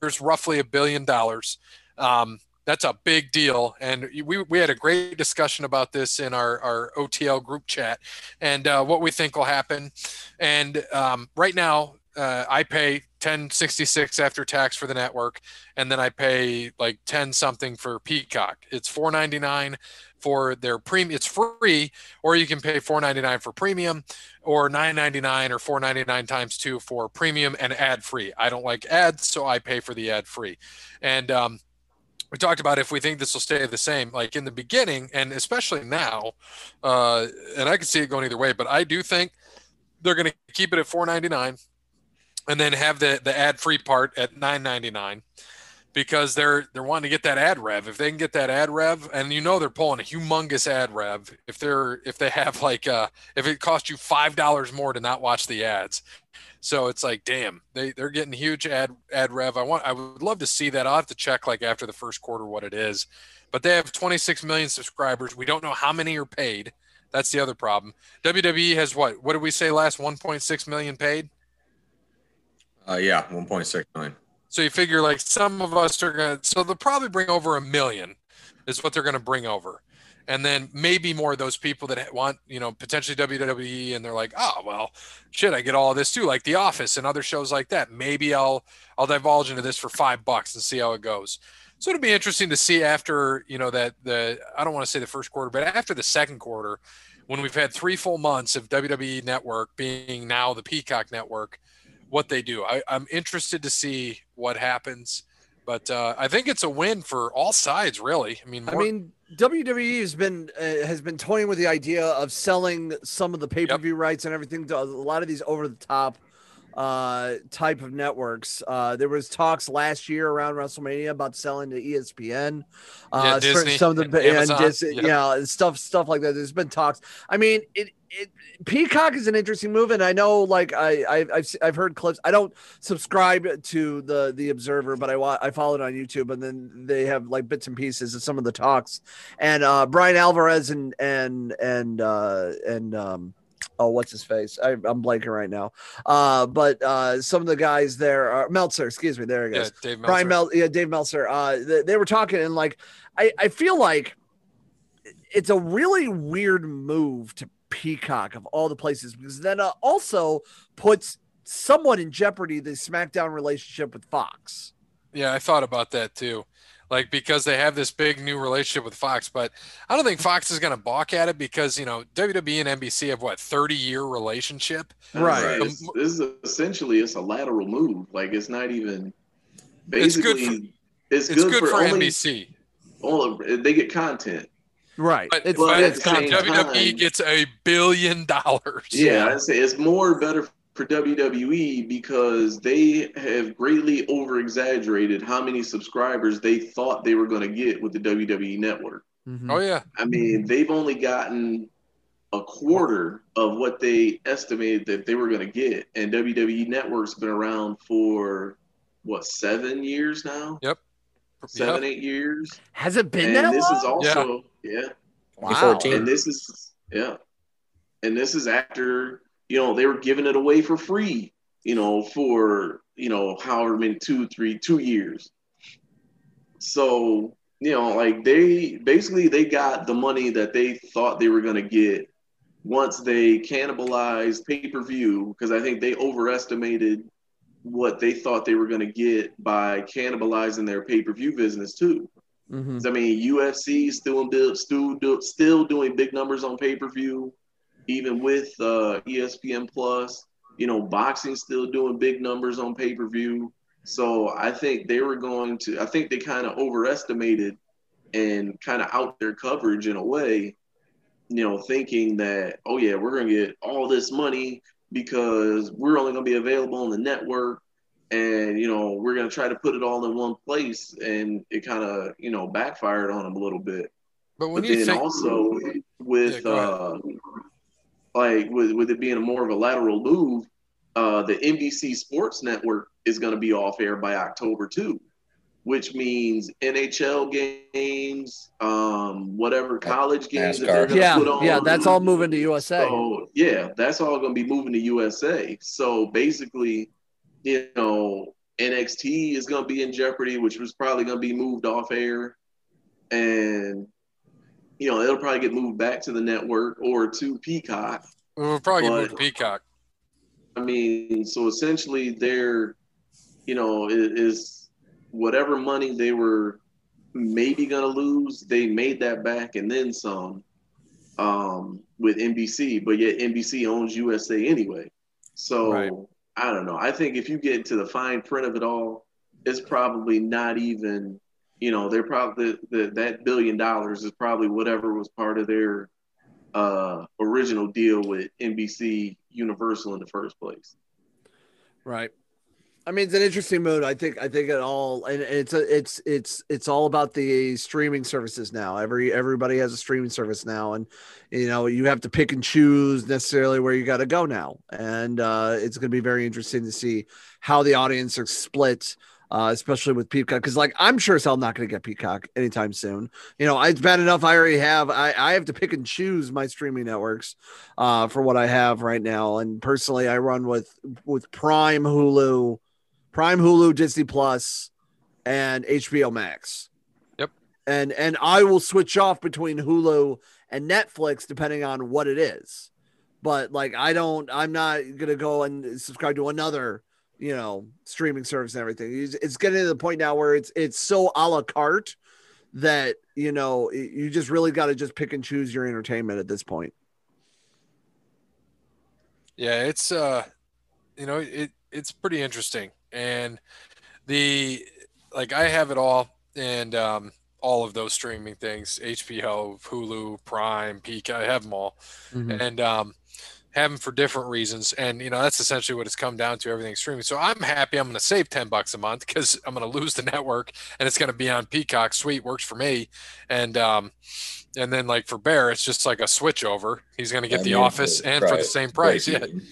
A: There's roughly a billion dollars. Um, that's a big deal. And we, we had a great discussion about this in our, our OTL group chat and uh, what we think will happen. And um, right now, uh, I pay 1066 after tax for the network, and then I pay like 10 something for Peacock. It's 499 for their premium. It's free, or you can pay 499 for premium, or 999 or 499 times two for premium and ad free. I don't like ads, so I pay for the ad free. And um, we talked about if we think this will stay the same, like in the beginning, and especially now, uh, and I can see it going either way, but I do think they're going to keep it at 499 and then have the, the ad free part at 999 because they're they're wanting to get that ad rev. If they can get that ad rev, and you know they're pulling a humongous ad rev. If they're if they have like uh if it costs you five dollars more to not watch the ads, so it's like damn they they're getting huge ad ad rev. I want I would love to see that. I'll have to check like after the first quarter what it is, but they have 26 million subscribers. We don't know how many are paid. That's the other problem. WWE has what? What did we say last? 1.6 million paid.
B: Uh, yeah, 1.6 million.
A: So you figure like some of us are gonna so they'll probably bring over a million is what they're gonna bring over. And then maybe more of those people that ha- want, you know, potentially WWE and they're like, oh well, shit, I get all this too, like The Office and other shows like that. Maybe I'll I'll divulge into this for five bucks and see how it goes. So it'll be interesting to see after you know that the I don't want to say the first quarter, but after the second quarter, when we've had three full months of WWE Network being now the Peacock Network, what they do. I, I'm interested to see what happens, but uh, I think it's a win for all sides, really. I mean,
D: I
A: more-
D: mean, WWE has been uh, has been toying with the idea of selling some of the pay per view rights and everything to a lot of these over the top uh, type of networks. Uh, there was talks last year around WrestleMania about selling to E ESPN. Uh,
A: Yeah,
D: certain-
A: Disney
D: some of the
A: and
D: and
A: Amazon,
D: Dis-
A: yeah.
D: yeah, and stuff stuff like that. There's been talks. I mean, it. It, Peacock is an interesting move, and I know, like I, I I've s- I've heard clips. I don't subscribe to the the Observer, but I wa- I follow it on YouTube, and then they have like bits and pieces of some of the talks. And uh, Brian Alvarez and and and uh, and um, oh, what's his face? I, I'm blanking right now. Uh, but uh, some of the guys there are Meltzer. Excuse me. There he
A: yeah,
D: goes.
A: Dave Meltzer.
D: Brian Mel, yeah, Dave Meltzer. Uh, they, they were talking, and like, I, I feel like it's a really weird move to Peacock of all the places because then uh, also puts somewhat in jeopardy the SmackDown relationship with Fox.
A: Yeah, I thought about that too. Like because they have this big new relationship with Fox, but I don't think Fox is going to balk at it because you know WWE and NBC have what thirty year relationship.
D: Right.
C: It's- This is essentially it's a lateral move. Like it's not even.
A: It's
C: Basically,
A: good
C: it's good for,
A: It's, good, for,
C: only,
A: NBC,
C: all of, they get content.
D: Right.
A: but,
D: it's,
A: but
D: it's
C: it's
A: but
C: kind
D: content.
C: of-
A: WWE
C: time.
A: gets a billion dollars.
C: Yeah, I'd say it's more better for WWE because they have greatly over exaggerated how many subscribers they thought they were going to get with the WWE network.
D: Mhm.
A: Oh yeah.
C: I mean, they've only gotten a quarter of what they estimated that they were going to get. And WWE Network's been around for what, seven years now? Seven,
A: Yep.
C: eight years?
D: Has it been
C: and
D: that
C: this
D: long?
C: is also, yeah.
D: wow.
B: 2014.
C: And this is yeah. And this is after, you know, they were giving it away for free, you know, for, you know, however many two, three, two years. So, you know, like they basically they got the money that they thought they were gonna get once they cannibalized pay-per-view, because I think they overestimated what they thought they were gonna get by cannibalizing their pay-per-view business too.
D: Mhm.
C: I mean, UFC still in- still do- still doing big numbers on pay per view, even with uh, ESPN Plus. You know, boxing still doing big numbers on pay per view. So I think they were going to. I think they kind of overestimated and kind of out their coverage in a way. You know, thinking that oh yeah, we're gonna get all this money because we're only gonna be available on the network and you know we're going to try to put it all in one place and it kind of you know backfired on him a little bit
A: But when
C: but
A: you
C: then
A: think
C: also
A: Yeah,
C: with
A: go ahead.
C: uh like with, with it being more of a lateral move uh the nbc sports network is going to be off air by october too which means nhl games um whatever college games that they're
B: NASCAR.
C: gonna
D: Yeah,
C: put on. Oh,
D: yeah, that's all moving to USA.
C: So yeah, that's all going to be moving to USA. So basically, you know, NXT is going to be in jeopardy, which was probably going to be moved off air, and you know it'll probably get moved back to the network or to Peacock.
A: we'll probably get
C: But-
A: moved to Peacock.
C: I mean, so essentially, they're, you know, i- is whatever money they were maybe going to lose, they made that back and then some um, with NBC, but yet NBC owns USA anyway. So
D: Right.
C: I don't know. I think if you get into the fine print of it all, it's probably not even, you know, they're probably the, that billion dollars is probably whatever was part of their uh, original deal with NBC Universal in the first place.
D: Right. I mean, it's an interesting mood. I think. I think it all, and it's a, it's, it's, it's all about the streaming services now. Every everybody has a streaming service now, and you know you have to pick and choose necessarily where you got to go now. And uh, it's going to be very interesting to see how the audience are split, uh, especially with Peacock. Because like I'm sure as hell not going to get Peacock anytime soon. You know, it's bad enough I already have. I I have to pick and choose my streaming networks uh, for what I have right now. And personally, I run with with Prime Hulu, Prime Hulu, Disney Plus, and HBO Max.
A: Yep.
D: And and I will switch off between Hulu and Netflix depending on what it is. But like I don't I'm not gonna go and subscribe to another you know streaming service and everything. It's, it's getting to the point now where it's it's so a la carte that you know y- you just really got to just pick and choose your entertainment at this point.
A: Yeah, it's uh you know, it it's pretty interesting. And the like I have it all and um all of those streaming things, HBO, Hulu, Prime, Peacock, I have them all.
B: Hmm.
A: And um have them for different reasons and you know that's essentially what it's come down to everything streaming so i'm happy i'm going to save 10 bucks a month because i'm going to lose the network and it's going to be on peacock sweet works for me and um and then like for bear it's just like a switch over he's going to get
B: I
A: the
B: mean,
A: office
B: for-
A: and for the
B: right,
A: same price yeah
B: Break even.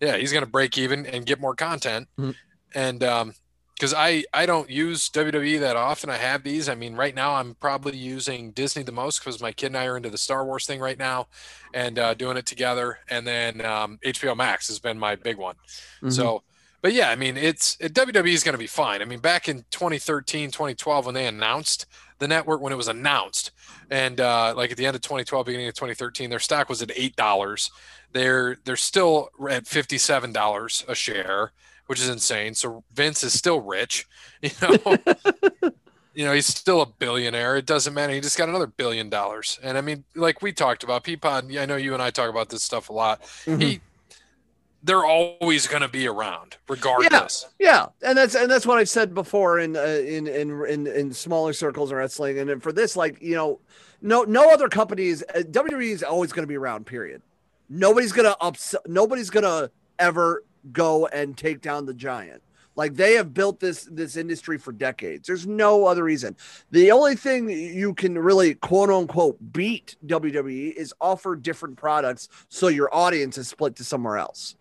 A: yeah he's going to break even and get more content
D: Mhm.
A: and um because i i don't use wwe that often i have these i mean right now i'm probably using disney the most because my kid and i are into the star wars thing right now and uh, doing it together and then um, hbo max has been my big one so but yeah i mean it's it, wwe is going to be fine i mean back in 2013 2012 when they announced the network when it was announced and uh, like at the end of 2012 beginning of 2013 their stock was at eight dollars they're they're still at fifty seven dollars a share, which is insane. So Vince is still rich, you know. you know he's still a billionaire. It doesn't matter. He just got another billion dollars, and I mean, like we talked about, Peapod. I know you and I talk about this stuff a lot. He, they're always going to be around, regardless.
D: Yeah, and that's and that's what I've said before in uh, in in in in smaller circles in wrestling, and then for this, like you know, no no other companies. Uh, WWE is always going to be around. Period. Nobody's gonna upset. Nobody's gonna ever go and take down the giant. Like they have built this this industry for decades. There's no other reason. The only thing you can really quote unquote beat WWE is offer different products so your audience is split to somewhere else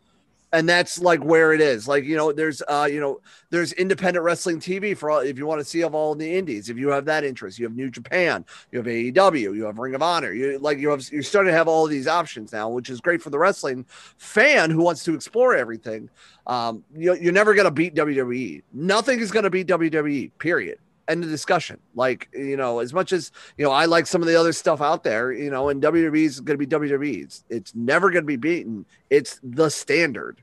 D: and that's like where it is like you know there's uh you know there's independent wrestling tv for all if you want to see of all the indies if you have that interest you have new japan you have aew you have ring of honor you like you have you're starting to have all these options now which is great for the wrestling fan who wants to explore everything um you, you're never going to beat wwe nothing is going to beat wwe period end of discussion like you know as much as you know i like some of the other stuff out there you know and wwe is going to be wwe it's, it's never going to be beaten it's the standard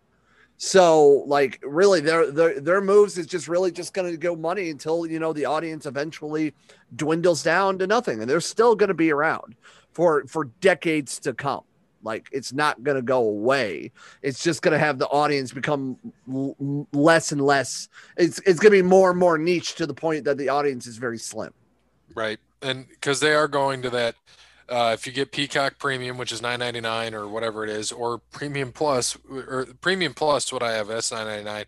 D: so like really their their their moves is just really just going to go money until you know the audience eventually dwindles down to nothing and they're still going to be around for for decades to come. Like it's not going to go away. It's just going to have the audience become l- l- less and less. It's it's going to be more and more niche to the point that the audience is very slim.
A: Right. And because they are going to that, uh, if you get Peacock Premium, which is nine ninety nine or whatever it is, or Premium Plus or Premium Plus, what I have, that's nine ninety nine.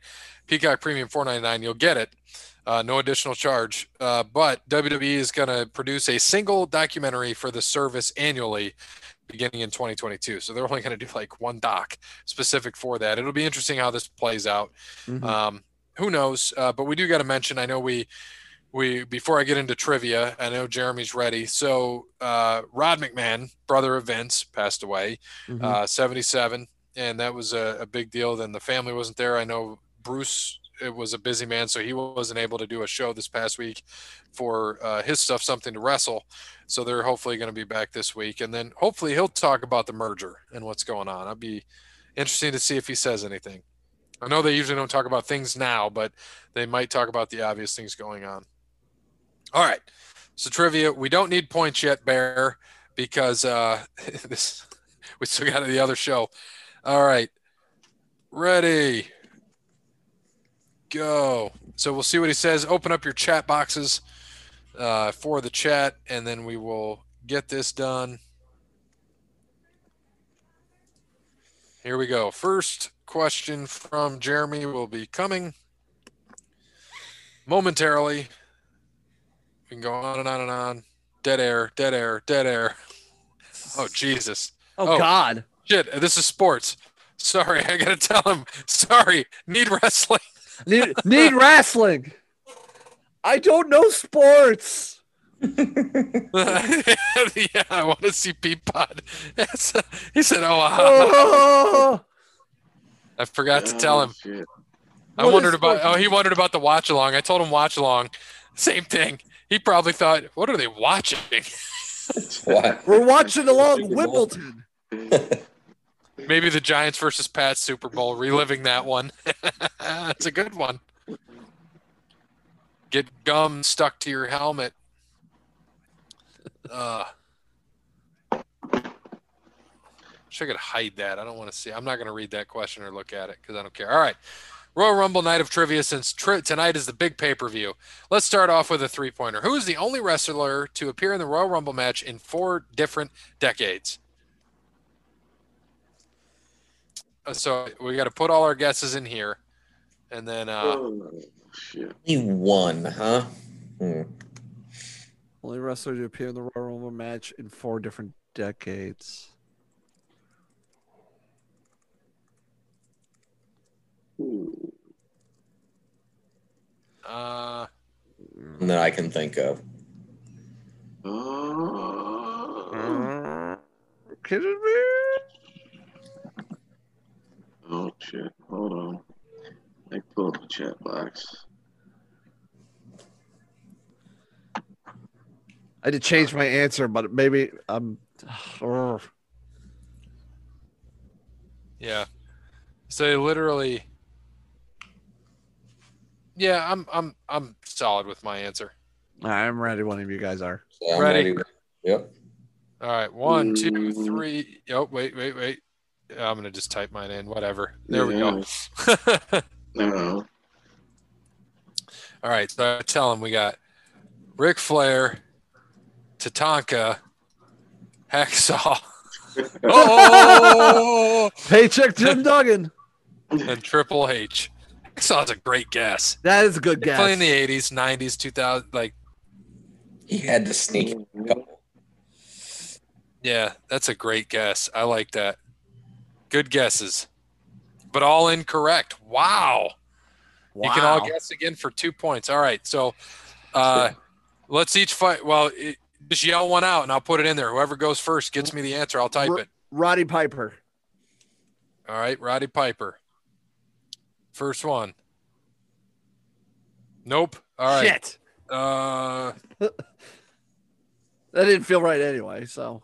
A: Peacock Premium four ninety nine, you'll get it, uh, no additional charge. Uh, but WWE is going to produce a single documentary for the service annually, beginning in twenty twenty two. So they're only going to do like one doc specific for that. It'll be interesting how this plays out. Um, who knows? Uh, but we do got to mention. I know we we before I get into trivia. I know Jeremy's ready. So uh, Rod McMahon, brother of Vince, passed away,
D: Mhm.
A: uh, seventy seven, and that was a, a big deal. Then the family wasn't there. I know Bruce it was a busy man, so he wasn't able to do a show this past week for uh, his stuff, something to wrestle. So they're hopefully going to be back this week, and then hopefully he'll talk about the merger and what's going on. I'll be interesting to see if he says anything. I know they usually don't talk about things now, but they might talk about the obvious things going on. All right. So trivia, we don't need points yet, Bear, because uh, this we still got the other show. All right. Ready. Go. So we'll see what he says. Open up your chat boxes uh, for the chat, and then we will get this done. Here we go. First question from Jeremy will be coming momentarily. We can go on and on and on. Dead air, dead air, dead air. Oh, Jesus.
D: oh,
A: oh.
D: God.
A: Shit, this is sports. Sorry, I gotta tell him. Sorry, need wrestling.
D: Need, need wrestling. I don't know sports.
A: yeah, I want to see Peapod. That's- he said, "Oh, uh,
D: Oh.
A: I forgot to tell him."
C: Oh, shit.
A: I
D: What
A: wondered
D: is
A: about.
D: sports?
A: Oh, he wondered about the watch along. I told him watch along. Same thing. He probably thought, "What are they watching?"
B: Why?
D: We're watching along Wimbledon.
A: Maybe the Giants versus Pats Super Bowl, reliving that one. That's a good one. Get gum stuck to your helmet. Uh, wish I could hide that. I don't want to see. I'm not going to read that question or look at it because I don't care. All right. Royal Rumble night of trivia since tri- tonight is the big pay per view. Let's start off with a three pointer. Who is the only wrestler to appear in the Royal Rumble match in four different decades? Uh, So we got to put all our guesses in here. And then, uh,
C: oh, shit.
B: Only one, huh? Hmm.
D: Only wrestler to appear in the Royal Rumble match in four different decades.
C: Ooh.
A: uh,
B: None That I can think of.
C: Oh.
A: Uh,
D: Kidding me?
C: oh, shit. Hold on. I pull up the chat box.
D: I had to change my answer, but maybe um, oh, I'm. Ugh.
A: yeah. So they literally, yeah, I'm, I'm, I'm solid with my answer.
D: I'm ready. One of you guys are.
B: So I'm
A: Ready.
B: Yep.
A: All right, one, two,
C: Mm.
A: three. Oh, wait, wait, wait. I'm gonna just type mine in. Whatever. There we go.
C: No.
A: All right, so I tell him we got Ric Flair, Tatanka, Hacksaw, oh,
D: Paycheck Jim Duggan.
A: and Triple H. Hacksaw's a great guess.
D: That is a good
A: They
D: guess.
A: Play in the '80s, '90s, 2000. Like,
B: He had to sneak in a couple.
A: yeah, that's a great guess. I like that. Good guesses, but all incorrect. Wow. You can all
D: Wow.
A: guess again for two points. All right. So uh, let's each fight. Well, it, just yell one out and I'll put it in there. Whoever goes first gets me the answer. I'll type
D: R-
A: it.
D: Roddy Piper.
A: All right. Roddy Piper. First one. Nope. All right.
D: Shit.
A: Uh,
D: That didn't feel right anyway. So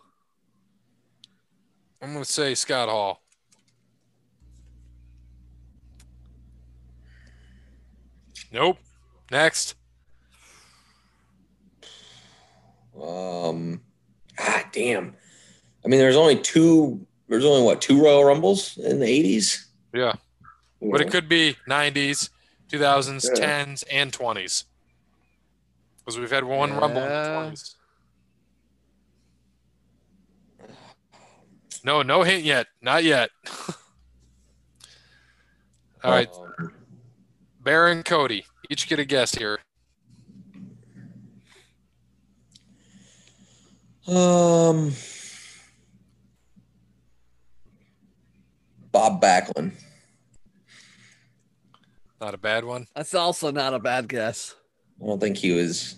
A: I'm going to say Scott Hall. Nope. Next.
B: Um, ah, damn. I mean, there's only two. There's only what two Royal Rumbles in the '80s.
A: Yeah. but it could be 90s, 2000s, 10s, and 20s. Because we've had one rumble in the
D: Yeah.
A: 20s. No, no hint yet. Not yet. All right,
B: Um,
A: Baron Cody. Each get a guess here.
B: Um, Bob Backlund.
A: Not a bad one.
D: that's also not a bad guess.
B: I don't think he was.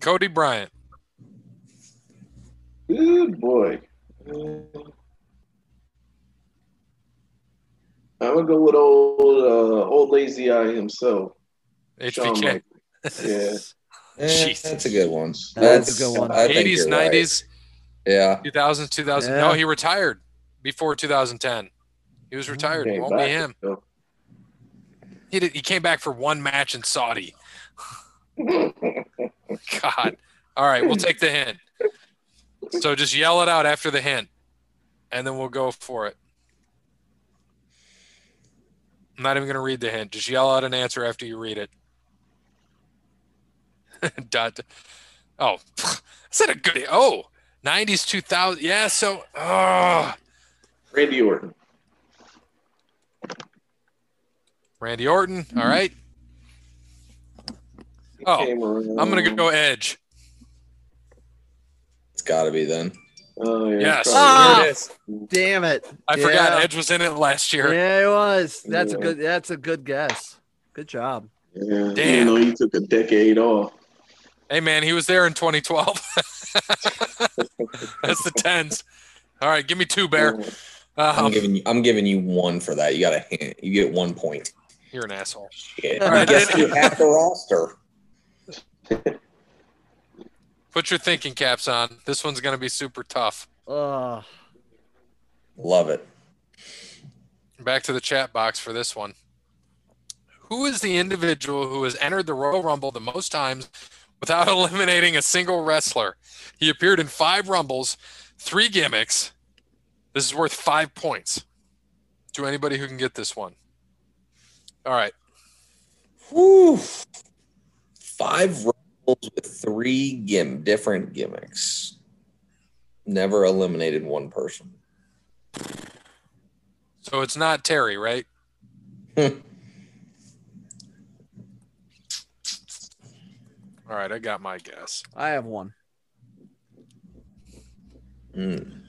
A: Cody Bryant.
C: Good boy. I'm gonna go with old uh, old lazy eye himself. Shawn
A: HBK.
C: Michaels. Yeah.
B: Eh,
A: Jesus.
B: that's a good one.
D: That's a good one.
B: I think
A: 80s,
B: you're right.
A: 90s,
B: Yeah.
A: 2000s, 2000.
D: Yeah.
A: No, he retired before 2010. He was retired. It
C: Came
A: won't be
C: back,
A: him.
C: though.
A: He did, he came back for one match in Saudi. God. All right, we'll take the hint. So just yell it out after the hint, and then we'll go for it. I'm not even going to read the hint. Just yell out an answer after you read it. Dot. Oh, is that a good? Oh, 90s, 2000. Yeah. So, oh,
C: Randy Orton.
A: Randy Orton. All right. Oh, I'm going to go Edge.
B: It's got to be then.
C: Oh, yeah,
A: Yes.
C: probably.
D: Ah!
A: There it is.
D: Damn it.
A: I forgot
D: Yeah.
A: Edge was in it last year.
D: Yeah, it was. That's a
C: Yeah.
D: good. That's a good guess. Good job.
C: Yeah,
A: Damn.
C: Even though he took a decade off.
A: Hey, man, he was there in 2012. That's the tens. All right, give me two, Bear.
B: I'm
A: Um,
B: giving you. I'm giving you one for that. You got a hint. You get one point.
A: you're an asshole.
B: Shit.
A: All
B: I
A: right.
B: guess you have the roster.
A: Put your thinking caps on. This one's going to be super tough.
D: Oh,
B: Love it.
A: back to the chat box for this one. Who is the individual who has entered the Royal Rumble the most times without eliminating a single wrestler? He appeared in five Rumbles, three gimmicks. This is worth five points to anybody who can get this one. All right.
B: Whew. Five Rumbles with three gim- different gimmicks. Never eliminated one person.
A: So it's not Terry, right? All right, I got my guess.
D: I have one.
B: Mm.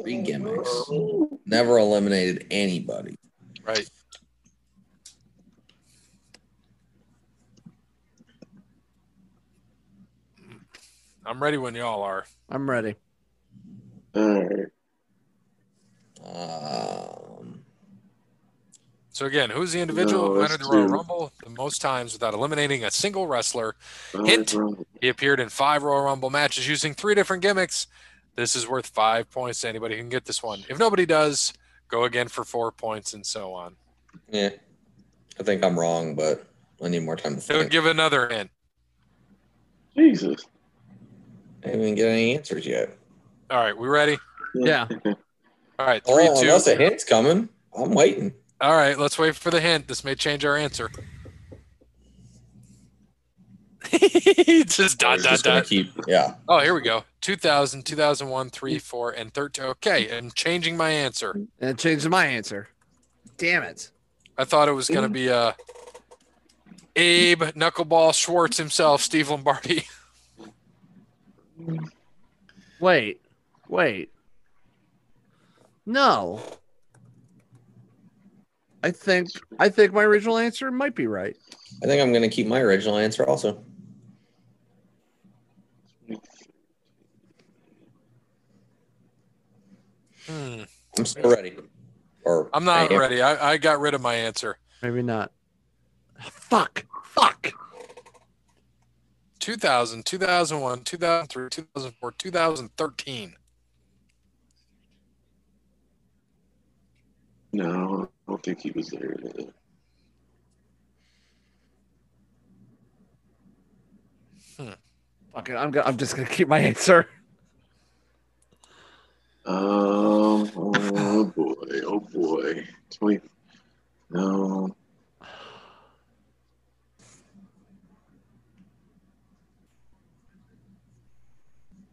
B: Three gimmicks. Never eliminated anybody.
A: Right. I'm ready when y'all are.
D: I'm ready.
C: All right.
B: Um,
A: So again, who's the individual who
C: No,
A: entered the
C: that's
A: Royal
C: two.
A: Rumble the most times without eliminating a single wrestler?
C: All
A: Hint.
C: right, bro.
A: He appeared in five Royal Rumble matches using three different gimmicks. This is worth five points to anybody who can get this one. If nobody does, go again for four points and so on.
B: yeah, I think I'm wrong, but I need more time to
A: It would
B: think.
A: give another hint.
C: Jesus.
B: I haven't even get any answers yet.
A: All right, we ready?
D: Yeah.
A: All right, three,
B: Oh,
A: two.
B: unless a hint's coming, I'm waiting.
A: All right, let's wait for the hint. This may change our answer. Just
B: I'm
A: dot, dot,
B: just gonna
A: dot.
B: keep. Yeah.
A: Oh, here we go. 2000, 2001, 3, 4, and 13. Okay, I'm changing my answer.
D: And it changed my answer. Damn it.
A: I thought it was going to be uh, Abe Knuckleball Schwartz himself, Steve Lombardi.
D: Wait. Wait. No. I think I think my original answer might be right.
B: I think I'm gonna keep my original answer also.
A: Hmm.
B: I'm still ready. Or
A: I'm
B: I
A: not
B: am-
A: ready. I, I got rid of my answer.
D: Maybe not. Fuck. Fuck.
A: 2000, 2001, 2003, 2004, 2013.
C: No, I don't think he was there.
D: Fuck it. I'm, go- I'm just gonna keep my answer.
C: Um, oh boy, oh boy. Twenty. No.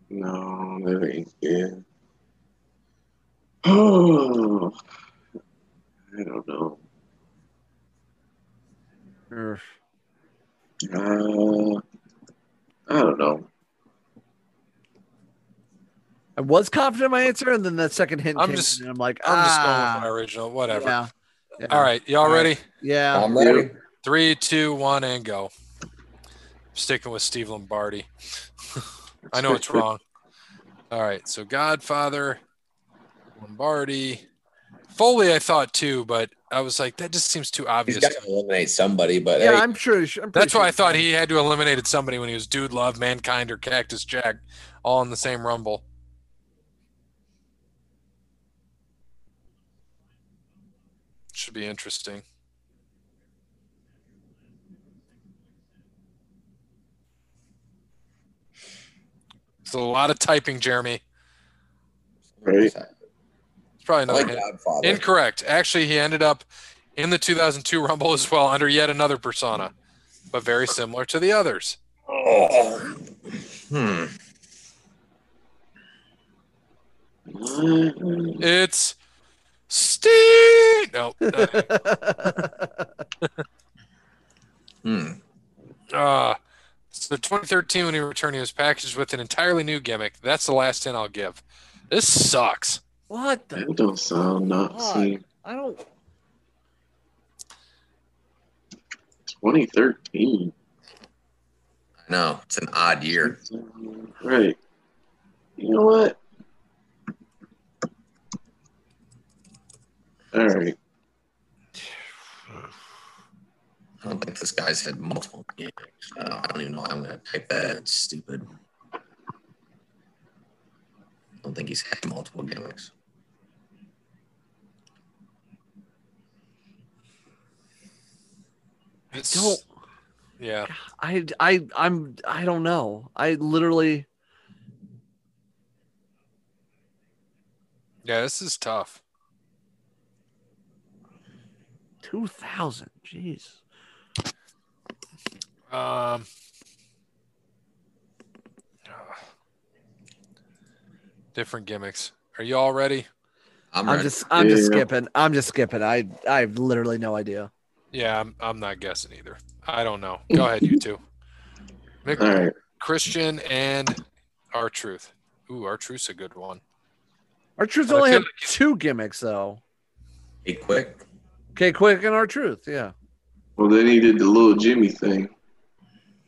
C: No, that ain't it. Oh, I don't know.
D: Urgh.
C: Uh, I don't know.
D: I was confident in my answer, and then that second hint
A: I'm
D: came,
A: just-
D: and I'm like,
A: I'm just going
D: ah,
A: with my original, whatever.
D: Yeah, yeah,
A: All right, Um, y'all
D: All right.
A: ready?
D: Yeah.
B: I'm ready.
A: Three, two, one, and go. Sticking with Steve Lombardi. I know it's wrong. All right, so Godfather, Lombardi, Foley. I thought too, but I was like, that just seems too
B: He's
A: obvious.
B: got to eliminate somebody, but
D: yeah,
B: hey,
D: I'm sure. I'm pretty
A: That's why
D: sure.
A: I thought he had to eliminated somebody when he was Dude Love, Mankind, or Cactus Jack, all in the same Rumble. Should be interesting. It's a lot of typing, Jeremy.
C: Right?
A: It's probably
B: I
A: another
B: like
A: hit.
B: Godfather.
A: Incorrect. Actually, he ended up in the 2002 Rumble as well under yet another persona, but very similar to the others.
B: Oh. Hmm.
C: Mm,
A: It's Steve. No. uh,
B: Hmm.
A: uh, so 2013, when he returned, he was packaged with an entirely new gimmick. That's the last hint I'll give. This sucks.
D: what the?
C: That don't sound not seen.
D: I don't.
C: 2013.
B: I know it's an odd year.
C: Right. You know what? All right.
B: I don't think this guy's had multiple gigs. Uh, I don't even know how I'm going to type that. It's stupid. I don't think he's had multiple gimmicks.
A: It's,
D: don't-
A: yeah.
D: I I I'm I don't know. I literally
A: Yeah, this is tough.
D: 2000. Jeez.
A: Um, different gimmicks. Are you all ready?
B: I'm,
D: I'm
B: ready.
D: just I'm just
C: Yeah.
D: skipping. I'm just skipping. I I have literally no idea.
A: Yeah, I'm, I'm not guessing either. I don't know. Go ahead, you two. Mick,
C: All right.
A: Christian and our truth. Ooh, our truth's a good one.
D: Our truth
A: I
D: only
A: feel
D: had two gimmicks though.
B: Hey, quick.
D: Okay, quick and our truth. Yeah.
C: Well, then he did the little Jimmy thing.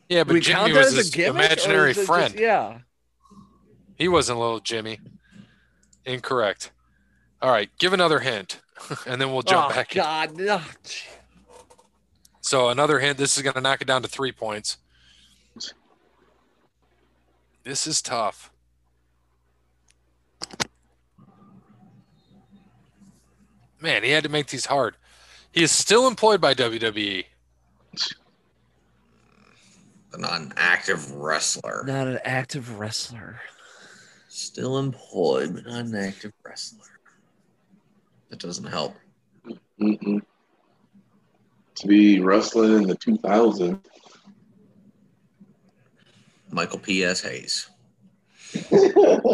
A: Yeah,
D: Do
A: but Jimmy was his
D: gimmick, or
A: imaginary
D: is it just-
A: friend.
D: yeah.
A: He wasn't little Jimmy. Incorrect. All right, give another hint, and then we'll jump
D: oh,
A: back. in.
D: God. no.
A: So another hint. This is going to knock it down to three points. This is tough. Man, he had to make these hard. He is still employed by E. WWE.
B: But not an active wrestler.
D: Not an active wrestler.
B: Still employed, but not an active wrestler. That doesn't help.
C: Mm-mm. To be wrestling in the 2000s.
B: Michael P.S. Hayes.
A: All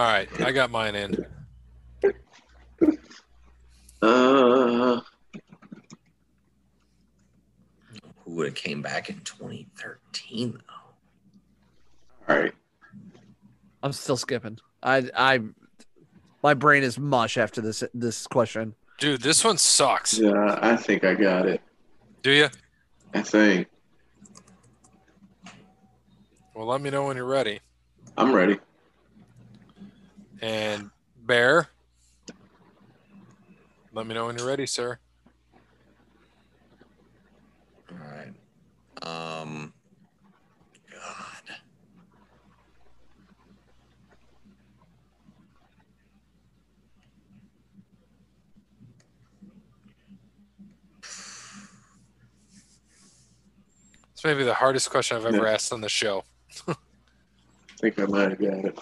A: right, I got mine in.
C: uh,
B: Who would have came back in 2013, though?
C: all right.
D: I'm still skipping. I I my brain is mush after this this question.
A: Dude, this one sucks.
C: Yeah, I think I got it.
A: Do you?
C: I think.
A: Well, let me know when you're ready.
C: I'm ready.
A: And Bear, let me know when you're ready, sir.
B: All right. Um, God.
A: It's maybe the hardest question I've ever
C: Yeah.
A: asked on the show.
C: I think I might have got it.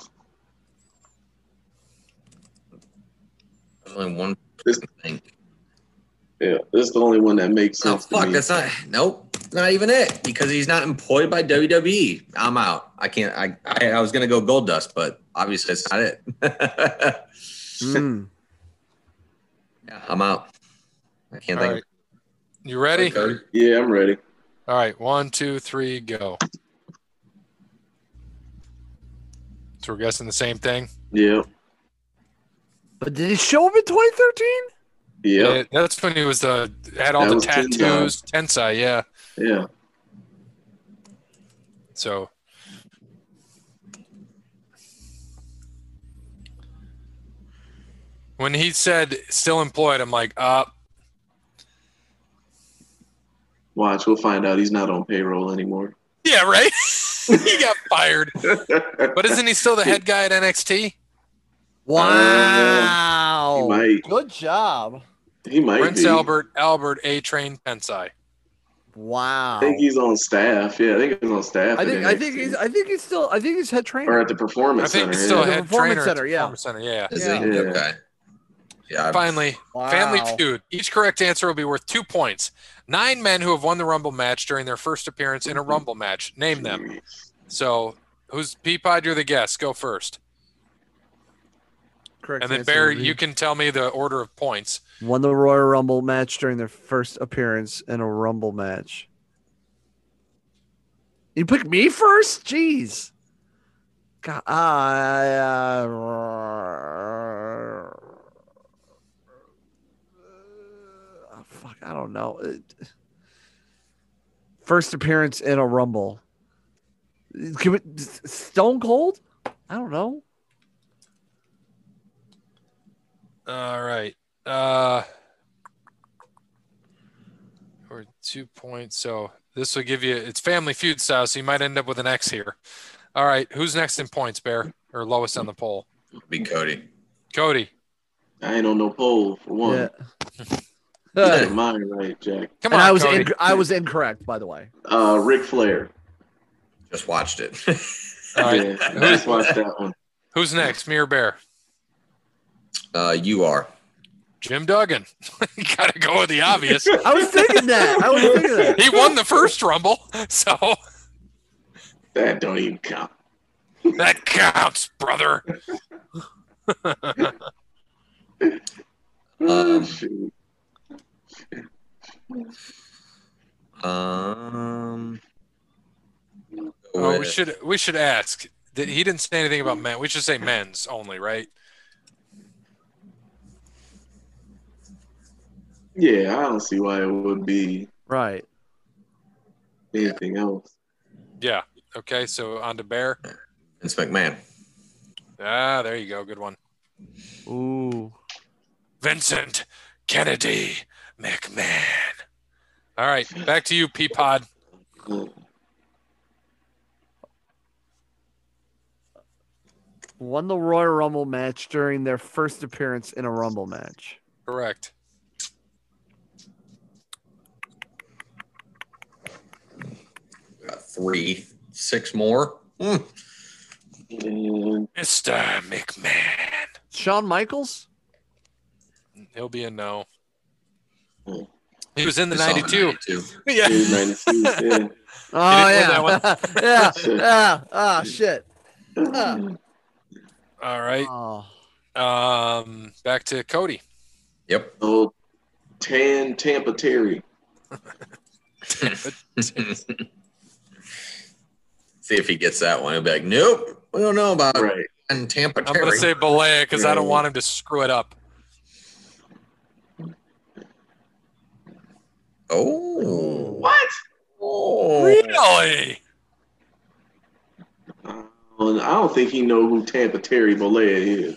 B: There's only one
C: This-
B: thing.
C: Yeah, this is the only one that makes
B: Oh,
C: sense. to
B: fuck.
C: me.
B: That's not, nope. Not even it because he's not employed by WWE. I'm out. I can't, I, I, I was going to go gold dust, but obviously it's not it. yeah,
D: Mm.
B: I'm out. I can't
A: All
B: think
A: right. You ready?
B: of it.
C: Yeah, I'm ready.
A: All right, one, two, three, go. So we're guessing the same thing.
C: Yeah,
D: but did he show up in 2013?
C: yeah,
A: Yeah, that's when he was the had all
C: That
A: the
C: was Tensai.
A: tattoos. Tensai, yeah.
C: yeah.
A: So when he said still employed, I'm like, uh,
C: Watch, we'll find out he's not on payroll anymore.
A: yeah, right. he got fired, but isn't he still the head guy at NXT?
D: Wow.
C: he might.
D: Good job.
C: He might
A: Oh. Prince
C: be.
A: Albert, Albert A Train Tensai.
D: Wow.
C: I think he's on staff. Yeah, I think he's on staff.
D: I
C: at
D: think I
C: NXT.
D: think he's I think he's still I think he's head
C: or
D: trainer.
C: at the
A: I
C: performance
A: think
C: center.
A: he's still
C: yeah.
D: The
A: head
D: performance
A: trainer. at
D: center,
A: the
D: yeah.
A: Performance center, yeah.
B: Is
D: Yeah.
B: he? Okay. Yeah. I-
A: Finally,
D: Wow.
A: Family Feud. Each correct answer will be worth two points. Nine men who have won the Rumble match during their first appearance in a Rumble match. Name them. So, who's Peapod? You're the guest. Go first,
D: Correct
A: and then
D: answer
A: Barry,
D: would be-
A: you can tell me the order of points.
D: won the Royal Rumble match during their first appearance in a Rumble match. You picked me first? Jeez. God, I, uh, fuck, I don't know. It- First appearance in a Rumble. Can we, Stone Cold? I don't know.
A: All right. Uh, or two points. So this will give you it's Family Feud style, so you might end up with an X here. All right, who's next in points, Bear or lowest on the poll?
B: Be Cody.
A: Cody,
C: I ain't on no poll for one.
D: Yeah.
C: You
D: Uh,
C: got mine right, Jack.
A: come
D: and
A: on,
D: I was
A: Cody.
D: in, I was incorrect, by the way.
C: Uh, Ric Flair.
B: Just watched it.
A: All right,
C: Yeah, I just watched that one.
A: who's next? Me or Bear?
B: uh, you are.
A: Jim Duggan. Gotta go with the obvious.
D: I was thinking that. I was thinking that.
A: He won the first Rumble, so
C: That don't even count.
A: that counts, brother.
C: Oh,
B: Um,
C: shoot.
B: Um.
A: Oh, we
B: with-
A: should we should ask. Did- He didn't say anything about men. We should say men's only, right?
C: Yeah, I don't see why it would be
D: Right.
C: anything else.
A: Yeah. Okay. So on to Bear.
B: Vince McMahon.
A: Ah, there you go. Good one.
D: Ooh.
A: Vincent Kennedy McMahon. All right, back to you, Peapod.
C: Uh,
D: Won the Royal Rumble match during their first appearance in a Rumble match.
A: Correct.
B: Got three, six more. Hmm.
C: And
A: Mr. McMahon.
D: Shawn Michaels?
A: He'll be a no.
C: Hmm.
A: He was in the
B: It's all in
A: 92.
B: 92.
A: Yeah.
C: here's 92, yeah.
D: Oh
A: didn't win
D: yeah. yeah. Yeah. Ah shit.
A: All right.
D: Oh.
A: Um, back to Cody.
B: Yep.
C: Oh, Tan Tampa Terry.
B: See if he gets that one. He'll be like, nope. We don't know about it.
C: Right.
B: and Tampa
A: I'm going
B: Terry.
A: to say Balea because I don't want him to screw it up.
B: oh.
C: What?
B: Oh.
A: Really?
C: Uh, I don't think he know who Tampa Terry Bollea is.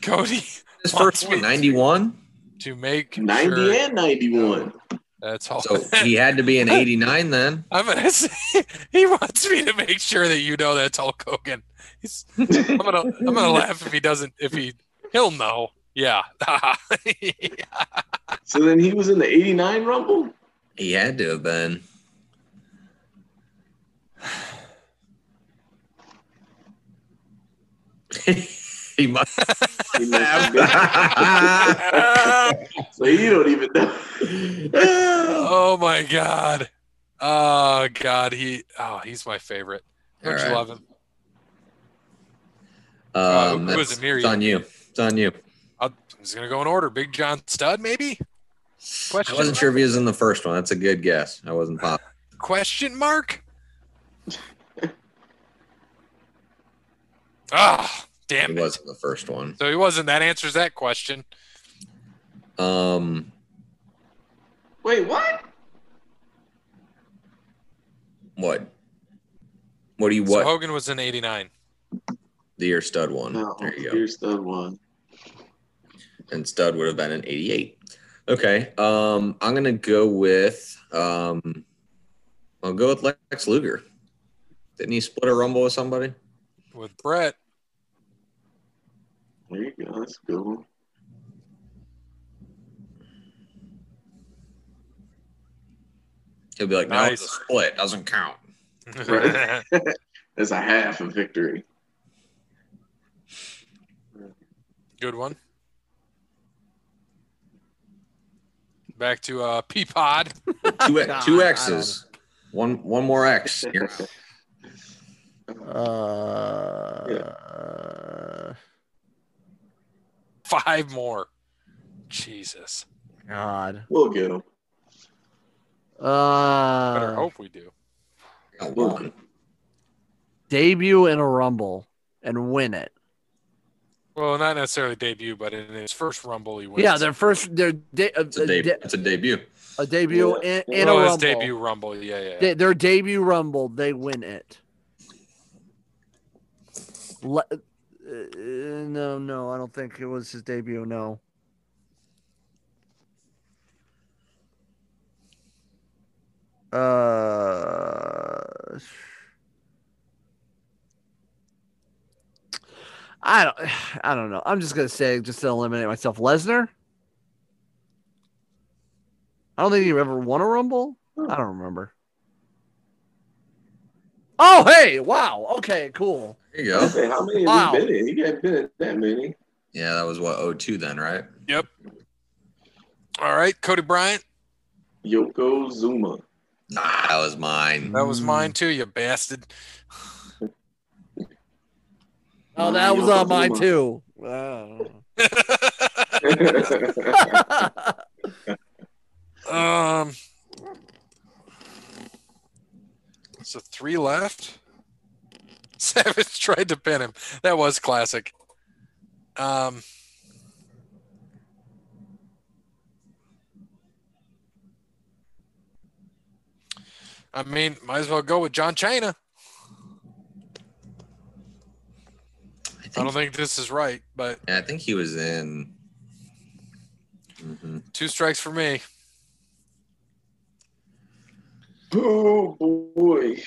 A: Cody,
B: His first one, 91.
A: to make
C: 90
A: sure
C: and 91.
A: that's all.
B: So he had to be an 89 then.
A: I'm gonna say he wants me to make sure that you know that's Hulk Hogan. He's, I'm gonna I'm gonna laugh if he doesn't if he he'll know. Yeah.
C: So then he was in the 89 Rumble?
B: He had to have been. he must
C: He must have been.
A: oh
C: so you don't even know.
A: my god. Oh god, he oh he's my favorite. Don't
B: All
A: you
B: right.
A: love him? Uh,
B: Um,
A: who was
B: that's-
A: it, Miriam?
B: It's on you. It's on you.
A: I'll, I'm just gonna go in order. Big John Stud, maybe?
B: I
A: Question
B: wasn't sure if he was in the first one. That's a good guess. I wasn't positive.
A: question mark? Ah,
B: He
A: damn it.
B: was in the first one.
A: So he wasn't. That answers that question.
B: Um,
C: Wait, what?
B: what? What do you
A: So
B: what?
A: Hogan was in '89.
B: the year stud one.
C: No,
B: Mm, there you go.
C: here's the one.
B: and stud would have been an 88 okay um i'm gonna go with um i'll go with lex luger didn't he split a rumble with somebody
A: with Brett.
C: There you go. That's a good one.
B: he'll be like no it's a
A: Nice.
B: split doesn't count
C: Right. That's a half a victory.
A: Good one. Back to uh, Peapod.
B: two,
D: God,
B: two
D: I
B: x's one one more x You're out.
D: Uh,
A: Five more. Jesus.
D: God.
C: We'll get him.
A: Better
D: Uh,
A: hope we do.
B: You're out one.
D: debut in a Rumble and win it.
A: Well, not necessarily debut, but in his first Rumble, he wins.
D: Yeah, their first, their de- uh, a,
B: it's a, deb-
D: de-
B: it's a debut
D: a debut in, in
A: well,
D: a
A: his
D: Rumble.
A: debut Rumble. Yeah, yeah. yeah.
D: De- their debut Rumble, they win it. Le- uh, no, no, I don't think it was his debut. No. Uh, I don't. I don't know. I'm just gonna say, just to eliminate myself, Lesnar. I don't think he ever won a Rumble. I don't remember. Oh, hey! Wow. Okay. Cool.
B: There you
C: I
B: go.
C: say, how many
D: Wow.
C: have you been in? You haven't been in that many.
B: Yeah, that was what 02 then, right?
A: All right, Cody Bryant.
C: Yoko Zuma.
B: Nah, that was mine.
A: That was mine too, you bastard.
D: Oh, that was
C: Yoko
D: on mine
C: Zuma.
D: too. Wow.
A: um, so three left. Savage tried to pin him. That was classic. Um, I mean, might as well go with John China. I don't think this is right, but
B: Yeah, I think he was in. Mhm.
A: two strikes for me.
C: oh boy.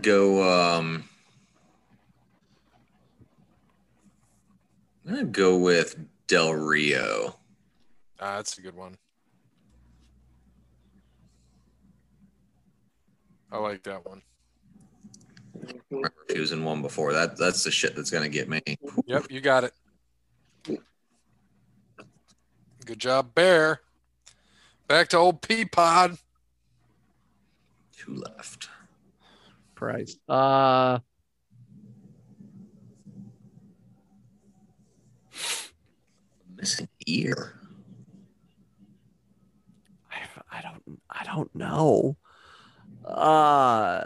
B: Go. Um, I'm gonna go with Del Rio.
A: Ah, that's a good one. I like that one.
B: Remember, she was in one before. That that's the shit that's gonna get me.
A: Yep, you got it. Good job, Bear. Back to old Peapod.
B: Two left.
D: Christ. Uh,
B: Missing ear.
D: I, I don't I don't know. Uh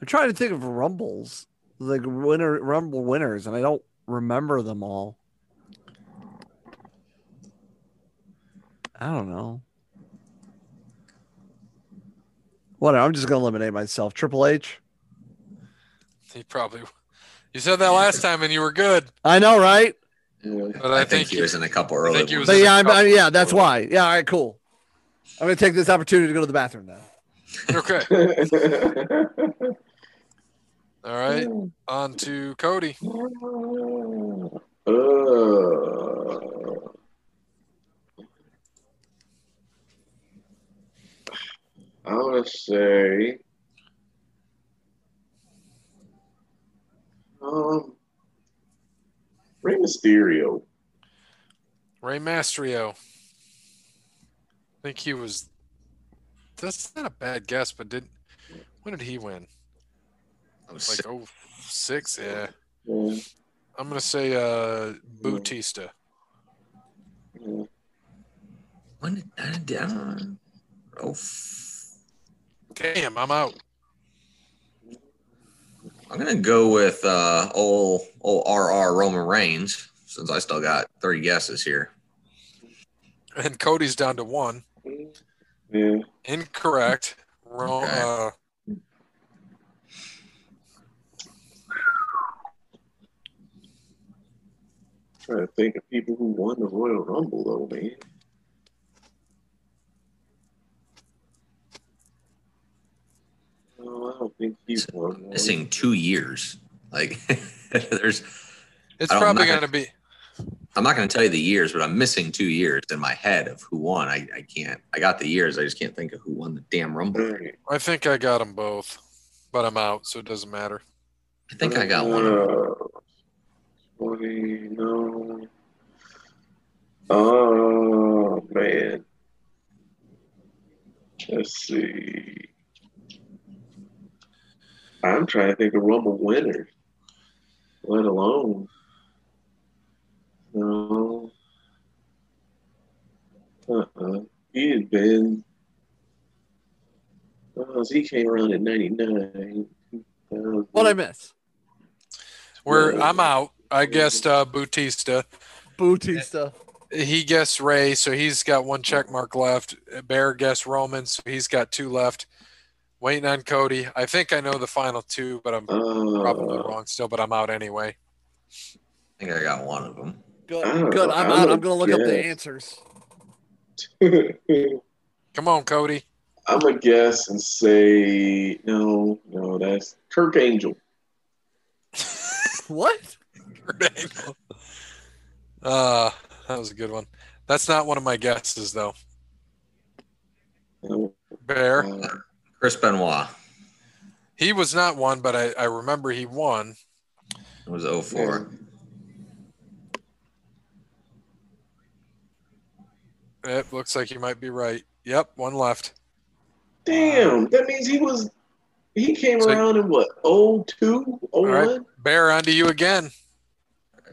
D: I'm trying to think of rumbles, like winner rumble winners, and I don't remember them all. I don't know. What I'm just gonna eliminate myself. Triple H.
A: He probably. You said that last time and you were good,
D: I know, right?
C: Yeah.
A: but
B: I,
A: I,
B: think, he was in a couple early.
A: think he
B: ones.
A: was
D: But
A: in
D: yeah,
A: a
D: I'm, I,
A: couple.
D: yeah, that's why. Yeah, all right, cool. I'm gonna take this opportunity to go to the bathroom now.
A: okay.
C: All
A: All right, on to Cody.
C: Uh, I would say. Um, Rey Mysterio.
A: Ray Mastrio. I think he was. That's not a bad guess, but did when did he win?
B: I was
A: Like
B: sick.
A: oh six? Yeah,
C: Yeah,
A: I'm gonna say uh Bautista.
C: yeah.
B: When did I did I don't Oh, f-
A: Damn, I'm out.
B: I'm gonna go with uh, old old RR Roman Reigns since I still got three guesses here.
A: And Cody's down to one.
C: Yeah.
A: Incorrect. Wrong.
B: Okay.
A: Uh,
C: trying to think of people who won the Royal Rumble, though, man. No, I don't think he's won. one.
B: Missing two years. Like there's
A: it's
B: I don't
A: probably
B: know.
A: going to be.
B: I'm not going to tell you the years, but I'm missing two years in my head of who won. I, I can't. I got the years. I just can't think of who won the damn Rumble.
C: Alright.
A: I think I got them both, but I'm out, so it doesn't matter.
B: I think I got one. Of them.
C: Uh, Twenty no. Oh man. Let's see. I'm trying to think of Rumble winners, let alone. No. Uh-uh. He had been. Well, he came around in '99.
D: What I miss?
A: We're.
C: Yeah.
A: I'm out. I guessed uh, Bautista.
D: Bautista.
A: He guessed Ray, so he's got one check mark left. Bear guessed Roman, so he's got two left. Waiting on Cody. I think I know the final two, but I'm
C: Uh,
A: probably wrong still. But I'm out anyway.
B: I think I got one of them.
D: Good.
C: I don't
D: Good.
C: know.
D: I'm
C: I
D: out.
C: would
D: I'm going to look up the
C: guess.
D: answers.
C: I'm
A: Come on, Cody.
C: gonna Uh, guess and say no, no. That's Kirk Angel.
D: What?
A: Kurt Angle. Uh, that was a good one. That's not one of my guesses, though.
C: No,
A: Bear.
C: uh,
B: Chris Benoit
A: He was not one, but I, I remember he won.
B: It was 04.
A: It looks like you might be right. Yep, one left.
C: Damn, that means he was. He came
A: So-
C: around in what? Oh two, oh
A: right.
C: one.
A: Bear, onto you again.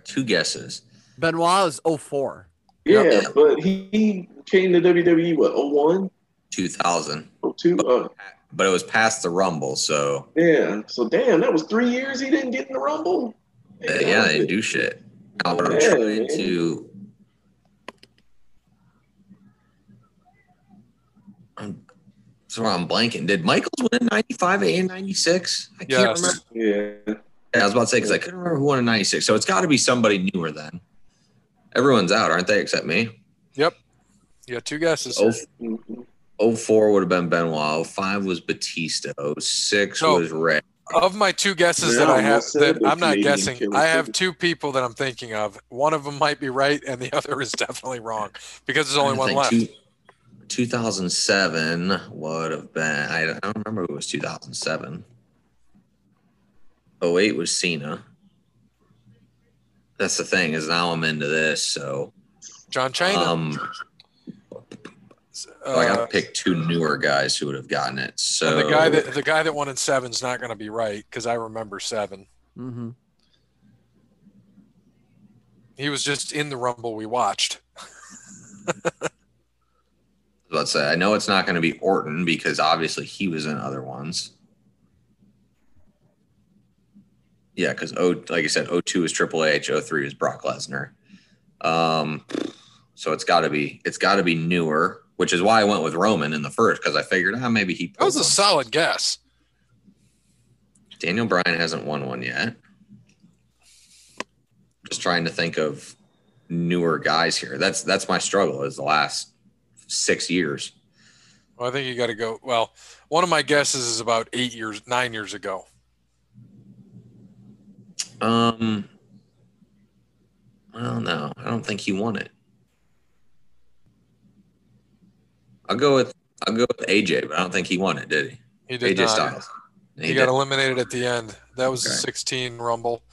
B: Two guesses.
D: Benoit is 04.
C: Yeah,
B: Yep.
C: but he, he came to WWE what? Oh one,
B: 2000.
C: oh two. Uh,
B: But it was past the Rumble, so
C: yeah. So damn, that was three years he didn't get in the Rumble.
B: uh, yeah, they do shit. Now, but I'm
C: Yeah,
B: trying
C: man.
B: to. I'm, so I'm blanking. Did Michaels win in 95 and 96? I can't
A: Yes.
B: remember.
C: Yeah.
B: Yeah, I was about to say because I couldn't remember who won in 96. So it's got to be somebody newer then. Everyone's out, aren't they, except me?
A: You got two guesses.
B: Oh,
C: Mhm.
B: 04 Oh, would have been Benoit. 05 was Batista. 06
A: No.
B: was Ray.
A: Of my two guesses that
C: Yeah,
A: I have,
C: almost said
A: that
C: the
A: I'm not
C: Canadian
A: guessing,
C: killer
A: I have
C: too.
A: two people that I'm thinking of. One of them might be right, and the other is definitely wrong because there's only
B: I
A: one
B: think
A: left.
B: two- 2007 would have been. I don't I don't remember who was 2007. 08 Oh, was Cena. That's the thing is now I'm into this, so
A: John China.
B: um,
A: uh,
B: I got uh, to pick two newer guys who would have gotten it. So
A: and the guy that the guy that won in seven's not going to be right because I remember seven.
D: Mm-hmm.
A: He was just in the rumble we watched.
B: let's say I know it's not going to be Orton because obviously he was in other ones. Yeah, because O like I said, 02 is Triple H, 03 is Brock Lesnar. Um, so it's got to be it's got to be newer, which is why I went with Roman in the first because I figured ah, maybe he
A: That was a
B: pulled
A: solid guess.
B: one. Daniel Bryan hasn't won one yet. Just trying to think of newer guys here. That's that's my struggle is the last six years.
A: Well, I think you got to go. Well, one of my guesses is about eight years, nine years ago.
B: Um. Well, no, I don't think he won it. I'll go with I'll go with AJ, but I don't think he won it, did he?
A: He did
B: AJ
A: not.
B: Styles. He
A: He,
B: did.
A: got eliminated at the end. That was the
B: Okay.
A: 16 Rumble,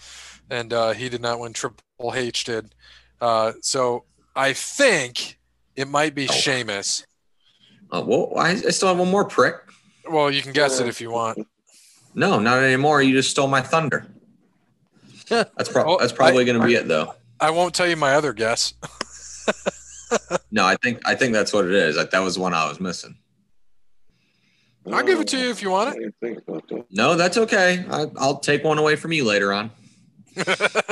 A: and uh, he did not win. Triple H did. Uh, so I think it might be
B: Oh.
A: Sheamus.
B: Oh, well, I, I still have one more prick.
A: Well, you can guess it if you want.
B: No, not anymore. You just stole my thunder. That's pro-
A: Oh,
B: that's probably going to be it, though.
A: I won't tell you my other guess.
B: No, I think I think that's what it is. Like, that was the one I was missing.
A: I'll give it to you if you
C: Mm-hmm. I
A: want
C: didn't think about that.
B: No, that's okay. I, I'll take one away from you later on.
A: it.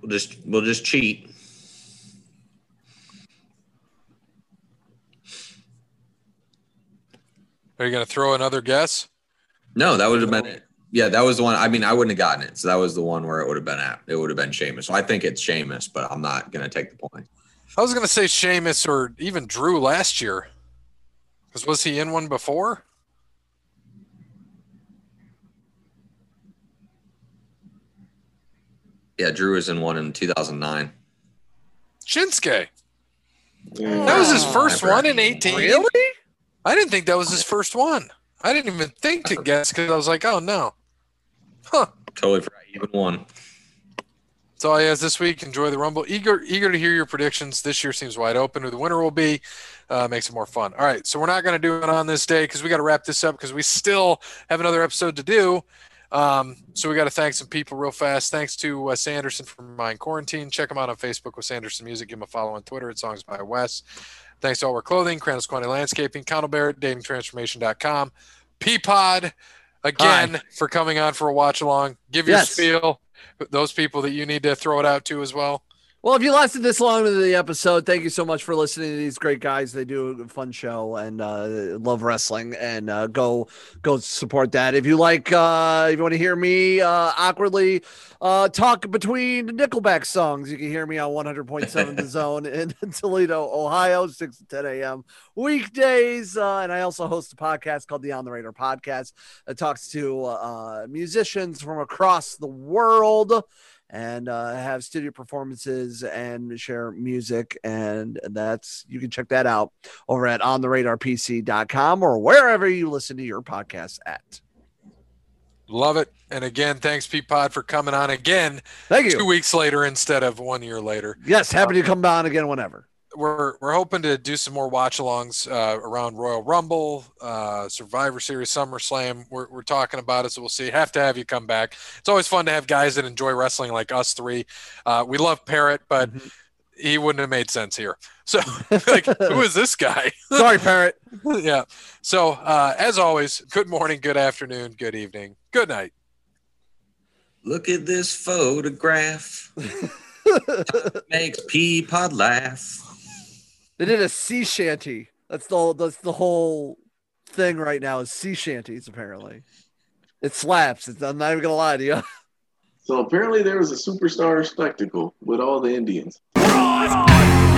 B: We'll just we'll just cheat.
A: Are you going to throw another guess?
B: No, that would have been it. Yeah, that was the one. I mean, I wouldn't have gotten it. So that was the one where it would have been at. It would have been Sheamus. So I think it's Sheamus, but I'm not gonna take the point.
A: I was going to say Sheamus or even Drew last year. 'Cause was he in one before?
B: Yeah, Drew was in one in 2009.
A: Shinsuke.
C: Yeah.
A: That was his
D: Oh,
A: first
B: I forgot.
A: one in 18.
D: Really?
A: I didn't think that was his first one. I didn't even think to guess because I was like, oh no.
B: Totally forgot he even one.
A: That's all he has this week. Enjoy the Rumble. Eager, eager to hear your predictions. This year seems wide open. Who the winner will be uh, makes it more fun. All right, so we're not going to do it on this day because we got to wrap this up because we still have another episode to do. Um, so we got to thank some people real fast. Thanks to uh, Wes Anderson from Mind Quarantine. Check him out on Facebook with Sanderson Music. Give him a follow on Twitter at Songs by Wes. Thanks to All Wear Clothing, Crown Quantity Landscaping, Connell Barrett, DatingTransformation.com, Peapod again for coming on for a watch along. Give your
D: Yes.
A: spiel those people that you need to throw it out to as well.
D: Well, if you lasted this long into the episode, thank you so much for listening to these great guys. They do a fun show and uh, love wrestling, and uh, go go support that. If you like, uh, if you want to hear me uh, awkwardly uh, talk between Nickelback songs, you can hear me on 100.7 The Zone in Toledo, Ohio, 6 to 10 a.m. weekdays. Uh, and I also host a podcast called the On the Radar Podcast that talks to uh, musicians from across the world and uh, have studio performances and share music. And that's you can check that out over at ontheradarpc.com or wherever you listen to your podcasts at.
A: Love it. And again, thanks, Pete Pod, for coming on again
D: Thank
A: two
D: you.
A: weeks later instead of one year later.
D: Yes, happy to come on again whenever.
A: We're we're hoping to do some more watch alongs uh, around Royal Rumble, uh, Survivor Series, SummerSlam. We're, we're talking about it, so we'll see. Have to have you come back. It's always fun to have guys that enjoy wrestling like us three. Uh, we love Parrot, but he wouldn't have made sense here. So, like, who is this guy?
D: Sorry, Parrot.
A: yeah. So, uh, as always, good morning, good afternoon, good evening, good night.
B: Look at this photograph. Makes Peapod laugh.
D: They did a sea shanty. That's the that's the whole thing right now is sea shanties apparently. It slaps. It's, I'm not even gonna lie to you.
C: So apparently there was a superstar spectacle with all the Indians.
E: Rise!